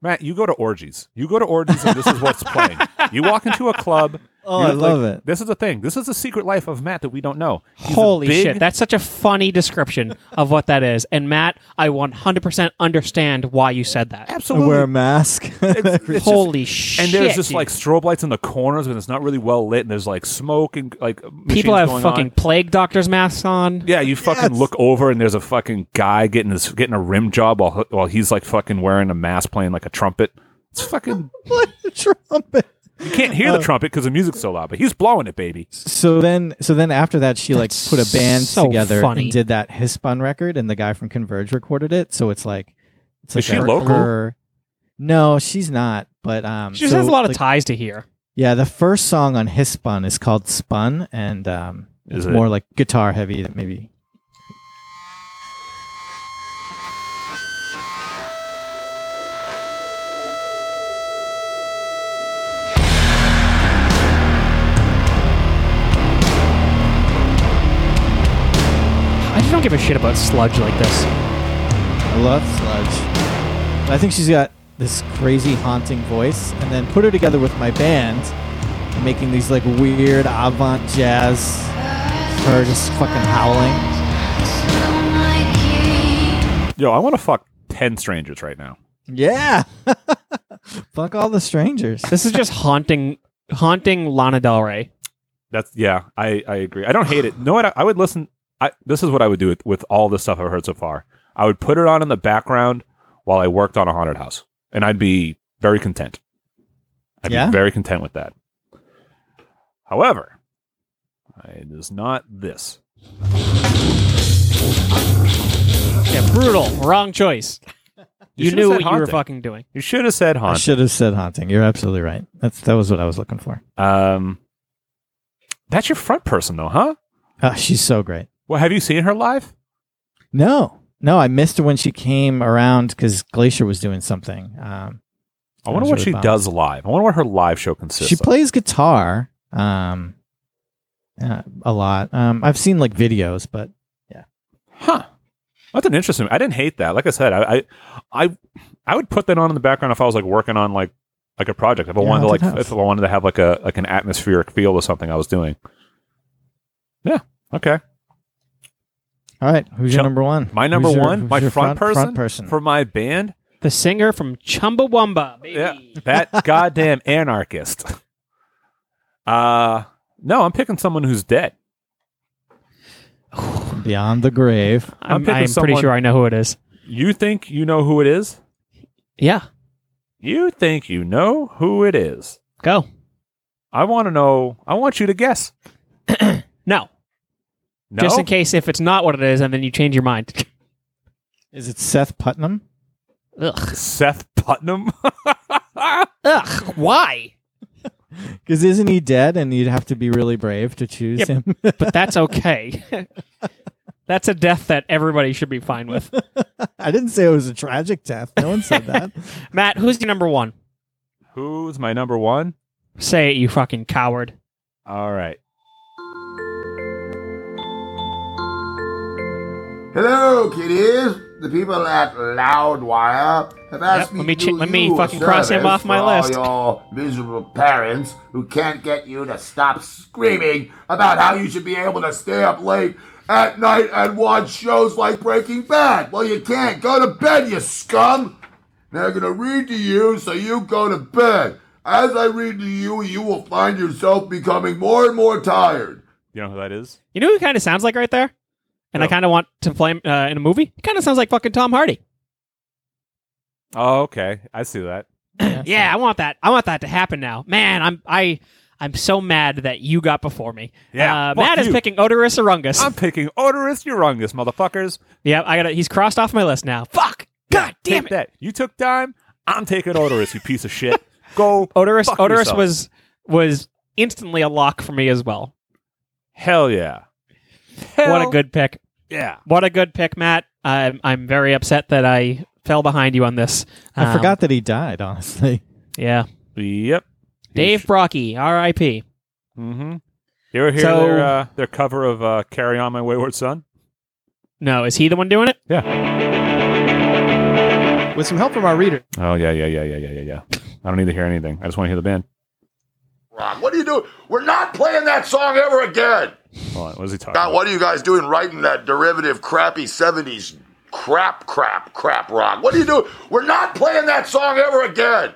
Matt, you go to orgies. You go to orgies, and this is what's playing. You walk into a club, Oh, You I look like- love it. This is the thing. This is the secret life of Matt that we don't know. He's a Holy big- shit, that's such a funny description of what that is. And Matt, I 100% understand why you said that. I absolutely. wear a mask. It's- it's Holy just- shit. And there's just dude. like strobe lights in the corners, and it's not really well lit, and there's like smoke and like machines people have going fucking on. plague doctors masks on. Yeah, you fucking look over and there's a fucking guy getting his getting a rim job while while he's like fucking wearing a mask playing like a trumpet. It's fucking What a trumpet. you can't hear Uh, the trumpet because the music's so loud, but he's blowing it, baby. So then, so then after that, she like That's put a band so together funny. and did that Hispun record, and the guy from Converge recorded it. So it's like, it's Is like she her- local? her- no, she's not. But um, She just so, has a lot of like, ties to here. Yeah, the first song on Hispun is called "Spun," and um, Is it's it- more like guitar heavy. That maybe I just don't give a shit about sludge like this. I love Sludge. But I think she's got this crazy haunting voice, and then put her together with my band, making these like weird avant jazz, her just fucking howling. Yo, I want to fuck ten strangers right now. Yeah. Fuck all the strangers. This is just haunting, haunting Lana Del Rey. That's yeah, I I agree. I don't hate it. No, what I, I would listen. I this is what I would do with, with all the stuff I've heard so far. I would put it on in the background while I worked on a haunted house, and I'd be very content. I'd Yeah? be very content with that. However, it is not this. Yeah, brutal. Wrong choice. You You should've knew said what you were haunting. fucking doing. You should have said I haunted. should have said haunting. You're absolutely right. That's that was what I was looking for. Um, that's your front person though, huh? Ah, she's so great. Well, have you seen her live? No, no, I missed her when she came around because Glacier was doing something. Um, I wonder was what really she bummed. does live. I wonder what her live show consists. She of. plays guitar um, uh, a lot. Um, I've seen like videos, but Huh. That's an interesting. I didn't hate that. Like I said, I, I, I, I would put that on in the background if I was like working on like like a project. If I Yeah, wanted to like haunted house. if I wanted to have like a like an atmospheric feel to something I was doing. Yeah. Okay. all right. Who's your Chel- number one? My Who's number your- one, who's my your front, person, for my band. The singer from Chumbawamba, baby. Yeah. That goddamn anarchist. Uh no, I'm picking someone who's dead. Beyond the Grave. I'm I'm, picking I'm pretty someone- sure I know who it is. You think you know who it is? Yeah, You think you know who it is? go. I want to know. I want you to guess. No. No. Just in case if it's not what it is and then you change your mind. Is it Seth Putnam? Ugh. Seth Putnam. Ugh. Why? Because isn't he dead? And you'd have to be really brave to choose Yep. him. But that's okay. that's a death that everybody should be fine with. I didn't say it was a tragic death. No one said that. Matt, who's your number one? Who's my number one? Say it, you fucking coward. All right. Hello, kiddies. The people at Loudwire have Yep, asked me let me to ch- do let me you a fucking cross him service off my for all list. your miserable parents who can't get you to stop screaming about how you should be able to stay up late at night and watch shows like Breaking Bad. Well, you can't. Go to bed, you scum. They're going to read to you, so you go to bed. As I read to you, you will find yourself becoming more and more tired. You know who that is? You know who kind of sounds like right there? And I Who? kind of want to play him uh, in a movie. He kind of sounds like fucking Tom Hardy. Oh, okay. I see that. Yeah, I want that. I want that to happen now. Man, I'm I I'm so mad that you got before me. Yeah, Uh, fuck Matt is you. picking Odorous Arungus. I'm picking Odorous Urungus, motherfuckers. yeah, I got to He's crossed off my list now. Fuck. God damn Take it. that. You took time. I'm taking Odorous, you piece of shit. Go. Odorous Fuck Odorous yourself. was was instantly a lock for me as well. Hell yeah. What a good pick. Yeah. What a good pick, Matt. I'm I'm very upset that I fell behind you on this. I Um, forgot that he died, honestly. Yeah. Yep. Dave Brocky, R.I.P. Mm-hmm. You ever hear So- their, uh, their cover of uh, Carry On My Wayward Son? No, is he the one doing it? With some help from our reader. Oh, yeah, yeah, yeah, yeah, yeah, yeah, yeah. I don't need to hear anything. I just want to hear the band. Rock. What are you doing? We're not playing that song ever again. Hold on, what is he talking God, about? what are you guys doing writing that derivative crappy 70s crap, crap, crap rock? What are you doing? We're not playing that song ever again.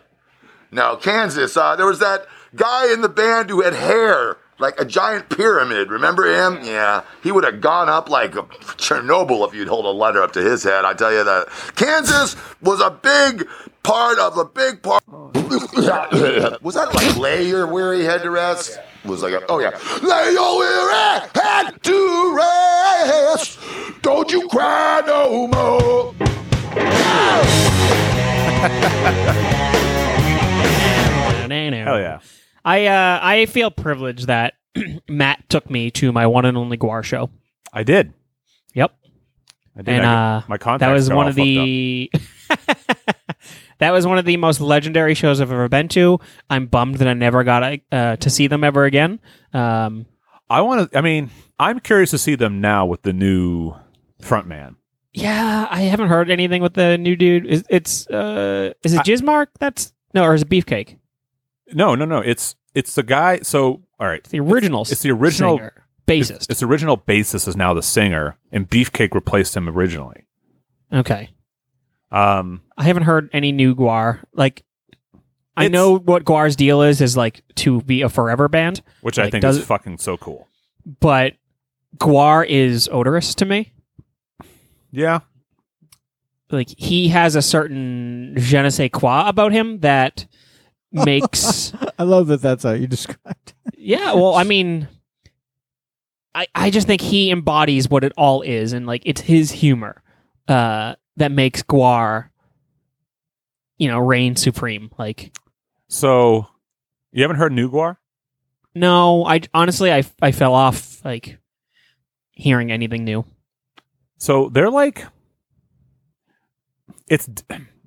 No, Kansas, uh, there was that guy in the band who had hair like a giant pyramid. Remember him? Yeah. He would have gone up like Chernobyl if you'd hold a letter up to his head. I tell you that. Kansas was a big part of a big part. was that like lay your weary head to rest? Was like, a, oh yeah. Lay your weary head to rest. Don't you cry no more. Hell yeah. I uh, I feel privileged that Matt took me to my one and only Guar show. I did. Yep. I And I- uh, my that contacts was got one all of the that was one of the most legendary shows I've ever been to. I'm bummed that I never got uh, to see them ever again. Um, I want to. I mean, I'm curious to see them now with the new frontman. yeah, I haven't heard anything with the new dude. Is it's uh, is it I- Jizmark? That's no, or is it Beefcake? No, no, no. It's it's the guy. So all right, the original. It's, the original singer, bassist. It's, it's the original bassist is now the singer, and Beefcake replaced him originally. Okay, Um, I haven't heard any new Guar. Like, I know what Guar's deal is is like to be a forever band, which I Like, think does is it- fucking so cool. but Guar is odorous to me. Yeah. Like he has a certain je ne sais quoi about him that makes I love that. That's how you described. it. yeah, well, I mean I I just think he embodies what it all is and like it's his humor uh that makes Guar you know, reign supreme. Like So you haven't heard Nuguar? no, I honestly I I fell off like hearing anything new. So they're like, it's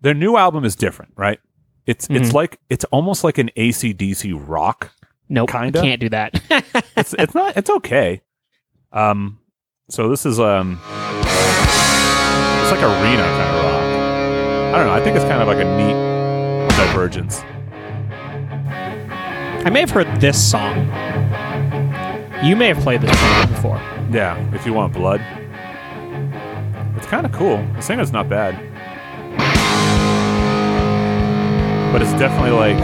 their new album is different, right? It's it's Mhm. like it's almost like an ACDC rock. Nope, kinda. I can't do that. it's it's not it's okay. Um, so this is um, it's like arena kind of rock. I don't know. I think it's kind of like a neat divergence. I may have heard this song. You may have played this song before. Yeah, if you want blood, it's kind of cool. The singer's not bad, but it's definitely like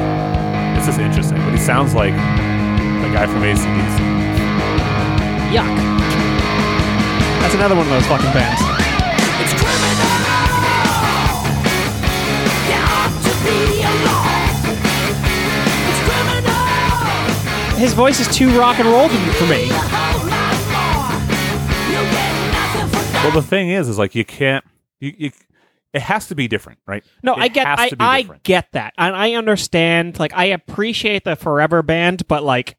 this is interesting. But he sounds like the guy from ACDC. Yuck. That's another one of those fucking bands. His voice is too rock and roll to- for me. Well, the thing is, is like you can't. You, you it has to be different, right? No, It I get has I, to be I different. get that. And I understand like I appreciate the Forever band, but like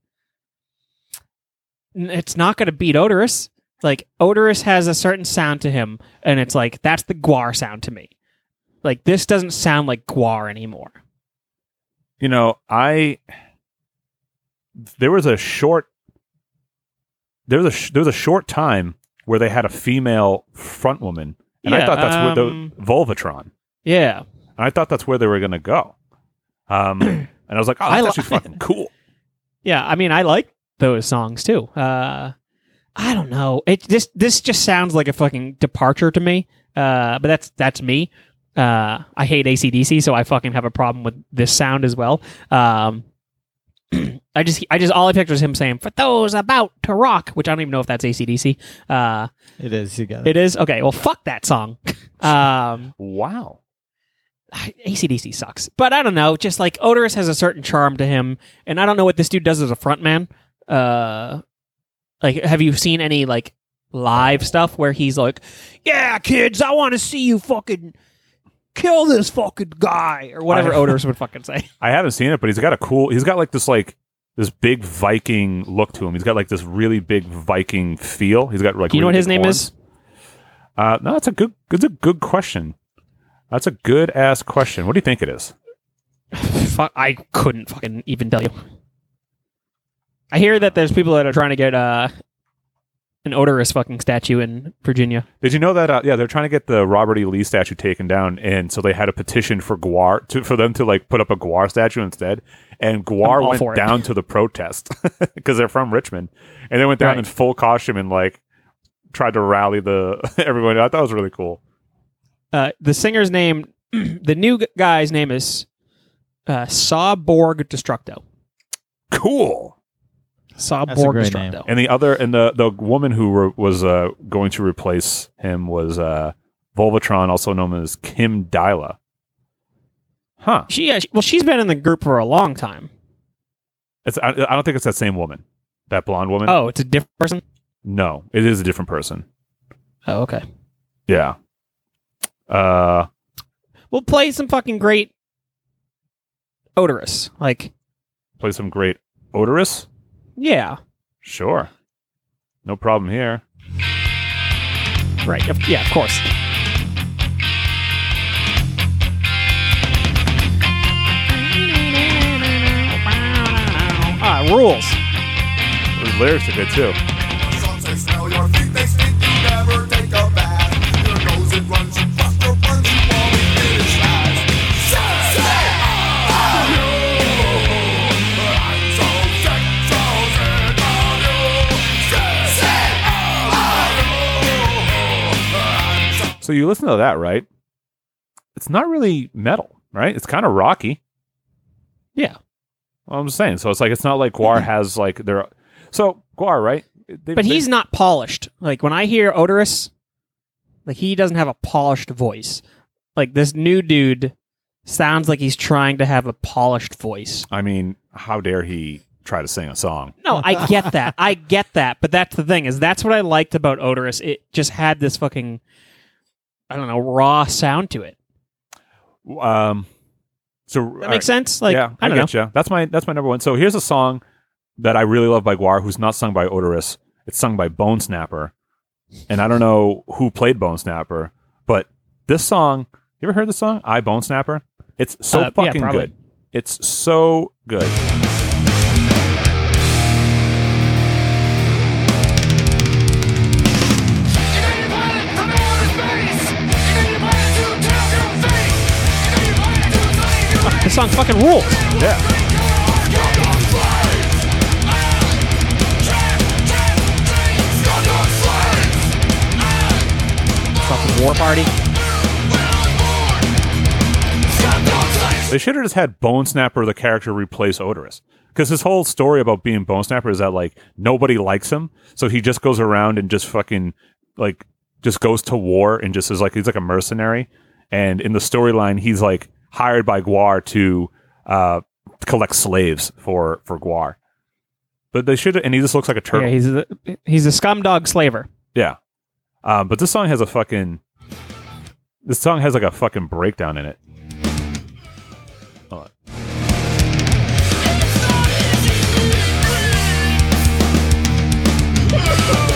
n- it's not going to beat Odorous. Like Odorous has a certain sound to him and it's like that's the Guar sound to me. Like this doesn't sound like Guar anymore. you know, I there was a short there was a sh- there was a short time where they had a female front woman, and I Yeah, thought that's um, where the Volvatron, and Yeah. I thought that's where they were going to go. Um, and I was like, oh, I that's li- actually fucking cool. Yeah, I mean, I like those songs too. Uh, I don't know. It this this just sounds like a fucking departure to me. Uh, but that's that's me. Uh, I hate ACDC, so I fucking have a problem with this sound as well. Um, I just I just all I picked was him saying for those about to rock, which I don't even know if that's ACDC. Uh, It is. You got it. it is okay. Well, fuck that song. um, Wow. ACDC sucks. But I don't know. Just like Odorous has a certain charm to him, and I don't know what this dude does as a frontman. Uh, like, have you seen any like live stuff where he's like, "Yeah, kids, I want to see you fucking kill this fucking guy" or whatever I- Odorous would fucking say. I haven't seen it, but he's got a cool. He's got like this like this big Viking look to him. He's got like this really big Viking feel. He's got like Do you know really what his big name horns. is? Uh, no, that's a good. That's a good question. That's a good ass question. What do you think it is? Fuck, I couldn't fucking even tell you. I hear that there's people that are trying to get uh an odorous fucking statue in Virginia. Did you know that? Uh, yeah, they're trying to get the Robert E. Lee statue taken down, and so they had a petition for Guar to, for them to like put up a Guar statue instead. And I'm Guar all for went it. down to the protest because they're from Richmond, and they went down Right. in full costume and like tried to rally the everyone. I thought it was really cool. Uh, the singer's name, the new g- guy's name is uh, Sawborg Destructo. Cool. Sawborg Destructo. And the other and the the woman who were, was uh, going to replace him was uh, Volvatron, also known as Kim Dyla. Huh. She, uh, she- well, she's been in the group for a long time. It's I, I don't think it's that same woman, that blonde woman. Oh, it's a different person. No, it is a different person. Oh, okay. Yeah. Uh, We'll play some fucking great odorous. Like, play some great odorous. yeah, Sure, no problem here. right. Of- Yeah, of course. Ah, rules. The lyrics are good too. They smell your feet, they stink, you never take a bath. Your nose, it runs, you bust your burns, you always finish last. Say, say, I love you, but I'm so sick, so sick of you. Say, say, I love you, but I'm so So you listen to that, right? It's not really metal, right? It's kind of rocky. Yeah. Well, I'm just saying. So it's like it's not like Guar has like their. So Guar, right? They- But they- he's not polished. Like when I hear odorous, like he doesn't have a polished voice. Like this new dude sounds like he's trying to have a polished voice. I mean, how dare he try to sing a song? No, I get that. I get that. But that's the thing is that's what I liked about odorous. It just had this fucking I don't know raw sound to it. Um, so that makes sense? Like, yeah, I don't know. getcha. That's my that's my number one. So here's a song that I really love by Guar, who's not sung by Odorous. It's sung by Bone Snapper, and I don't know who played Bone Snapper, but this song. You ever heard the song "I Bone Snapper"? It's so Uh, yeah, fucking probably. good. It's so good. This song fucking rules. Yeah. Fucking war party. They should have just had Bone Snapper, the character, replace Odorous. Because his whole story about being Bone Snapper is that like nobody likes him, so he just goes around and just fucking like just goes to war and just is like he's like a mercenary. And in the storyline, he's like hired by Guar to uh, collect slaves for for Guar. But they should, and he just looks like a turtle. Yeah, he's a, he's a scumdog slaver. Yeah. Um, but this song has a fucking. This song has like a fucking breakdown in it. Hold on.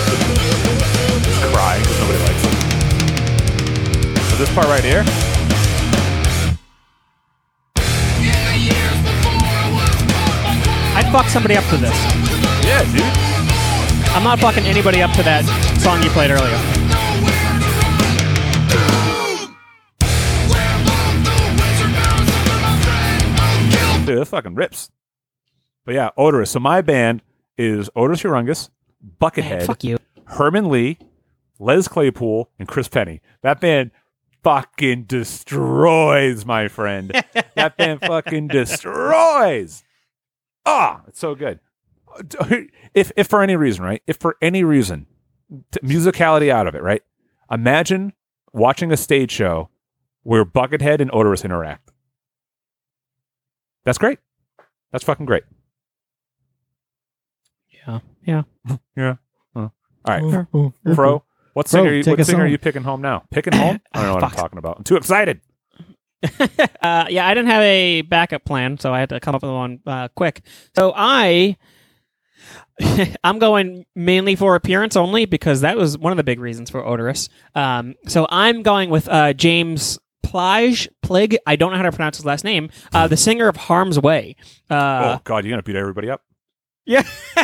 Just crying 'cause nobody likes it. So this part right here. I'd fuck somebody up to this. Yeah, dude. I'm not fucking anybody up to that song you played earlier. Dude, this fucking rips. But yeah, Odorous. So my band is Odorous Urungus, Buckethead, Fuck you. Herman Lee, Les Claypool, and Chris Penny. That band fucking destroys, my friend. that band fucking destroys. Ah, it's so good. If if for any reason, right? If for any reason, t- musicality out of it, right? Imagine watching a stage show where Buckethead and Odorous interact. That's great. That's fucking great. Yeah. Yeah. Yeah. All right. Fro, what singer, you, take what us singer are home. you picking home now? Picking home? I don't know what I'm Fuck. talking about. I'm too excited. Uh, yeah, I didn't have a backup plan, so I had to come up with one uh, quick. So I, I'm going mainly for appearance only because that was one of the big reasons for odorous. Um, so I'm going with uh, James Plage Plig. I don't know how to pronounce his last name. Uh, the singer of Harm's Way. Uh, oh God, you're gonna beat everybody up. Yeah.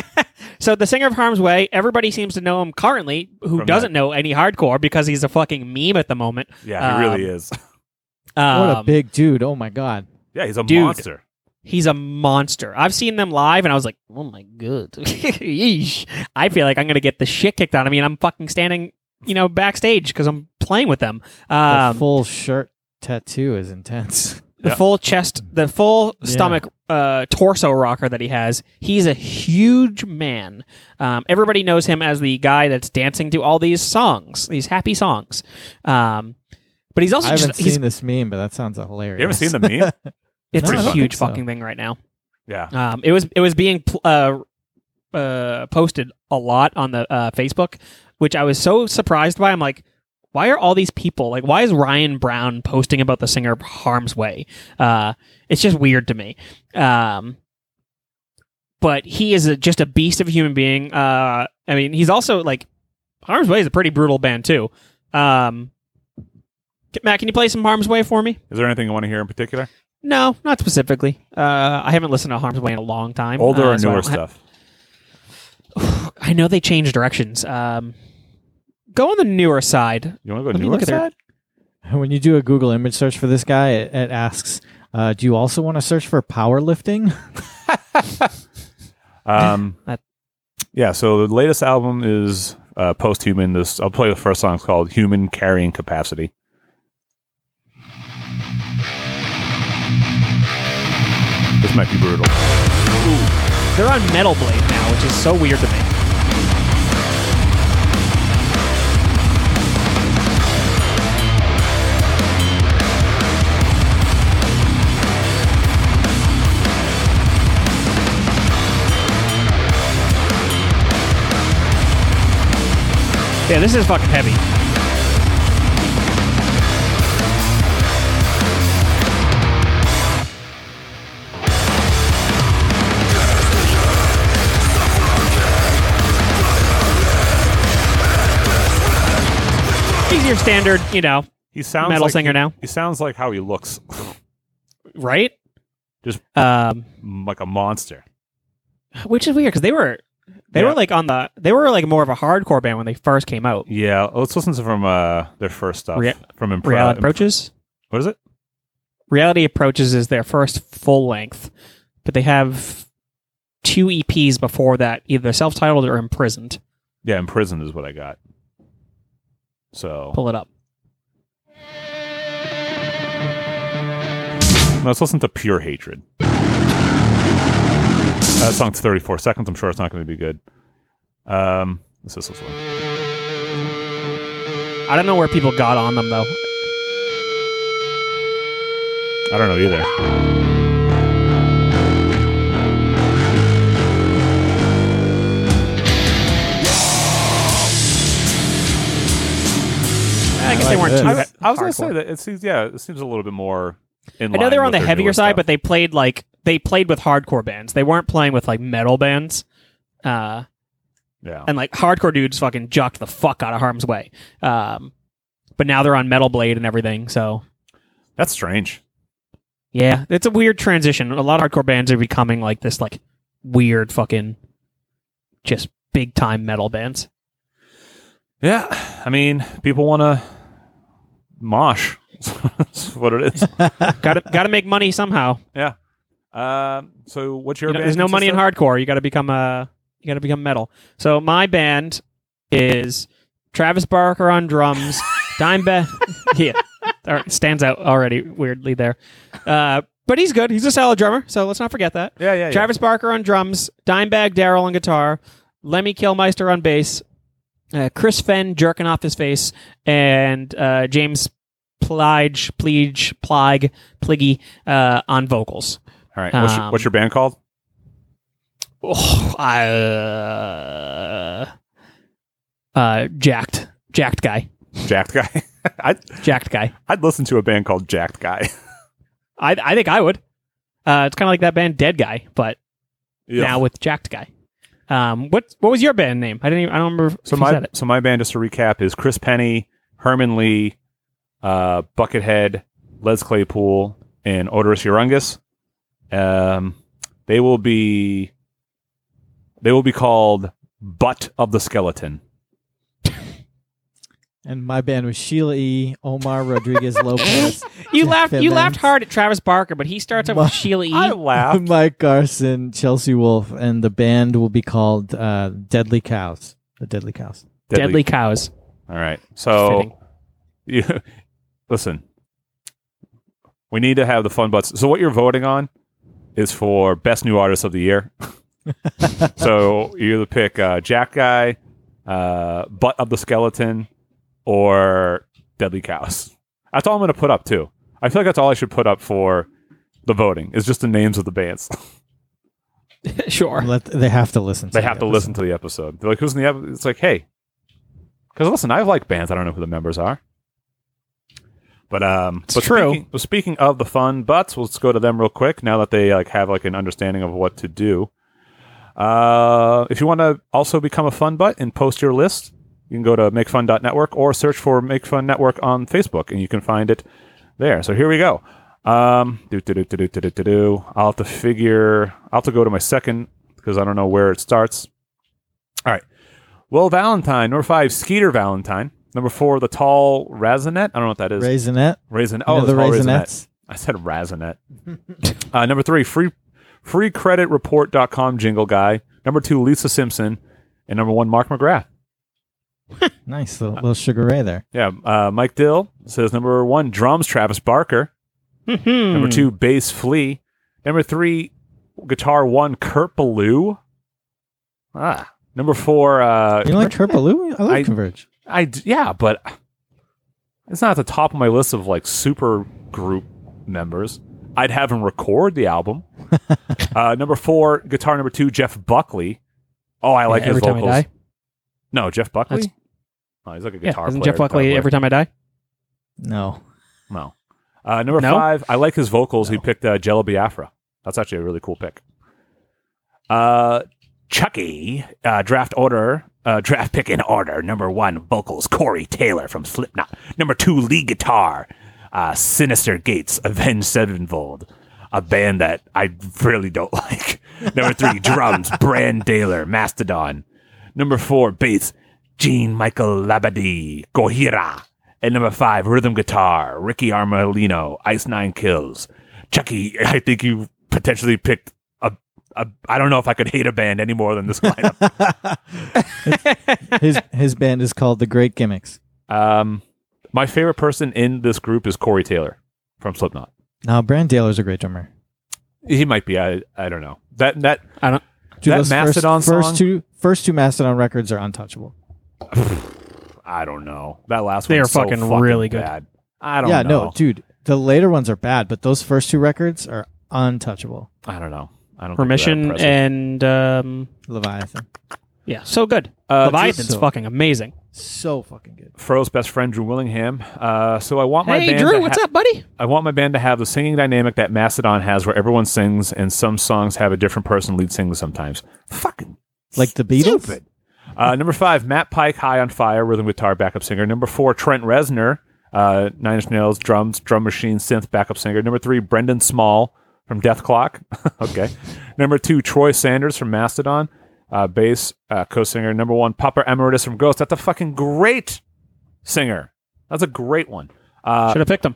so the singer of Harm's Way, everybody seems to know him currently, who From doesn't know any hardcore because he's a fucking meme at the moment. Yeah, he really Um, is. what a um, big dude! Oh my god. Yeah, he's a dude. monster. He's a monster. I've seen them live, and I was like, "Oh my god, Yeesh. I feel like I'm gonna get the shit kicked out of me." And I'm fucking standing, you know, backstage because I'm playing with them. The Um, full shirt tattoo is intense. the Yeah. full chest, the full Yeah. stomach, uh, torso rocker that he has. He's a huge man. Um, everybody knows him as the guy that's dancing to all these songs, these happy songs. Um, but he's also I haven't just, he's, seen this meme, but that sounds hilarious. You ever seen the meme? it's No, I a don't huge think so. fucking thing right now. yeah. Um, it was it was being pl- uh, uh, posted a lot on the uh, Facebook, which I was so surprised by. I'm like, why are all these people like? Why is Ryan Brown posting about the singer of Harm's Way? Uh, it's just weird to me. Um, but he is a, just a beast of a human being. Uh, I mean, he's also like Harm's Way is a pretty brutal band too. Um, Matt, can you play some Harm's Way for me? Is there anything you want to hear in particular? No, not specifically. Uh, I haven't listened to Harm's Way in a long time. Older uh, or so I newer don't ha- stuff? I know they changed directions. Um, go on the newer side. You want to go Let me newer look at their- side? When you do a Google image search for this guy, it, it asks, uh, "Do you also want to search for powerlifting?" Um, That- yeah. So the latest album is uh, Post Human. This I'll play the first song. It's called Human Carrying Capacity. This might be brutal. They're on Metal Blade now, which is so weird to me. Yeah, this is fucking heavy. He's your standard, you know, He sounds metal like singer he, now, He sounds like how he looks, right? Just- um, like a monster. which is weird because they were they Yeah. were like on the they were like more of a hardcore band when they first came out. Yeah. Let's listen to from uh, their first stuff Rea- from Impro- Reality approaches. What is it? Reality approaches is their first full length, but they have two EPs before that, either self titled or imprisoned. Yeah, imprisoned is what I got. So Pull it up. let's listen to Pure Hatred. That song's 34 seconds. I'm sure it's not going to be good. Um, let's just listen. I don't know where people got on them though. I don't know either. I guess like they weren't this. too. I, I was going to hardcore. say that it seems yeah, it seems a little bit more. In I know line they're on with the their heavier newer side, stuff. but they played like they played with hardcore bands. They weren't playing with like metal bands. Uh, yeah, and like hardcore dudes fucking jocked the fuck out of harm's way. Um, but now they're on Metal Blade and everything, so that's strange. yeah, it's a weird transition. A lot of hardcore bands are becoming like this, like weird fucking, just big time metal bands. Yeah, I mean, people want to mosh. that's what it is. Got to got to make money somehow. yeah. Um, so what's your? You know, band there's no money in consist hardcore. You got to become a you got to become metal. So my band is Travis Barker on drums, Dime Beth. yeah, All right, stands out already weirdly there, uh, but he's good. He's a solid drummer. So let's not forget that. of? Yeah, yeah, yeah. Travis Barker on drums, Dimebag Daryl on guitar, Lemmy Kilmeister on bass, uh, Chris Fenn jerking off his face, and uh, James Plige, Plige, Plige, Pliggy uh, on vocals. All right, what's, your, um, what's your band called? Oh, I, uh, uh, jacked, jacked guy, Jacked guy. I jacked guy. I'd listen to a band called Jacked Guy. I I think I would. Uh, it's kind of like that band Dead Guy, but now with jacked guy. Um, what what was your band name? I didn't even, I don't remember. if so you my said it. so my band just to recap is Chris Penny, Herman Lee, uh, Buckethead, Les Claypool, and Odorous Urungus. Um, they will be They will be called Butt of the Skeleton. And my band was Sheila E. Omar Rodriguez Lopez. You Jeff laughed. You laughed Fibbins, hard at Travis Barker, but he starts up My- with Sheila E. laughed. Mike Garson, Chelsea Wolf, and the band will be called uh, Deadly Cows. The Deadly Cows. Deadly, cows. All right. So, Oh. Fitting. you, listen, we need to have the fun butts. So, what you're voting on is for best new artist of the year. so, you either pick uh, Jack Guy, uh, Butt of the Skeleton, or Deadly Cows. That's all I'm going to put up, too. I feel like that's all I should put up for the voting, is just the names of the bands. sure. Let, they have to listen to they the have to episode. listen to the episode. They're like, who's in the episode? It's like, hey, because listen, I like bands. I don't know who the members are. But um, but true. Speaking, but speaking of the fun butts, let's go to them real quick. Now that they like have like an understanding of what to do. Uh, if you want to also become a fun butt and post your list, you can go to makefun.network or search for Make Fun Network on Facebook, and you can find it there. So here we go. Um, do do do do do do do do do. I'll have to figure. I'll have to go to my second because I don't know where it starts. All right. Will Valentine, number five, Skeeter Valentine, number four, the tall Razinet. I don't know what that is. Raisinette. Raisin. Oh, You know the the tall Raisinettes? Raisinette. I said Razinet. uh, number three, free freecreditreport.com jingle guy. Number two, Lisa Simpson, and number one, Mark McGrath. Nice little, little Sugar Ray there. Yeah, uh, Mike Dill says number one, drums Travis Barker. Number Hmm. two, bass Flea. Number three, guitar one, Kurt Ballou. Ah, number four, uh, You don't like Turpaloo? I like I- Converge. I d- yeah, but it's not at the top of my list of like super group members. I'd have him record the album. uh, number four, guitar number two, Jeff Buckley. Oh, I like Hmm. every his time I vocals. die. No, Jeff Buckley. That's- Oh, he's like a Yeah. guitar Isn't player. Jeff Buckley guitar every player. time I die? No. No. Uh, number No? five, I like his vocals. He picked uh, Jello Biafra. That's actually a really cool pick. Uh, Chucky, uh, draft order, uh, draft pick in order. Number one, vocals, Corey Taylor from Slipknot. Number two, lead guitar, uh, Sinister Gates, Avenged Sevenfold, a band that I really don't like. Number three, drums, Brand Daler, Mastodon. Number four, bass, Gene Michael Labadie, Gohira. And number five, rhythm guitar, Ricky Armolino, Ice Nine Kills. Chucky, I think you potentially picked a, a. I don't know if I could hate a band any more than this lineup. His his band is called The Great Gimmicks. um, my favorite person in this group is Corey Taylor from Slipknot. Now, Brand Daler's a great drummer. He might be. I, I don't know. That that I don't. Dude, That those Mastodon first, first song? two first two Mastodon records are untouchable. I don't know. That last They one are fucking really good. Bad. I don't. yeah, know. no, dude, the later ones are bad, but those first two records are untouchable. I don't know. I don't. think they're that Permission impressive. and um, Leviathan, yeah, so good. Uh, Leviathan's just so- fucking amazing. so fucking good. Fro's best friend Drew Willingham. Uh, so I want my Hey band Drew, to what's ha- up, buddy? I want my band to have the singing dynamic that Mastodon has, where everyone sings and some songs have a different person lead sing sometimes. Fucking Like the Beatles. stupid. Uh, number five, Matt Pike, High on Fire, rhythm guitar backup singer. Number four, Trent Reznor, uh, Nine Inch Nails, drums, drum machine, synth backup singer. Number three, Brendan Small from Death Clock. okay. Number two, Troy Sanders from Mastodon, uh, bass uh, co-singer. Number one, Papa Emeritus from Ghost. That's a fucking great singer. That's a great one. Uh, Should have picked him.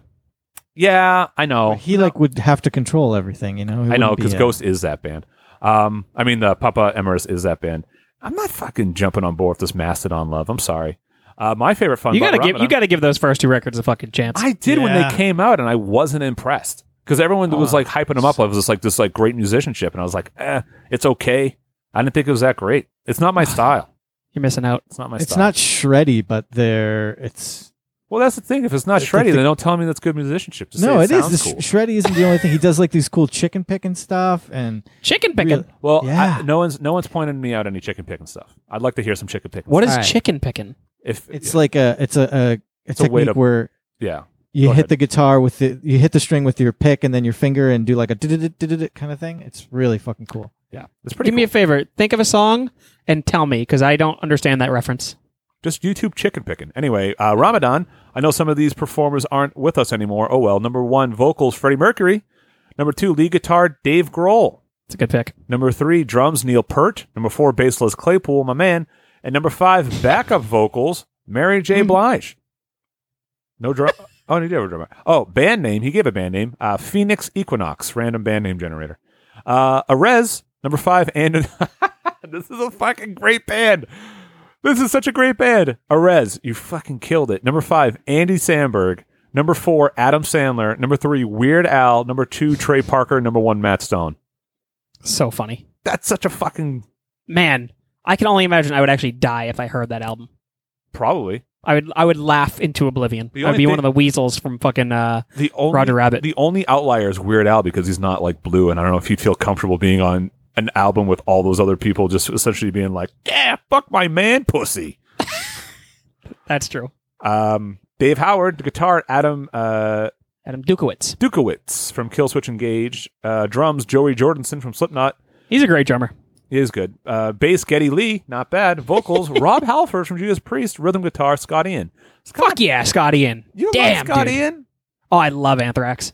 yeah, I know. He like would have to control everything, you know. It Oh. I know wouldn't be because a- Ghost is that band. Um, I mean the Papa Emeritus is that band. I'm not fucking jumping on board with this Mastodon love. I'm sorry. Uh, my favorite fun. You Bot gotta give. You Ramadan- gotta give those first two records a fucking chance. I did when Yeah. Ah. they came out, and I wasn't impressed because everyone was like hyping them up. I was just like this like great musicianship, and I was like, eh, it's okay. I didn't think it was that great. It's not my style. You're missing out. It's not my It's style. not shreddy, but they're it's Well, that's the thing. If it's not It's shreddy, like the- then don't tell me that's good musicianship. Just no, say it is. sounds The sh- cool. Shreddy isn't the only thing. He does like these cool chicken picking stuff and Chicken picking. real- Well, Yeah. I, no one's no one's pointed me out any chicken picking stuff. I'd like to hear some chicken picking. What is All right. chicken picking? if it's like a it's a a, a a way technique to- where yeah. you Go hit ahead. the guitar with the you hit the string with your pick and then your finger and do like a did kind of thing. It's really fucking cool. Yeah, it's pretty. Do me a favor. Think of a song and tell me because I don't understand that reference. just YouTube chicken picking. Anyway, uh, Ramadan. I know some of these performers aren't with us anymore. Oh well. Number one, vocals Freddie Mercury. Number two, lead guitar Dave Grohl. It's a good pick. Number three, drums, Neil Peart. Number four, bass Liz Claypool, my man. And number five, backup vocals, Mary J. Blige. No drum. oh, he did have a drummer. Oh, band name. He gave a band name. Uh, Phoenix Equinox, random band name generator. Uh, Arez, number five, and this is a fucking great band. This is such a great band. Arez, you fucking killed it. Number five, Andy Sandberg. Number four, Adam Sandler. Number three, Weird Al. Number two, Trey Parker. Number one, Matt Stone. So funny. That's such a fucking man. I can only imagine I would actually die if I heard that album. Probably. I would I would laugh into oblivion. The I'd only be one thing- of the weasels from fucking uh The only Roger Rabbit. The only outlier is Weird Al because he's not like blue, and I don't know if he'd feel comfortable being on an album with all those other people, just essentially being like, "Yeah, fuck my man, pussy." That's true. Um, Dave Howard, the guitar, Adam uh, Adam Dukowitz, Dukowitz from Killswitch Engage, uh, drums, Joey Jordanson from Slipknot. He's a great drummer. He is good. Uh, bass, Getty Lee, not bad. Vocals, Rob Halford from Judas Priest. Rhythm guitar, Scott Ian. Fuck yeah, Scott Ian. You Damn, like Scott dude. Ian? Oh, I love Anthrax.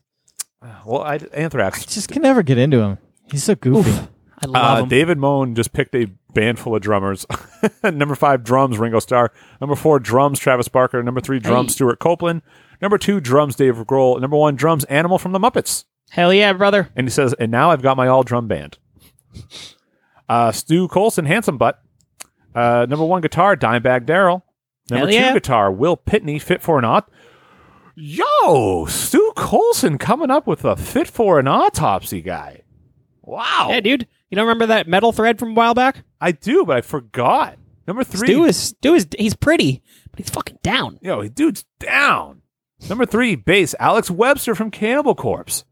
Well, I, Anthrax. Just can never get into him. He's so goofy. I love uh, him. David Moan just picked a band full of drummers. Number five, drums, Ringo Starr. Number four, drums, Travis Barker. Number three, drums, Hey. Stuart Copeland. Number two, drums, Dave Grohl. Number one, drums, Animal from the Muppets. Hell yeah, brother. And he says, and now I've got my all drum band. Uh, Stu Colson, Handsome Butt. Uh, number one, guitar, Dimebag Daryl. Number Hell two, yeah. guitar, Will Pitney, Fit for an Aut. Yo, Stu Colson coming up with a Fit for an Autopsy guy. Wow. Yeah, dude. You don't remember that metal thread from a while back? I do, but I forgot. Number three, Stu is Stu is he's pretty, but he's fucking down. yo, dude's down. Number three, bass, Alex Webster from Cannibal Corpse.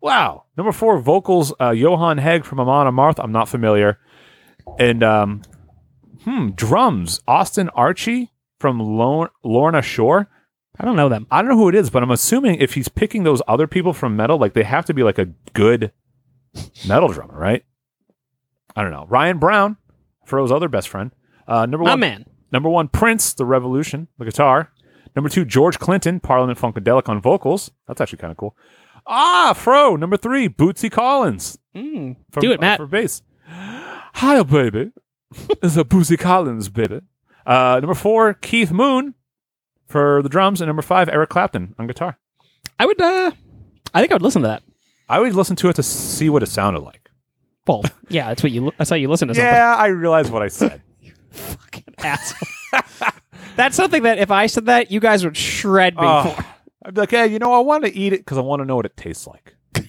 Wow. Number four, vocals, uh, Johan Hegg from Amon Amarth. I'm not familiar. And um, hmm, drums, Austin Archie from Lorn- Lorna Shore. I don't know them. I don't know who it is, but I'm assuming if he's picking those other people from metal, like they have to be like a good metal drummer, right? I don't know. Ryan Brown, Fro's other best friend. Uh, number My one, man. Number one, Prince, The Revolution, the guitar. Number two, George Clinton, Parliament Funkadelic on vocals. That's actually kind of cool. Ah, Fro. Number three, Bootsy Collins. Mm, for- do it, Matt. For bass. Hi, baby. it's a Bootsy Collins, baby. Uh, number four, Keith Moon for the drums. And number five, Eric Clapton on guitar. I would. uh I think I would listen to that. I would listen to it to see what it sounded like. Well, yeah, that's what you. li- That's how you listen to something. Yeah, I realize what I said. Asshole. that's something that if I said that, you guys would shred me Oh, for. I'd be like, hey, you know, I want to eat it because I want to know what it tastes like.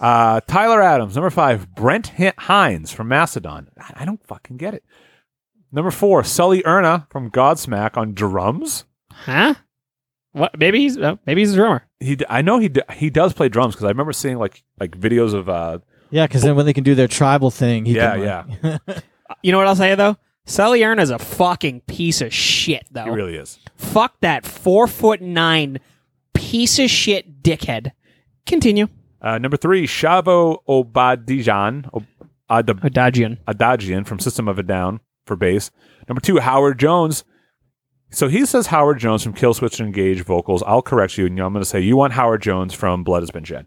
uh, Tyler Adams, number five, Brent Hi- Hines from Macedon. I- I don't fucking get it. Number four, Sully Erna from Godsmack on drums. Huh? What? Maybe he's uh, maybe he's a drummer. He, d- I know he d- he does play drums because I remember seeing like like videos of uh Yeah, because then when they can do their tribal thing, he yeah can, like, yeah Uh, You know what I'll say though? Sully Erna's a fucking piece of shit though. he really is Fuck that four foot nine piece of shit dickhead. Continue. uh, number three Shavo Obadijan Ob- Ad- Adagian. Adagian from System of a Down for bass. Number two, Howard Jones. So he says Howard Jones from Killswitch Engage vocals. I'll correct you, and I'm going to say you want Howard Jones from Blood Has Been Shed.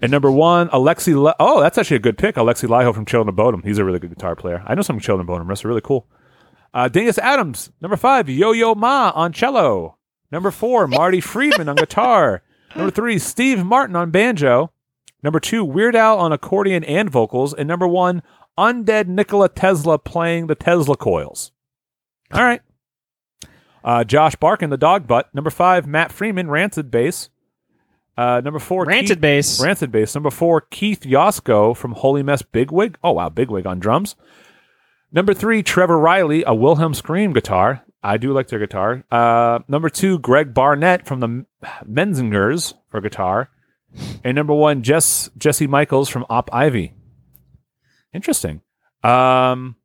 And number one, Alexi. Le- oh, that's actually a good pick, Alexi Laiho from Children of Bodom. He's a really good guitar player. I know some Children of Bodom riffs are really cool. Uh, Dingus Adams, number five, Yo Yo Ma on cello. Number four, Marty Friedman on guitar. Number three, Steve Martin on banjo. Number two, Weird Al on accordion and vocals. And number one, undead Nikola Tesla playing the Tesla coils. All right. Uh, Josh Barkin, the dog butt. Number five, Matt Freeman, rancid bass. Uh, number four, Ranted Keith- bass. Rancid bass. Number four, Keith Yosko from Holy Mess Bigwig. Oh, wow, Bigwig on drums. Number three, Trevor Riley, a Wilhelm Scream guitar. I do like their guitar. Uh, number two, Greg Barnett from the M- Menzingers for guitar. And number one, Jess Jesse Michaels from Op Ivy. Interesting. Um,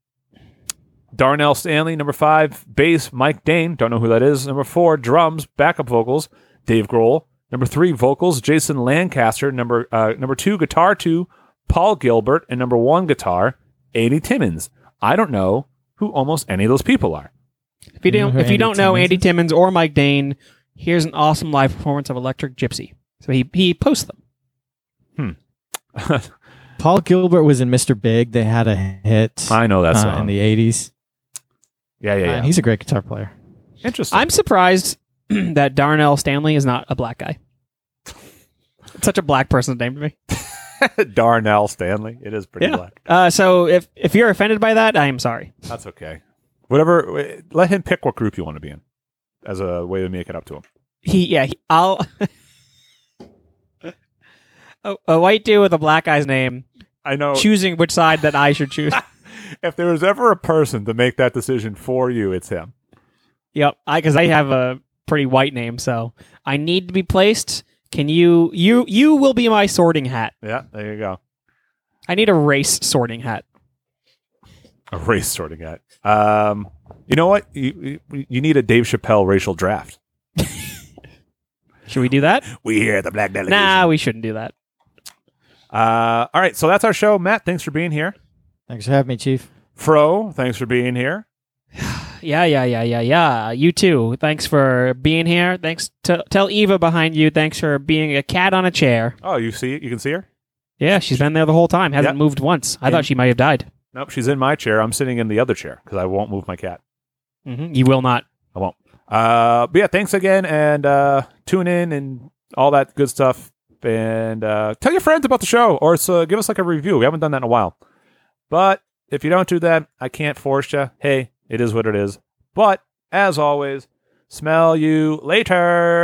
Darnell Stanley, number five, bass, Mike Dane. Don't know who that is. Number four, drums, backup vocals, Dave Grohl. Number three, vocals, Jason Lancaster. Number uh, number two, guitar two, Paul Gilbert, and number one, guitar, Andy Timmons. I don't know who almost any of those people are. If You you know don't, who if you Andy don't know Timmons Mm-hmm. Andy is? Timmons or Mike Dane, here's an awesome live performance of Electric Gypsy. So he he posts them. Paul Gilbert was in Mr. Big. They had a hit. I know that uh, song. in the eighties. Uh, Yeah, yeah, yeah. he's a great guitar player. Interesting. I'm surprised that Darnell Stanley is not a black guy. It's such a black person's name to me. Darnell Stanley. It is pretty Yeah. black. Uh, so if if you're offended by that, I am sorry. That's okay. Whatever. w- Let him pick what group you want to be in as a way to make it up to him. He yeah, he, I'll a, a white dude with a black guy's name. I know. Choosing which side that I should choose. If there was ever a person to make that decision for you, it's him. yep, I because I have a pretty white name, so I need to be placed. Can you you you will be my sorting hat? Yeah, there you go. I need a race sorting hat. A race sorting hat. Um, you know what? You, you, you need a Dave Chappelle racial draft. Should we do that? We hear the black delegation. Nah, we shouldn't do that. Uh, all right, so that's our show. Matt, thanks for being here. Thanks for having me, Chief. Fro, thanks for being here. Yeah, yeah, yeah, yeah, yeah. You too. Thanks for being here. Thanks to tell Eva behind you. Thanks for being a cat on a chair. Oh, you see, you can see her. Yeah, she's been there the whole time. Hasn't Yep. moved once. I And- thought she might have died. Nope, she's in my chair. I'm sitting in the other chair because I won't move my cat. hmm You will not. I won't. Uh, but yeah, thanks again, and uh, tune in and all that good stuff. And uh, tell your friends about the show, or so give us like a review. We haven't done that in a while. But if you don't do that, I can't force you. Hey, it is what it is. But as always, smell you later.